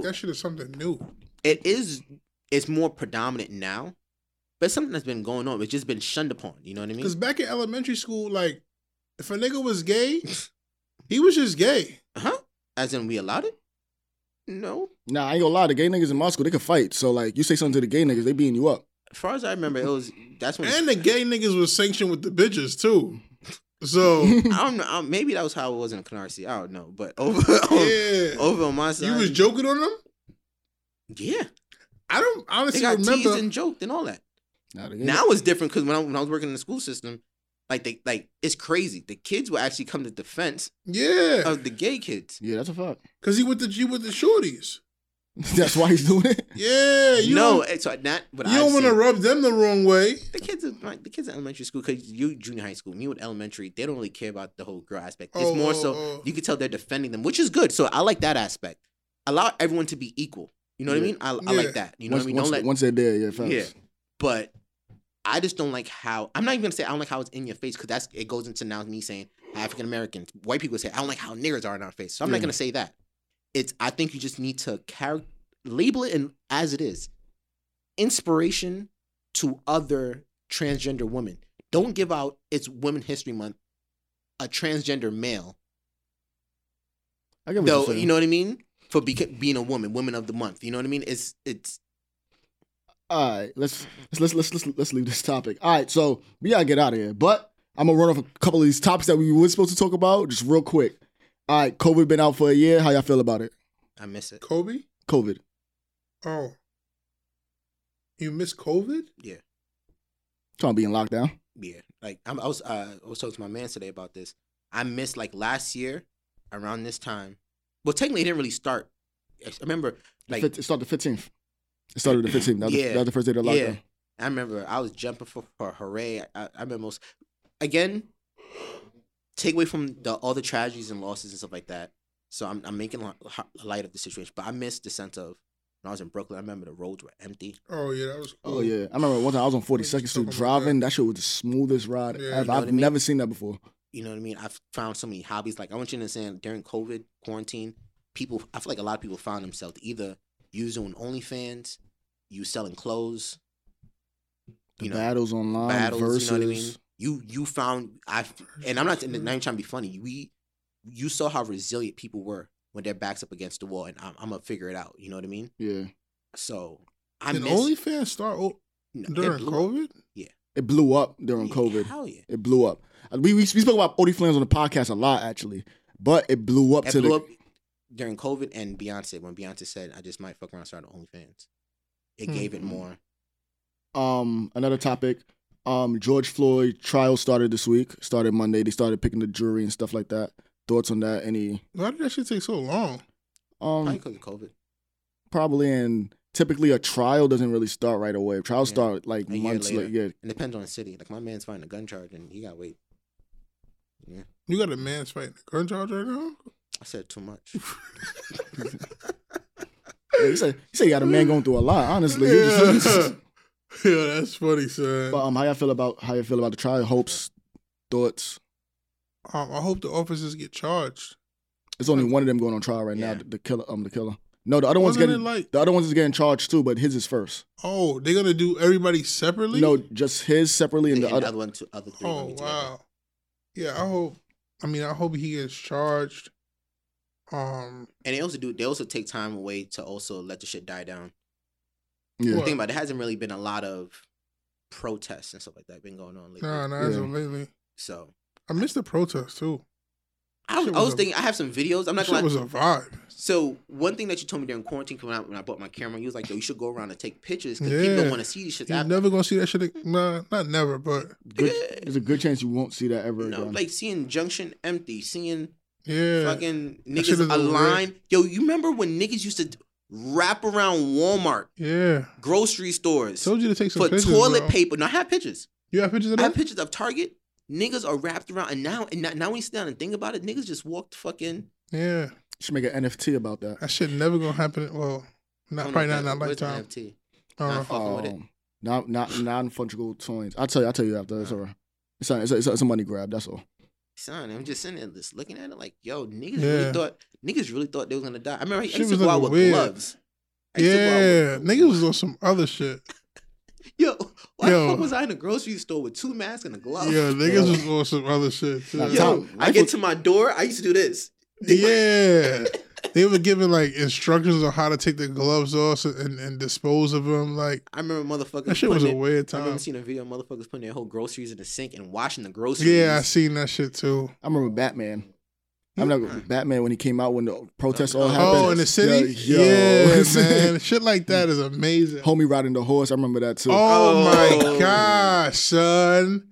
Speaker 5: So
Speaker 4: that shit is something new.
Speaker 5: it is it's more predominant now, but it's something that's been going on. It's just been shunned upon. You know what I mean?
Speaker 4: Cause back in elementary school, like if a nigga was gay, he was just gay.
Speaker 5: Huh? Uh-huh. As in, we allowed it? No.
Speaker 2: Nah, I ain't gonna lie. The gay niggas in Moscow, they can fight. So like, you say something to the gay niggas, they beating you up.
Speaker 5: As far as I remember, it was that's when.
Speaker 4: And the gay niggas was sanctioned with the bitches too. So
Speaker 5: I don't know. I- Maybe that was how it was in Canarsie. I don't know. But over
Speaker 4: yeah,
Speaker 5: over on my side,
Speaker 4: you was joking on them.
Speaker 5: yeah.
Speaker 4: I don't
Speaker 5: They
Speaker 4: honestly
Speaker 5: got teased
Speaker 4: remember.
Speaker 5: and joked and all that.
Speaker 2: Nah, the gay
Speaker 5: Now it's different because when I, when I was working in the school system, like they like it's crazy. The kids will actually come to defense
Speaker 4: yeah,
Speaker 5: of the gay kids.
Speaker 2: yeah, that's a fuck.
Speaker 4: because he with the you with the shorties.
Speaker 2: That's why he's doing it.
Speaker 4: Yeah, you
Speaker 5: no,
Speaker 4: don't,
Speaker 5: it's uh, not. But
Speaker 4: you don't want to rub them the wrong way.
Speaker 5: the kids in like, the kids in elementary school because you junior high school me with elementary they don't really care about the whole girl aspect it's
Speaker 4: Oh,
Speaker 5: more
Speaker 4: oh,
Speaker 5: so
Speaker 4: oh.
Speaker 5: you can tell they're defending them which is good so i like that aspect allow everyone to be equal you know what i mean i, I
Speaker 4: Yeah.
Speaker 5: like that you know
Speaker 2: once,
Speaker 5: what i mean
Speaker 2: once,
Speaker 5: don't let
Speaker 2: once they're there, yeah, facts.
Speaker 5: yeah but i just don't like how i'm not even gonna say i don't like how it's in your face because that's it goes into now me saying african americans white people say i don't like how niggers are in our face so i'm not
Speaker 2: Mm.
Speaker 5: gonna say that it's i think you just need to char- label it and as it is inspiration to other transgender women. Don't give out it's Women History Month a transgender male.
Speaker 2: I get what
Speaker 5: Though,
Speaker 2: you're saying.
Speaker 5: you know what I mean? For beca- being a woman, Women of the Month. You know what I mean? It's it's
Speaker 2: All right, let's let's let's let's let's leave this topic. All right, so we gotta get out of here. But I'm gonna run off a couple of these topics that we were supposed to talk about just real quick. All right, COVID been out for a year. How y'all feel about it?
Speaker 5: I miss it.
Speaker 4: Kobe.
Speaker 2: COVID.
Speaker 4: Oh, you miss COVID?
Speaker 5: Yeah.
Speaker 2: Trying to be in lockdown.
Speaker 5: Yeah. Like I'm, I was uh, I was talking to my man today about this. I missed like last year around this time. Well, technically it didn't really start. I remember like
Speaker 2: Fif- it started the 15th. It started the 15th. That was, the,
Speaker 5: Yeah.
Speaker 2: that was the first day of the lockdown.
Speaker 5: I remember I was jumping for, for hooray. I, I remember most again. Take away from the all the tragedies and losses and stuff like that. So I'm I'm making li- h- light of the situation, but I missed the sense of when I was in Brooklyn. I remember the roads were empty.
Speaker 4: Oh yeah, that was.
Speaker 2: Oh yeah, I remember one time I was on 42nd Street driving. That shit was the smoothest ride
Speaker 4: Yeah, you
Speaker 2: ever.
Speaker 5: know
Speaker 2: I've
Speaker 5: what I mean?
Speaker 2: never seen that before.
Speaker 5: You know what I mean? I've found so many hobbies. Like I want you to understand during COVID quarantine, people I feel like a lot of people found themselves either you doing OnlyFans, you selling clothes,
Speaker 2: The
Speaker 5: you know,
Speaker 2: battles online,
Speaker 5: battles.
Speaker 2: versus
Speaker 5: You know what I mean? You you found I and I'm not and I'm not even trying to be funny. We you saw how resilient people were when their backs up against the wall, and I'm, I'm gonna figure it out. You know what I mean?
Speaker 2: yeah,
Speaker 5: So I
Speaker 4: Did
Speaker 5: miss
Speaker 4: OnlyFans start o-
Speaker 5: no, it
Speaker 4: during
Speaker 5: blew-
Speaker 4: COVID?
Speaker 2: it blew up during
Speaker 5: yeah,
Speaker 2: COVID.
Speaker 5: Hell yeah!
Speaker 2: It blew up. Uh, We we, we spoke about Odie Flans on the podcast a lot actually, but it blew up
Speaker 5: It
Speaker 2: to
Speaker 5: blew
Speaker 2: the
Speaker 5: up during COVID and Beyonce when Beyonce said, "I just might fuck around and start an OnlyFans."
Speaker 4: Hmm.
Speaker 5: It gave it more.
Speaker 2: um another topic. Um George Floyd trial started this week. Started Monday. They started picking the jury and stuff like that. Thoughts on that? Any
Speaker 4: Why did that shit take so long?
Speaker 2: um
Speaker 5: Probably because of COVID.
Speaker 2: probably and typically a trial doesn't really start right away. Trials
Speaker 5: Yeah.
Speaker 2: start like
Speaker 5: A year
Speaker 2: months
Speaker 5: later.
Speaker 2: later. Yeah,
Speaker 5: And depends on the city. Like my man's fighting a gun charge and he got wait.
Speaker 4: You got a man's fighting a gun charge right now?
Speaker 5: I said too much.
Speaker 2: Yeah, you said you said you got a man going through a lot. Honestly, You
Speaker 4: Yeah.
Speaker 2: just-
Speaker 4: yeah, that's funny, son.
Speaker 2: but um, how y'all feel about how you feel about the trial? Hopes, thoughts.
Speaker 4: Um, I hope the officers get charged.
Speaker 2: It's only one of them going on trial right now.
Speaker 5: Yeah.
Speaker 2: The, the killer, um, the killer. No, the other one's
Speaker 4: Wasn't
Speaker 2: getting
Speaker 4: it like-
Speaker 2: the other one's is getting charged too, but his is first.
Speaker 4: Oh, they're gonna do everybody separately?
Speaker 2: No, just his separately and
Speaker 5: and
Speaker 2: the other.
Speaker 5: one, two, other three.
Speaker 4: Oh
Speaker 5: gonna be together.
Speaker 4: wow. Yeah, I hope. I mean, I hope he gets charged. Um,
Speaker 5: And they also do. They also take time away to also let the shit die down.
Speaker 2: Yeah.
Speaker 4: What?
Speaker 5: Think about it. There hasn't really been a lot of protests and stuff like that been going on lately.
Speaker 4: nah, nah, as
Speaker 2: Yeah.
Speaker 4: of lately.
Speaker 5: So
Speaker 4: I missed the protest too.
Speaker 5: I was,
Speaker 4: Shit
Speaker 5: I
Speaker 4: was
Speaker 5: was
Speaker 4: a-
Speaker 5: thinking. I have some videos. I'm
Speaker 4: That
Speaker 5: not
Speaker 4: shit
Speaker 5: gonna.
Speaker 4: was
Speaker 5: lie.
Speaker 4: a vibe.
Speaker 5: so one thing that you told me during quarantine, 'cause when I, when I bought my camera, you was like, "Yo, you should go around and take pictures because people
Speaker 4: Yeah.
Speaker 5: don't want to see these shits."
Speaker 4: You're
Speaker 5: after.
Speaker 4: never gonna see that shit. ag- Nah, not never, but
Speaker 2: Good, there's a good chance you won't see that ever
Speaker 5: You know,
Speaker 2: again.
Speaker 5: like seeing Junction empty, seeing
Speaker 4: yeah.
Speaker 5: fucking
Speaker 4: shit is
Speaker 5: niggas
Speaker 4: a rare-
Speaker 5: align. Yo, you remember when niggas used to wrap around Walmart,
Speaker 4: yeah.
Speaker 5: grocery stores,
Speaker 4: Told you to take some
Speaker 5: put
Speaker 4: pictures.
Speaker 5: toilet
Speaker 4: bro.
Speaker 5: paper? No, I have pictures.
Speaker 4: You have pictures of
Speaker 5: I have
Speaker 4: that?
Speaker 5: pictures of Target. Niggas are wrapped around, and now and now, now when you sit down and think about it, niggas just walked fucking.
Speaker 4: Yeah.
Speaker 2: Should make an NFT about that.
Speaker 4: That shit never gonna happen. Well,
Speaker 5: I
Speaker 4: not
Speaker 5: don't
Speaker 4: probably
Speaker 5: know
Speaker 4: not
Speaker 5: if
Speaker 4: in our
Speaker 5: that- where's Oh my
Speaker 4: lifetime.
Speaker 5: NFT?
Speaker 4: Uh,
Speaker 5: Nah, fucking with it.
Speaker 2: Um, not not non fungible coins. I'll tell you. I'll tell you after. It's all right. It's, a, it's, a, it's, a, it's a money grab. That's all.
Speaker 5: Son, I'm just sitting there just looking at it like, yo, niggas
Speaker 4: Yeah.
Speaker 5: really thought niggas really thought they was gonna die. I remember I
Speaker 4: Shit
Speaker 5: used to
Speaker 4: was
Speaker 5: go out
Speaker 4: looking
Speaker 5: with
Speaker 4: weird.
Speaker 5: gloves. I used to go out
Speaker 4: yeah,
Speaker 5: with-
Speaker 4: niggas was on some other shit.
Speaker 5: Yo, why
Speaker 4: Yo.
Speaker 5: the fuck was I in a grocery store with two masks and a glove?
Speaker 4: Yeah, niggas was on some other shit too.
Speaker 2: Nah,
Speaker 5: Yo,
Speaker 2: Tom,
Speaker 5: I get to my door. I used to do this.
Speaker 4: Yeah. They were giving like instructions on how to take the gloves off and, and dispose of them. Like
Speaker 5: I remember motherfuckers.
Speaker 4: that shit was
Speaker 5: putting
Speaker 4: a
Speaker 5: it-
Speaker 4: weird
Speaker 5: I
Speaker 4: time.
Speaker 5: remember seeing a video of motherfuckers putting their whole groceries in the sink and washing the groceries.
Speaker 4: Yeah, I seen that shit too.
Speaker 2: I remember Batman. I remember Batman when he came out when the protests all happened.
Speaker 4: Hmm. Oh, in the city?
Speaker 2: Yo, yo.
Speaker 4: Yeah, man. Shit like that is amazing.
Speaker 2: Homie riding the horse. I remember that too.
Speaker 4: Oh my
Speaker 5: Oh.
Speaker 4: gosh, son.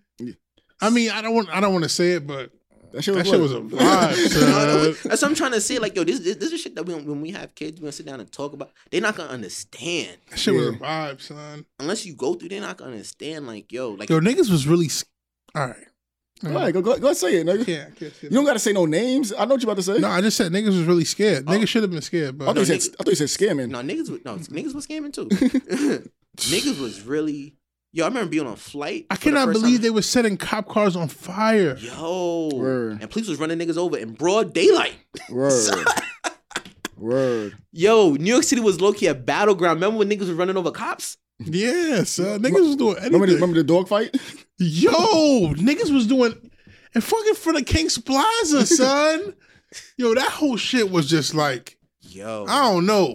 Speaker 4: I mean, I don't want I don't want to say it, but
Speaker 2: that shit
Speaker 4: that shit was a vibe, son.
Speaker 5: That's what I'm trying to say. Like, yo, this this, this is shit that we, when we have kids, we're gonna sit down and talk about. They're not gonna understand
Speaker 4: That shit was a vibe, son.
Speaker 5: unless you go through. They're not gonna understand. Like, yo, like
Speaker 4: Yo, niggas was really s- all right.
Speaker 2: All right, go, go, go say it, nigga.
Speaker 4: Yeah, I can't say
Speaker 2: You don't gotta say no names. I know what you about to say.
Speaker 4: No, I just said niggas was really scared. Niggas should have been scared,
Speaker 2: I
Speaker 4: but
Speaker 2: thought, you said,
Speaker 5: nigga.
Speaker 2: I thought you said scamming.
Speaker 5: No, niggas was no niggas was scamming too. niggas was really yo. I remember being on a flight.
Speaker 4: I
Speaker 5: for the
Speaker 4: cannot
Speaker 5: first
Speaker 4: believe they
Speaker 5: time.
Speaker 4: were setting cop cars on fire.
Speaker 5: Yo,
Speaker 2: Word.
Speaker 5: and police was running niggas over in broad daylight.
Speaker 2: Word. Word.
Speaker 5: Yo, New York City was low key a battleground. Remember when niggas was running over cops?
Speaker 4: Yeah, son. uh, Niggas was doing anything.
Speaker 2: Remember the, remember the dog fight?
Speaker 4: Yo, niggas was doing and fucking for the King's Plaza, son. Yo, that whole shit was just like,
Speaker 5: Yo,
Speaker 4: I don't know.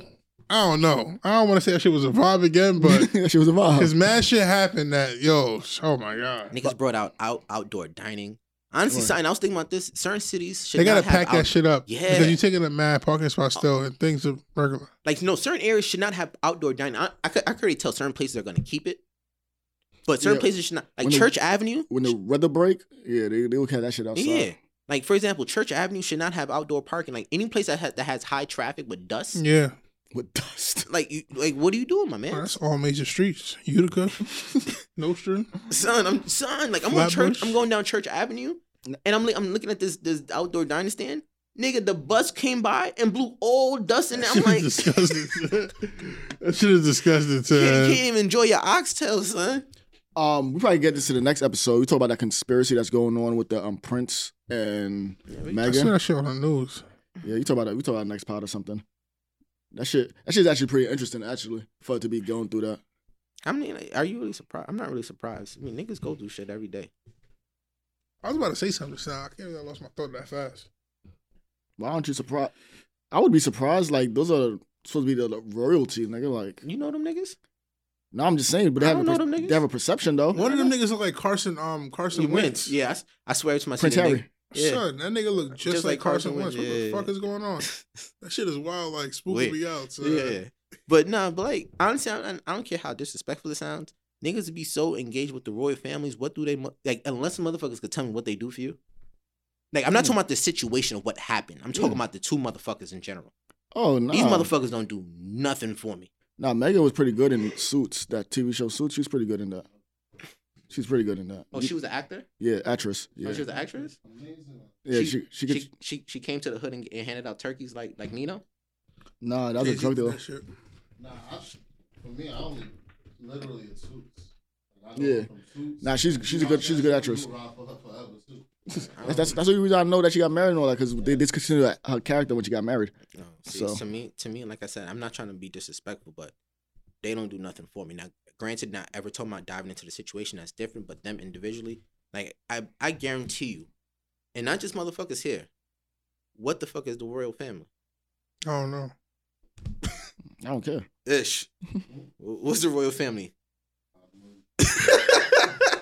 Speaker 4: I don't know. I don't want to say that shit was a vibe again, but
Speaker 2: that shit was a vibe.
Speaker 4: his mad shit happened that, yo, oh my God.
Speaker 5: niggas brought out, out outdoor dining. Honestly, something I was thinking about this. Certain cities should
Speaker 4: They gotta
Speaker 5: not have
Speaker 4: pack that
Speaker 5: out-
Speaker 4: shit up.
Speaker 5: Yeah.
Speaker 4: Because you're taking a mad parking spot still and things are regular.
Speaker 5: Like no, certain areas should not have outdoor dining. I, I, could, I could already tell certain places are gonna keep it, but certain
Speaker 2: Yeah.
Speaker 5: places should not. Like
Speaker 2: When the-
Speaker 5: Church Avenue,
Speaker 2: when the weather break, yeah, they they will have that shit outside.
Speaker 5: Yeah. Like for example, Church Avenue should not have outdoor parking. Like any place that has, that has high traffic with dust.
Speaker 4: Yeah.
Speaker 2: With dust.
Speaker 5: Like you, like what are you doing, my man?
Speaker 4: Well, that's all major streets. Utica, Nostrand.
Speaker 5: son, I'm son. Like I'm on
Speaker 4: Flatbush.
Speaker 5: church. I'm going down Church Avenue, and I'm li- I'm looking at this this outdoor dining stand. Nigga, the bus came by and blew all dust in there. I'm
Speaker 4: Shit
Speaker 5: like,
Speaker 4: is
Speaker 5: you
Speaker 4: disgusting. that shit is disgusting.
Speaker 5: can't
Speaker 4: To,
Speaker 5: even enjoy your oxtail, son.
Speaker 2: Um, we probably get this to the next episode. We talk about that conspiracy that's going on with the um Prince and
Speaker 4: I saw
Speaker 2: Megan.
Speaker 4: that shit on the news.
Speaker 2: Yeah, you talk about that. We talk about it next pod or something. That shit. That shit's actually pretty interesting, actually, for it to be going through that.
Speaker 5: I mean, like, are you really surprised? I'm not really surprised. I mean, niggas go through shit every day.
Speaker 4: I was about to say something. So I can't believe I lost my thought that fast.
Speaker 2: Why aren't you surprised? I would be surprised. Like those are supposed to be the, the royalty, nigga. Like,
Speaker 5: You know them niggas?
Speaker 2: no, I'm just saying, but they
Speaker 5: I
Speaker 2: have, a,
Speaker 5: don't know
Speaker 2: per-
Speaker 5: them niggas.
Speaker 2: they have a perception though.
Speaker 4: One of them niggas look like Carson. Um, Carson
Speaker 5: You
Speaker 4: Wentz.
Speaker 5: wins. Yeah, I, s- I swear to my
Speaker 2: Prince
Speaker 5: senior
Speaker 2: Harry.
Speaker 5: nigga. Yeah.
Speaker 4: Son, that nigga look just, like, Carson Wentz. What the
Speaker 5: yeah.
Speaker 4: fuck is going on? That shit is wild, like spooky
Speaker 5: Weird.
Speaker 4: me out. Son.
Speaker 5: Yeah, but nah, but like honestly, I, I don't care how disrespectful it sounds. Niggas be so engaged with the royal families. What do they mo- like? Unless motherfuckers could tell me what they do for you. Like
Speaker 2: Hmm.
Speaker 5: I'm not talking about the situation of what happened. I'm talking about the two motherfuckers in general.
Speaker 2: Oh no,
Speaker 5: These motherfuckers don't do nothing for me.
Speaker 2: Nah, Megan was pretty good in Suits, that TV show Suits. She was pretty good in that. She's pretty good in that.
Speaker 5: Oh, she was an actor.
Speaker 2: yeah, actress. Yeah,
Speaker 5: Oh, she was an actress.
Speaker 2: yeah. She she,
Speaker 5: she,
Speaker 2: gets,
Speaker 5: she, she, came to the hood and, and handed out turkeys like like Nino.
Speaker 2: nah. That was a drug dealer.
Speaker 4: That shit.
Speaker 6: Nah, I, for me, I only literally it's suits. Like, I know
Speaker 2: Yeah.
Speaker 6: her from Suits.
Speaker 2: Nah, she's she's a good she's a good actress.
Speaker 6: We'll ride for her forever, too.
Speaker 2: That's that's, that's the only reason I know that she got married and all that because they discontinued her- her character when she got married.
Speaker 5: No, see,
Speaker 2: So-
Speaker 5: to me, to me, like I said, I'm not trying to be disrespectful, but they don't do nothing for me. Now, granted, not ever talking about diving into the situation that's different, but them individually, like I, I guarantee you, and not just motherfuckers here. What the fuck is the royal family?
Speaker 4: I don't know.
Speaker 2: I don't care.
Speaker 5: Ish. Wh- What's the royal family?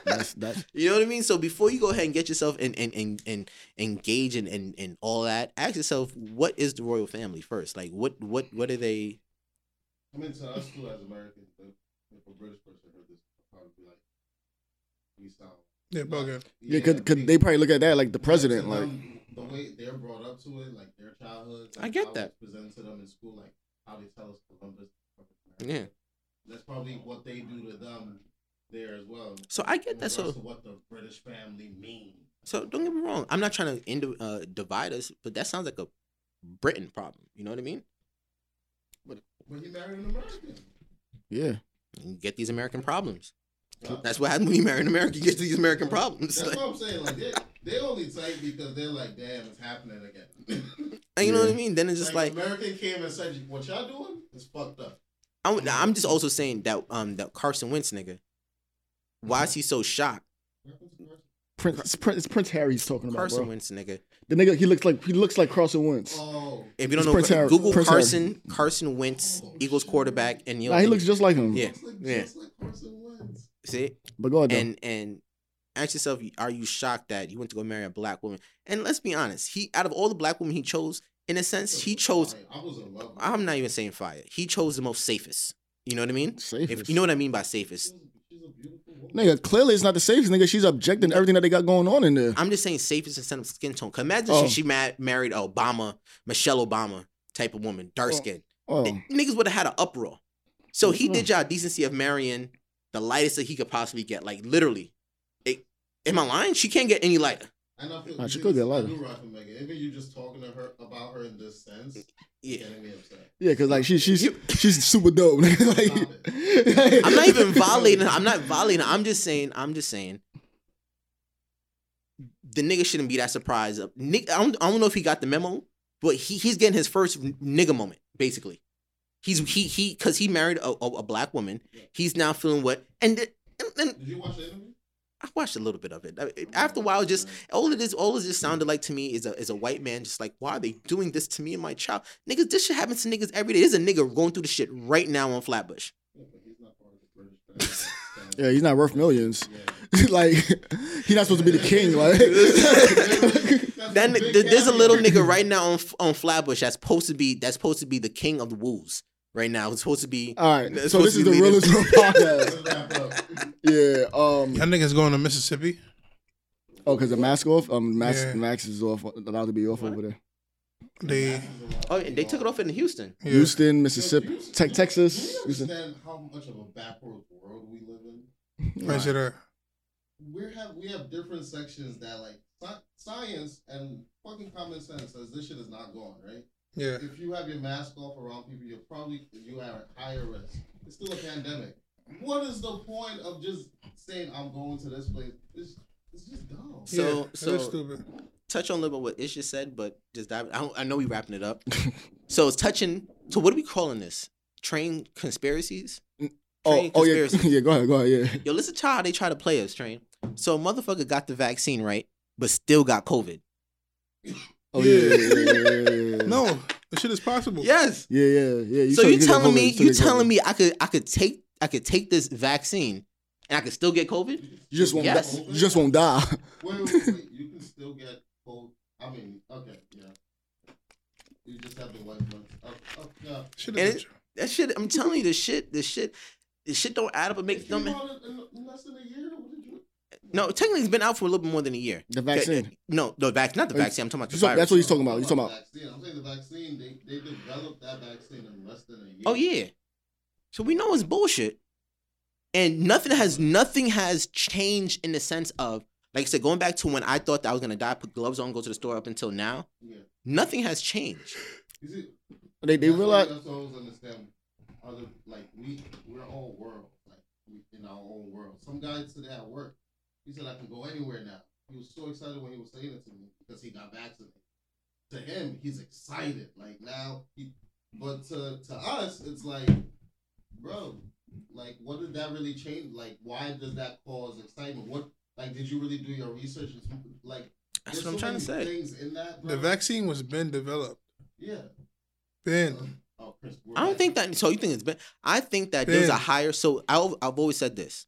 Speaker 2: That's that's
Speaker 5: You know what I mean? So before you go ahead and get yourself and and and, and engage and, and and all that, ask yourself what is the royal family first? Like what what what are they?
Speaker 6: I mean, to us too as Americans, if, if a British person heard this, they'd probably be like, "We sound."
Speaker 4: Yeah, bugging.
Speaker 2: yeah. Cause, 'cause they probably look at that like the president.
Speaker 6: to
Speaker 2: Like
Speaker 6: them, the way they're brought up to it, like their childhood.
Speaker 5: I get that.
Speaker 6: Presented to them in school, like how they tell us Columbus.
Speaker 5: Yeah.
Speaker 6: That's probably what they do to them there as well.
Speaker 5: So I
Speaker 6: in
Speaker 5: get that.
Speaker 6: regards
Speaker 5: So
Speaker 6: to what the British family means.
Speaker 5: So don't get me wrong. I'm not trying to indi- uh, divide us, but that sounds like a Britain problem. You know what I mean?
Speaker 6: When you married an American,
Speaker 2: yeah,
Speaker 5: You get these American problems.
Speaker 6: Huh?
Speaker 5: That's what happens when you marry an American. You get these American problems.
Speaker 6: that's
Speaker 5: Like,
Speaker 6: what I'm saying. Like they, they only tight because they're like, "Damn, it's happening again."
Speaker 5: you know what I mean? Then it's just
Speaker 6: like,
Speaker 5: like,
Speaker 6: American came and said, "What y'all doing is fucked up."
Speaker 5: I'm, nah, I'm just also saying that um that Carson Wentz nigga. Why is he so shocked?
Speaker 2: Prince, it's, Prince, it's Prince Harry's talking about,
Speaker 5: Carson
Speaker 2: bro.
Speaker 5: Wentz nigga.
Speaker 2: The nigga, he looks like he looks like Carson Wentz.
Speaker 6: Oh,
Speaker 5: If you don't
Speaker 2: It's
Speaker 5: know,
Speaker 2: Prince Harry-
Speaker 5: Google
Speaker 2: Prince Harry.
Speaker 5: Carson Carson Wentz Eagles quarterback, and you
Speaker 2: Nah, he looks just like him.
Speaker 5: yeah
Speaker 6: it's like
Speaker 5: yeah.
Speaker 6: just like Carson Wentz.
Speaker 5: See,
Speaker 2: But go ahead. though.
Speaker 5: and and ask yourself, are you shocked that you went to go marry a black woman? And let's be honest, he out of all the black women he chose, in a sense, he chose.
Speaker 6: Sorry, I was in love. with
Speaker 5: I'm not even saying fire. He chose the most safest. You know what I mean? If
Speaker 2: Safest.
Speaker 5: you know what I mean by safest,
Speaker 2: Nigga, clearly it's not the safest. Nigga, she's objecting to everything that they got going on in there.
Speaker 5: I'm just saying safest in sense of skin tone. 'Cause imagine
Speaker 2: Oh.
Speaker 5: she, she ma- married a Obama, Michelle Obama type of woman, dark
Speaker 2: Oh.
Speaker 5: skin.
Speaker 2: Oh, Mm-hmm.
Speaker 5: Niggas would have had an uproar. So he did y'all decency of marrying the lightest that he could possibly get. Like literally, it, am I lying? She can't get any lighter.
Speaker 6: And I feel
Speaker 2: Nah,
Speaker 6: you
Speaker 2: she
Speaker 6: think
Speaker 2: could get
Speaker 6: it's-
Speaker 2: lighter.
Speaker 6: I do rock with Megan. Even you just talking to her about her in this sense,
Speaker 5: Yeah.
Speaker 6: getting me upset.
Speaker 2: yeah, because like she, she's
Speaker 5: You-
Speaker 2: she's super dope. nigga. like,
Speaker 5: I'm not even violating. I'm not violating. I'm just saying. I'm just saying. The nigga shouldn't be that surprised. Nick, I don't, I don't know if he got the memo, but he, he's getting his first n- nigga moment basically. He's he he because he married a, a, a black woman. He's now feeling what and. th- and- and
Speaker 6: Did you watch the interview?
Speaker 5: I watched a little bit of it. I- After a while, just all it is, all it just sounded like to me is a is a white man just like, why are they doing this to me and my child? Niggas, this shit happens to niggas every day. There's a nigga going through the shit right now on Flatbush.
Speaker 6: Yeah, but he's not part of the British family.
Speaker 2: yeah, he's not worth millions. like he's not supposed to be the king. Like,
Speaker 6: That's
Speaker 5: That
Speaker 6: the
Speaker 5: ni-
Speaker 6: big
Speaker 5: th- there's a
Speaker 6: caveat.
Speaker 5: little nigga right now on F- on Flatbush that's supposed to be that's supposed to be the king of the wolves right now. It's supposed to be
Speaker 2: all right.
Speaker 5: that's
Speaker 2: So this
Speaker 5: supposed
Speaker 2: is
Speaker 5: to
Speaker 2: the
Speaker 5: be
Speaker 2: realest
Speaker 5: leader.
Speaker 2: podcast.
Speaker 6: Wrap up.
Speaker 2: Yeah. Um.
Speaker 4: That nigga's going to Mississippi.
Speaker 2: Oh, because the mask off. Um. Max.
Speaker 4: Yeah.
Speaker 2: Max is off. Allowed to be off over there.
Speaker 4: They
Speaker 5: Oh, and they took it off in Houston.
Speaker 4: yeah.
Speaker 2: Houston, Mississippi, Tech,
Speaker 6: Do
Speaker 2: Texas.
Speaker 6: you
Speaker 2: Houston.
Speaker 6: understand how much of a backwards world we live in?
Speaker 4: Right. so that-
Speaker 6: We have we have different sections that like sci- science and fucking common sense says this shit is not going right.
Speaker 4: Yeah.
Speaker 6: If you have your mask off around people, you're probably you are at higher risk. It's still a pandemic. What is the point of just saying I'm going to this place? It's, it's just dumb.
Speaker 5: So-
Speaker 4: yeah. that
Speaker 5: so-
Speaker 4: is stupid.
Speaker 5: Touch on a little bit what Ish just said, but just dive. I, don't, I know we wrapping it up. so it's touching. So what are we calling this? Train conspiracies.
Speaker 2: Oh,
Speaker 5: Train
Speaker 2: oh yeah,
Speaker 5: conspiracy.
Speaker 2: yeah. Go ahead, go ahead. Yeah,
Speaker 5: Yo, listen to how they try to play us, train. So a motherfucker got the vaccine right, but still got COVID.
Speaker 2: oh yeah, yeah,
Speaker 4: Yeah.
Speaker 2: yeah, yeah, yeah, yeah, yeah.
Speaker 4: No, the shit is possible.
Speaker 5: Yes.
Speaker 2: yeah, yeah, yeah.
Speaker 5: so
Speaker 2: took-
Speaker 5: you
Speaker 2: took
Speaker 5: telling
Speaker 2: COVID,
Speaker 5: me
Speaker 2: took
Speaker 5: you
Speaker 2: COVID.
Speaker 5: telling me I could I could take I could take this vaccine and I could still get COVID?
Speaker 2: you just won't,
Speaker 5: Yes.
Speaker 2: you just won't die.
Speaker 6: Wait, wait, wait. You can still get cold. I mean, okay, yeah. You just have the white blood. Oh, oh, yeah.
Speaker 4: Shit
Speaker 5: And
Speaker 4: is
Speaker 5: it- That shit, I'm telling you, this shit, this shit, this shit don't add up and make
Speaker 6: If you
Speaker 5: them.
Speaker 6: want it in in less than a year, what did you?
Speaker 5: No, technically, it's been out for a little bit more than a year.
Speaker 2: The vaccine.
Speaker 5: No, the vaccine, not the
Speaker 2: Oh, you-
Speaker 5: vaccine. I'm talking about the
Speaker 2: So
Speaker 5: virus.
Speaker 2: that's what he's talking about. He's talking about.
Speaker 6: vaccine. I'm saying the vaccine. They they developed that vaccine in less than a year.
Speaker 5: oh yeah. So we know it's bullshit, and nothing has nothing has changed in the sense of like I said, going back to when I thought that I was gonna die, put gloves on, go to the store, up until now,
Speaker 6: Yeah.
Speaker 5: nothing has changed.
Speaker 6: You see,
Speaker 2: They they
Speaker 6: that's why
Speaker 2: realize.
Speaker 6: you have to always understand. Other like we we're all world like we in our own world. Some guy today at work, he said I can go anywhere now. He was so excited when he was saying it to me because he got vaccinated. To him, he's excited. Like now, he, but to to us, it's like, bro, like what did that really change? Like why does that cause excitement? What like did you really do your research? It's, like
Speaker 5: That's
Speaker 6: there's
Speaker 5: what I'm
Speaker 6: so
Speaker 5: trying to
Speaker 6: many
Speaker 5: say.
Speaker 6: Things in that. bro.
Speaker 4: The vaccine was been developed.
Speaker 6: Yeah.
Speaker 4: Been.
Speaker 6: Oh, Chris. we're
Speaker 5: I don't
Speaker 6: back.
Speaker 5: think that. So you think it's been? I think that there's a
Speaker 4: Ben.
Speaker 5: higher. So I, al- I've always said this.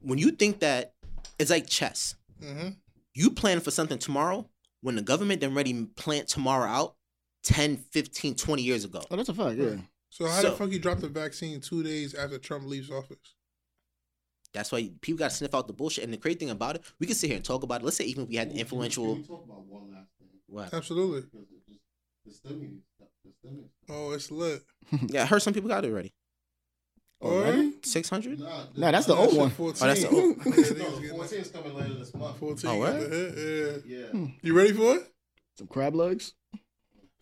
Speaker 5: When you think that it's like chess,
Speaker 4: hmm
Speaker 5: you plan for something tomorrow. When the government then ready plant tomorrow out 10, 15, 20 years ago.
Speaker 2: Oh, that's a fact. Yeah.
Speaker 4: So how
Speaker 5: So-
Speaker 4: the fuck you drop the vaccine two days after Trump leaves office?
Speaker 5: That's why people got to sniff out the bullshit. And the crazy thing about it, we can sit here and talk about it. Let's say even if we had an
Speaker 6: Ooh, Can
Speaker 5: influential.
Speaker 6: we talk about one last thing?
Speaker 5: What?
Speaker 4: Absolutely.
Speaker 6: Because it just the stimulus, the stimulus.
Speaker 4: Oh, it's lit.
Speaker 5: Yeah, I heard some people got it already.
Speaker 2: Already?
Speaker 5: Six hundred.
Speaker 6: Nah,
Speaker 2: Nah, that's the old one.
Speaker 4: Oh,
Speaker 5: that's the old-
Speaker 6: No, fourteen is coming later this month.
Speaker 4: 14.
Speaker 5: Oh, what?
Speaker 4: Yeah.
Speaker 6: Yeah.
Speaker 4: You ready for it?
Speaker 2: Some crab legs.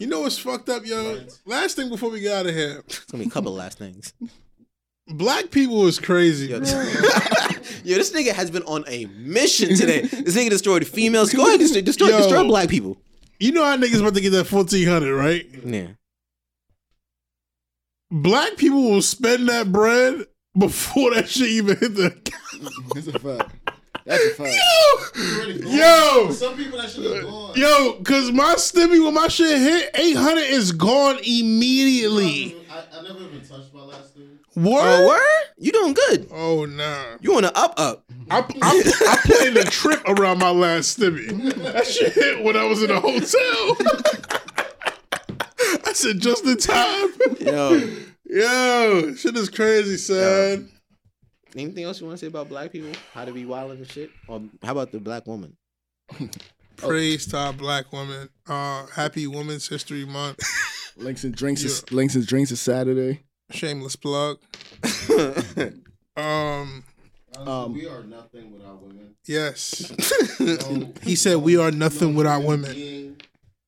Speaker 4: You know what's fucked up, yo?
Speaker 6: Right.
Speaker 4: Last thing before we get out of here.
Speaker 5: It's gonna be a couple of last things.
Speaker 4: Black people is crazy.
Speaker 5: Yo, this, Yo, this nigga has been on a mission today. This nigga destroyed females. Go ahead, destroy, destroy,
Speaker 4: Yo.
Speaker 5: destroy black people.
Speaker 4: You know how niggas about to get that 1400, right?
Speaker 5: Yeah.
Speaker 4: black people will spend that bread before that shit even hit the
Speaker 2: That's a fact. That's a fact.
Speaker 6: Already gone.
Speaker 4: Yo!
Speaker 6: Some people that shit is gone.
Speaker 4: Yo, cause my stimmy when my shit hit, eight hundred is gone immediately.
Speaker 6: I, I never even touched my last thing.
Speaker 4: What?
Speaker 5: Oh, word? You doing good.
Speaker 4: Oh nah.
Speaker 5: You on a up up.
Speaker 4: I, I, I played a trip around my last stimmy. That shit hit when I was in a hotel. I said just in time.
Speaker 5: Yo.
Speaker 4: Yo, shit is crazy, son.
Speaker 5: Anything else you want to say about black people? How to be wild and shit? Or how about the black woman?
Speaker 4: Praise to our black women. Uh, happy Women's History Month.
Speaker 2: Links and drinks is links and drinks is Saturday.
Speaker 4: Shameless plug. Um,
Speaker 6: Honestly, we are nothing without women.
Speaker 4: yes.
Speaker 6: No
Speaker 4: He said we are nothing without
Speaker 6: human
Speaker 4: women.
Speaker 6: being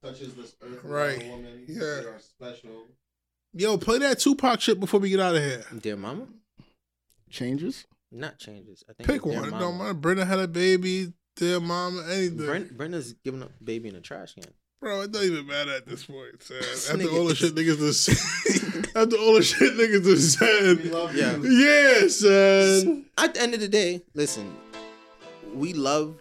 Speaker 6: touches this earth without
Speaker 4: Right.
Speaker 6: a woman.
Speaker 4: Yeah.
Speaker 6: They are special.
Speaker 4: Yo, play that Tupac shit before we get out of here.
Speaker 5: Dear mama?
Speaker 2: Changes.
Speaker 5: Not changes. I think
Speaker 4: Pick
Speaker 5: Dear
Speaker 4: one. It
Speaker 5: Mama.
Speaker 4: Don't matter. Brenda had a baby. Dear mama, anything.
Speaker 5: Bren, Brenda's giving up baby in a trash can.
Speaker 4: Bro, it don't even matter at this point. Son. After
Speaker 5: nigga
Speaker 4: all the
Speaker 5: is-
Speaker 4: shit niggas just after all the shit niggas just said.
Speaker 6: We love
Speaker 5: Yeah.
Speaker 6: you.
Speaker 4: Yeah, son.
Speaker 5: At the end of the day, listen, we love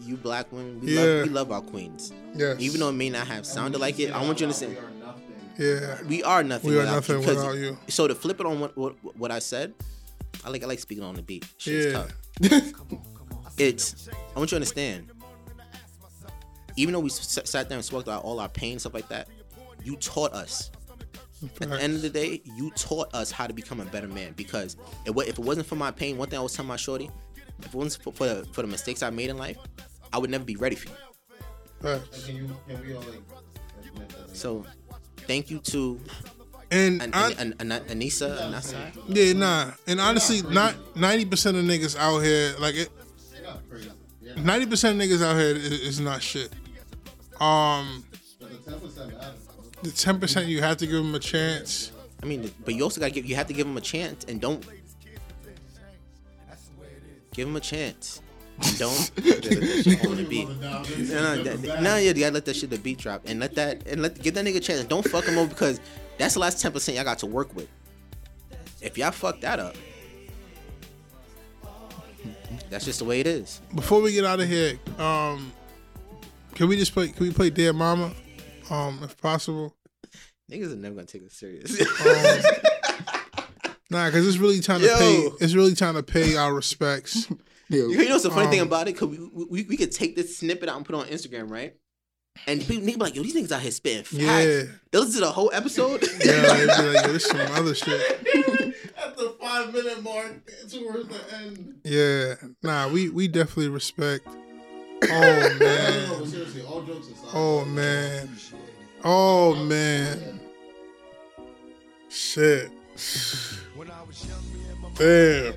Speaker 5: you black women. We
Speaker 4: Yeah.
Speaker 5: love we love our queens.
Speaker 4: Yes.
Speaker 5: Even though it may not have sounded like it, I want you to understand
Speaker 6: We are nothing.
Speaker 4: Yeah.
Speaker 5: we are nothing.
Speaker 4: We are
Speaker 5: without
Speaker 4: nothing
Speaker 5: you, 'cause-
Speaker 4: without you.
Speaker 5: So to flip it on what, what what I said, I like I like speaking on the beat. Shit's
Speaker 4: Yeah.
Speaker 5: tough. It's I want you to understand. Even though we s- sat there and spoke about all our pain stuff like that, you taught us. At the end of the day, you taught us how to become a better man. Because it, wa- if it wasn't for my pain, one thing I was telling my shorty, if it wasn't for, for, the, for the mistakes I made in life, I would never be ready for you.
Speaker 4: Facts.
Speaker 6: Can you? Can we all like? admit that?
Speaker 5: So, thank you to
Speaker 4: And,
Speaker 5: An-
Speaker 4: I,
Speaker 5: An- An- An- Anissa, Anissa.
Speaker 4: yeah, nah. And honestly, not ninety percent of niggas out here like it.
Speaker 6: They're not crazy. They're not-
Speaker 4: Ninety percent of niggas out here is, is not shit. Um,
Speaker 6: but the ten percent matters.
Speaker 4: the ten percent you have to give them a chance.
Speaker 5: I mean, but you also gotta give. You have to give him a chance, and don't give him a chance. And Don't on the beat. No, no, that- no, yeah, you gotta let that shit the beat drop, and let that and let give that nigga a chance. Don't fuck him over because that's the last ten percent y'all got to work with. If y'all fuck that up, that's just the way it is.
Speaker 4: Before we get out of here, um, can we just play? Can we play Dear Mama, um, if possible? Um,
Speaker 5: Niggas are never gonna take it serious.
Speaker 4: Nah, because it's really time to
Speaker 5: Yo.
Speaker 4: pay. It's really time to pay our respects.
Speaker 2: Yeah,
Speaker 5: You know what's the funny thing
Speaker 4: Um,
Speaker 5: about it? Cause we, we we could take this snippet out and put it on Instagram, right? And people niggas be like, yo, these niggas out here spitting facts.
Speaker 4: Yeah.
Speaker 5: They listen to the whole episode.
Speaker 4: yeah, they'd be like, yo, this some other shit.
Speaker 6: At the five minute mark towards the end.
Speaker 4: Yeah, nah, we we definitely respect. Oh
Speaker 6: No,
Speaker 4: man,
Speaker 6: but seriously, all jokes aside.
Speaker 4: oh man, oh man, shit. Damn.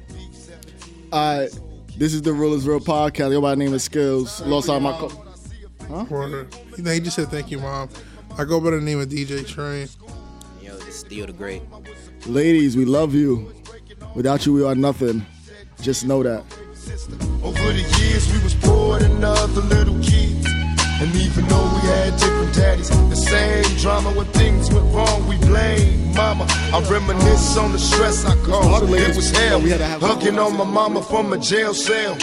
Speaker 2: Alright. This is the Real is Real podcast. Go by the name of Skills. Lost out my co-
Speaker 4: Porter. You know, he just said thank you, mom. I go by the name of DJ Train.
Speaker 5: yo, this is Theo the Great.
Speaker 2: Ladies, we love you. Without you, we are nothing. Just know that.
Speaker 7: Over the years, we was poor than other little kids. And even though we had different daddies, the same drama when things went wrong, we blame mama. I reminisce on the stress I caused. It was hell.
Speaker 2: Oh, we had to have-
Speaker 7: Hugging on my mama from a jail cell.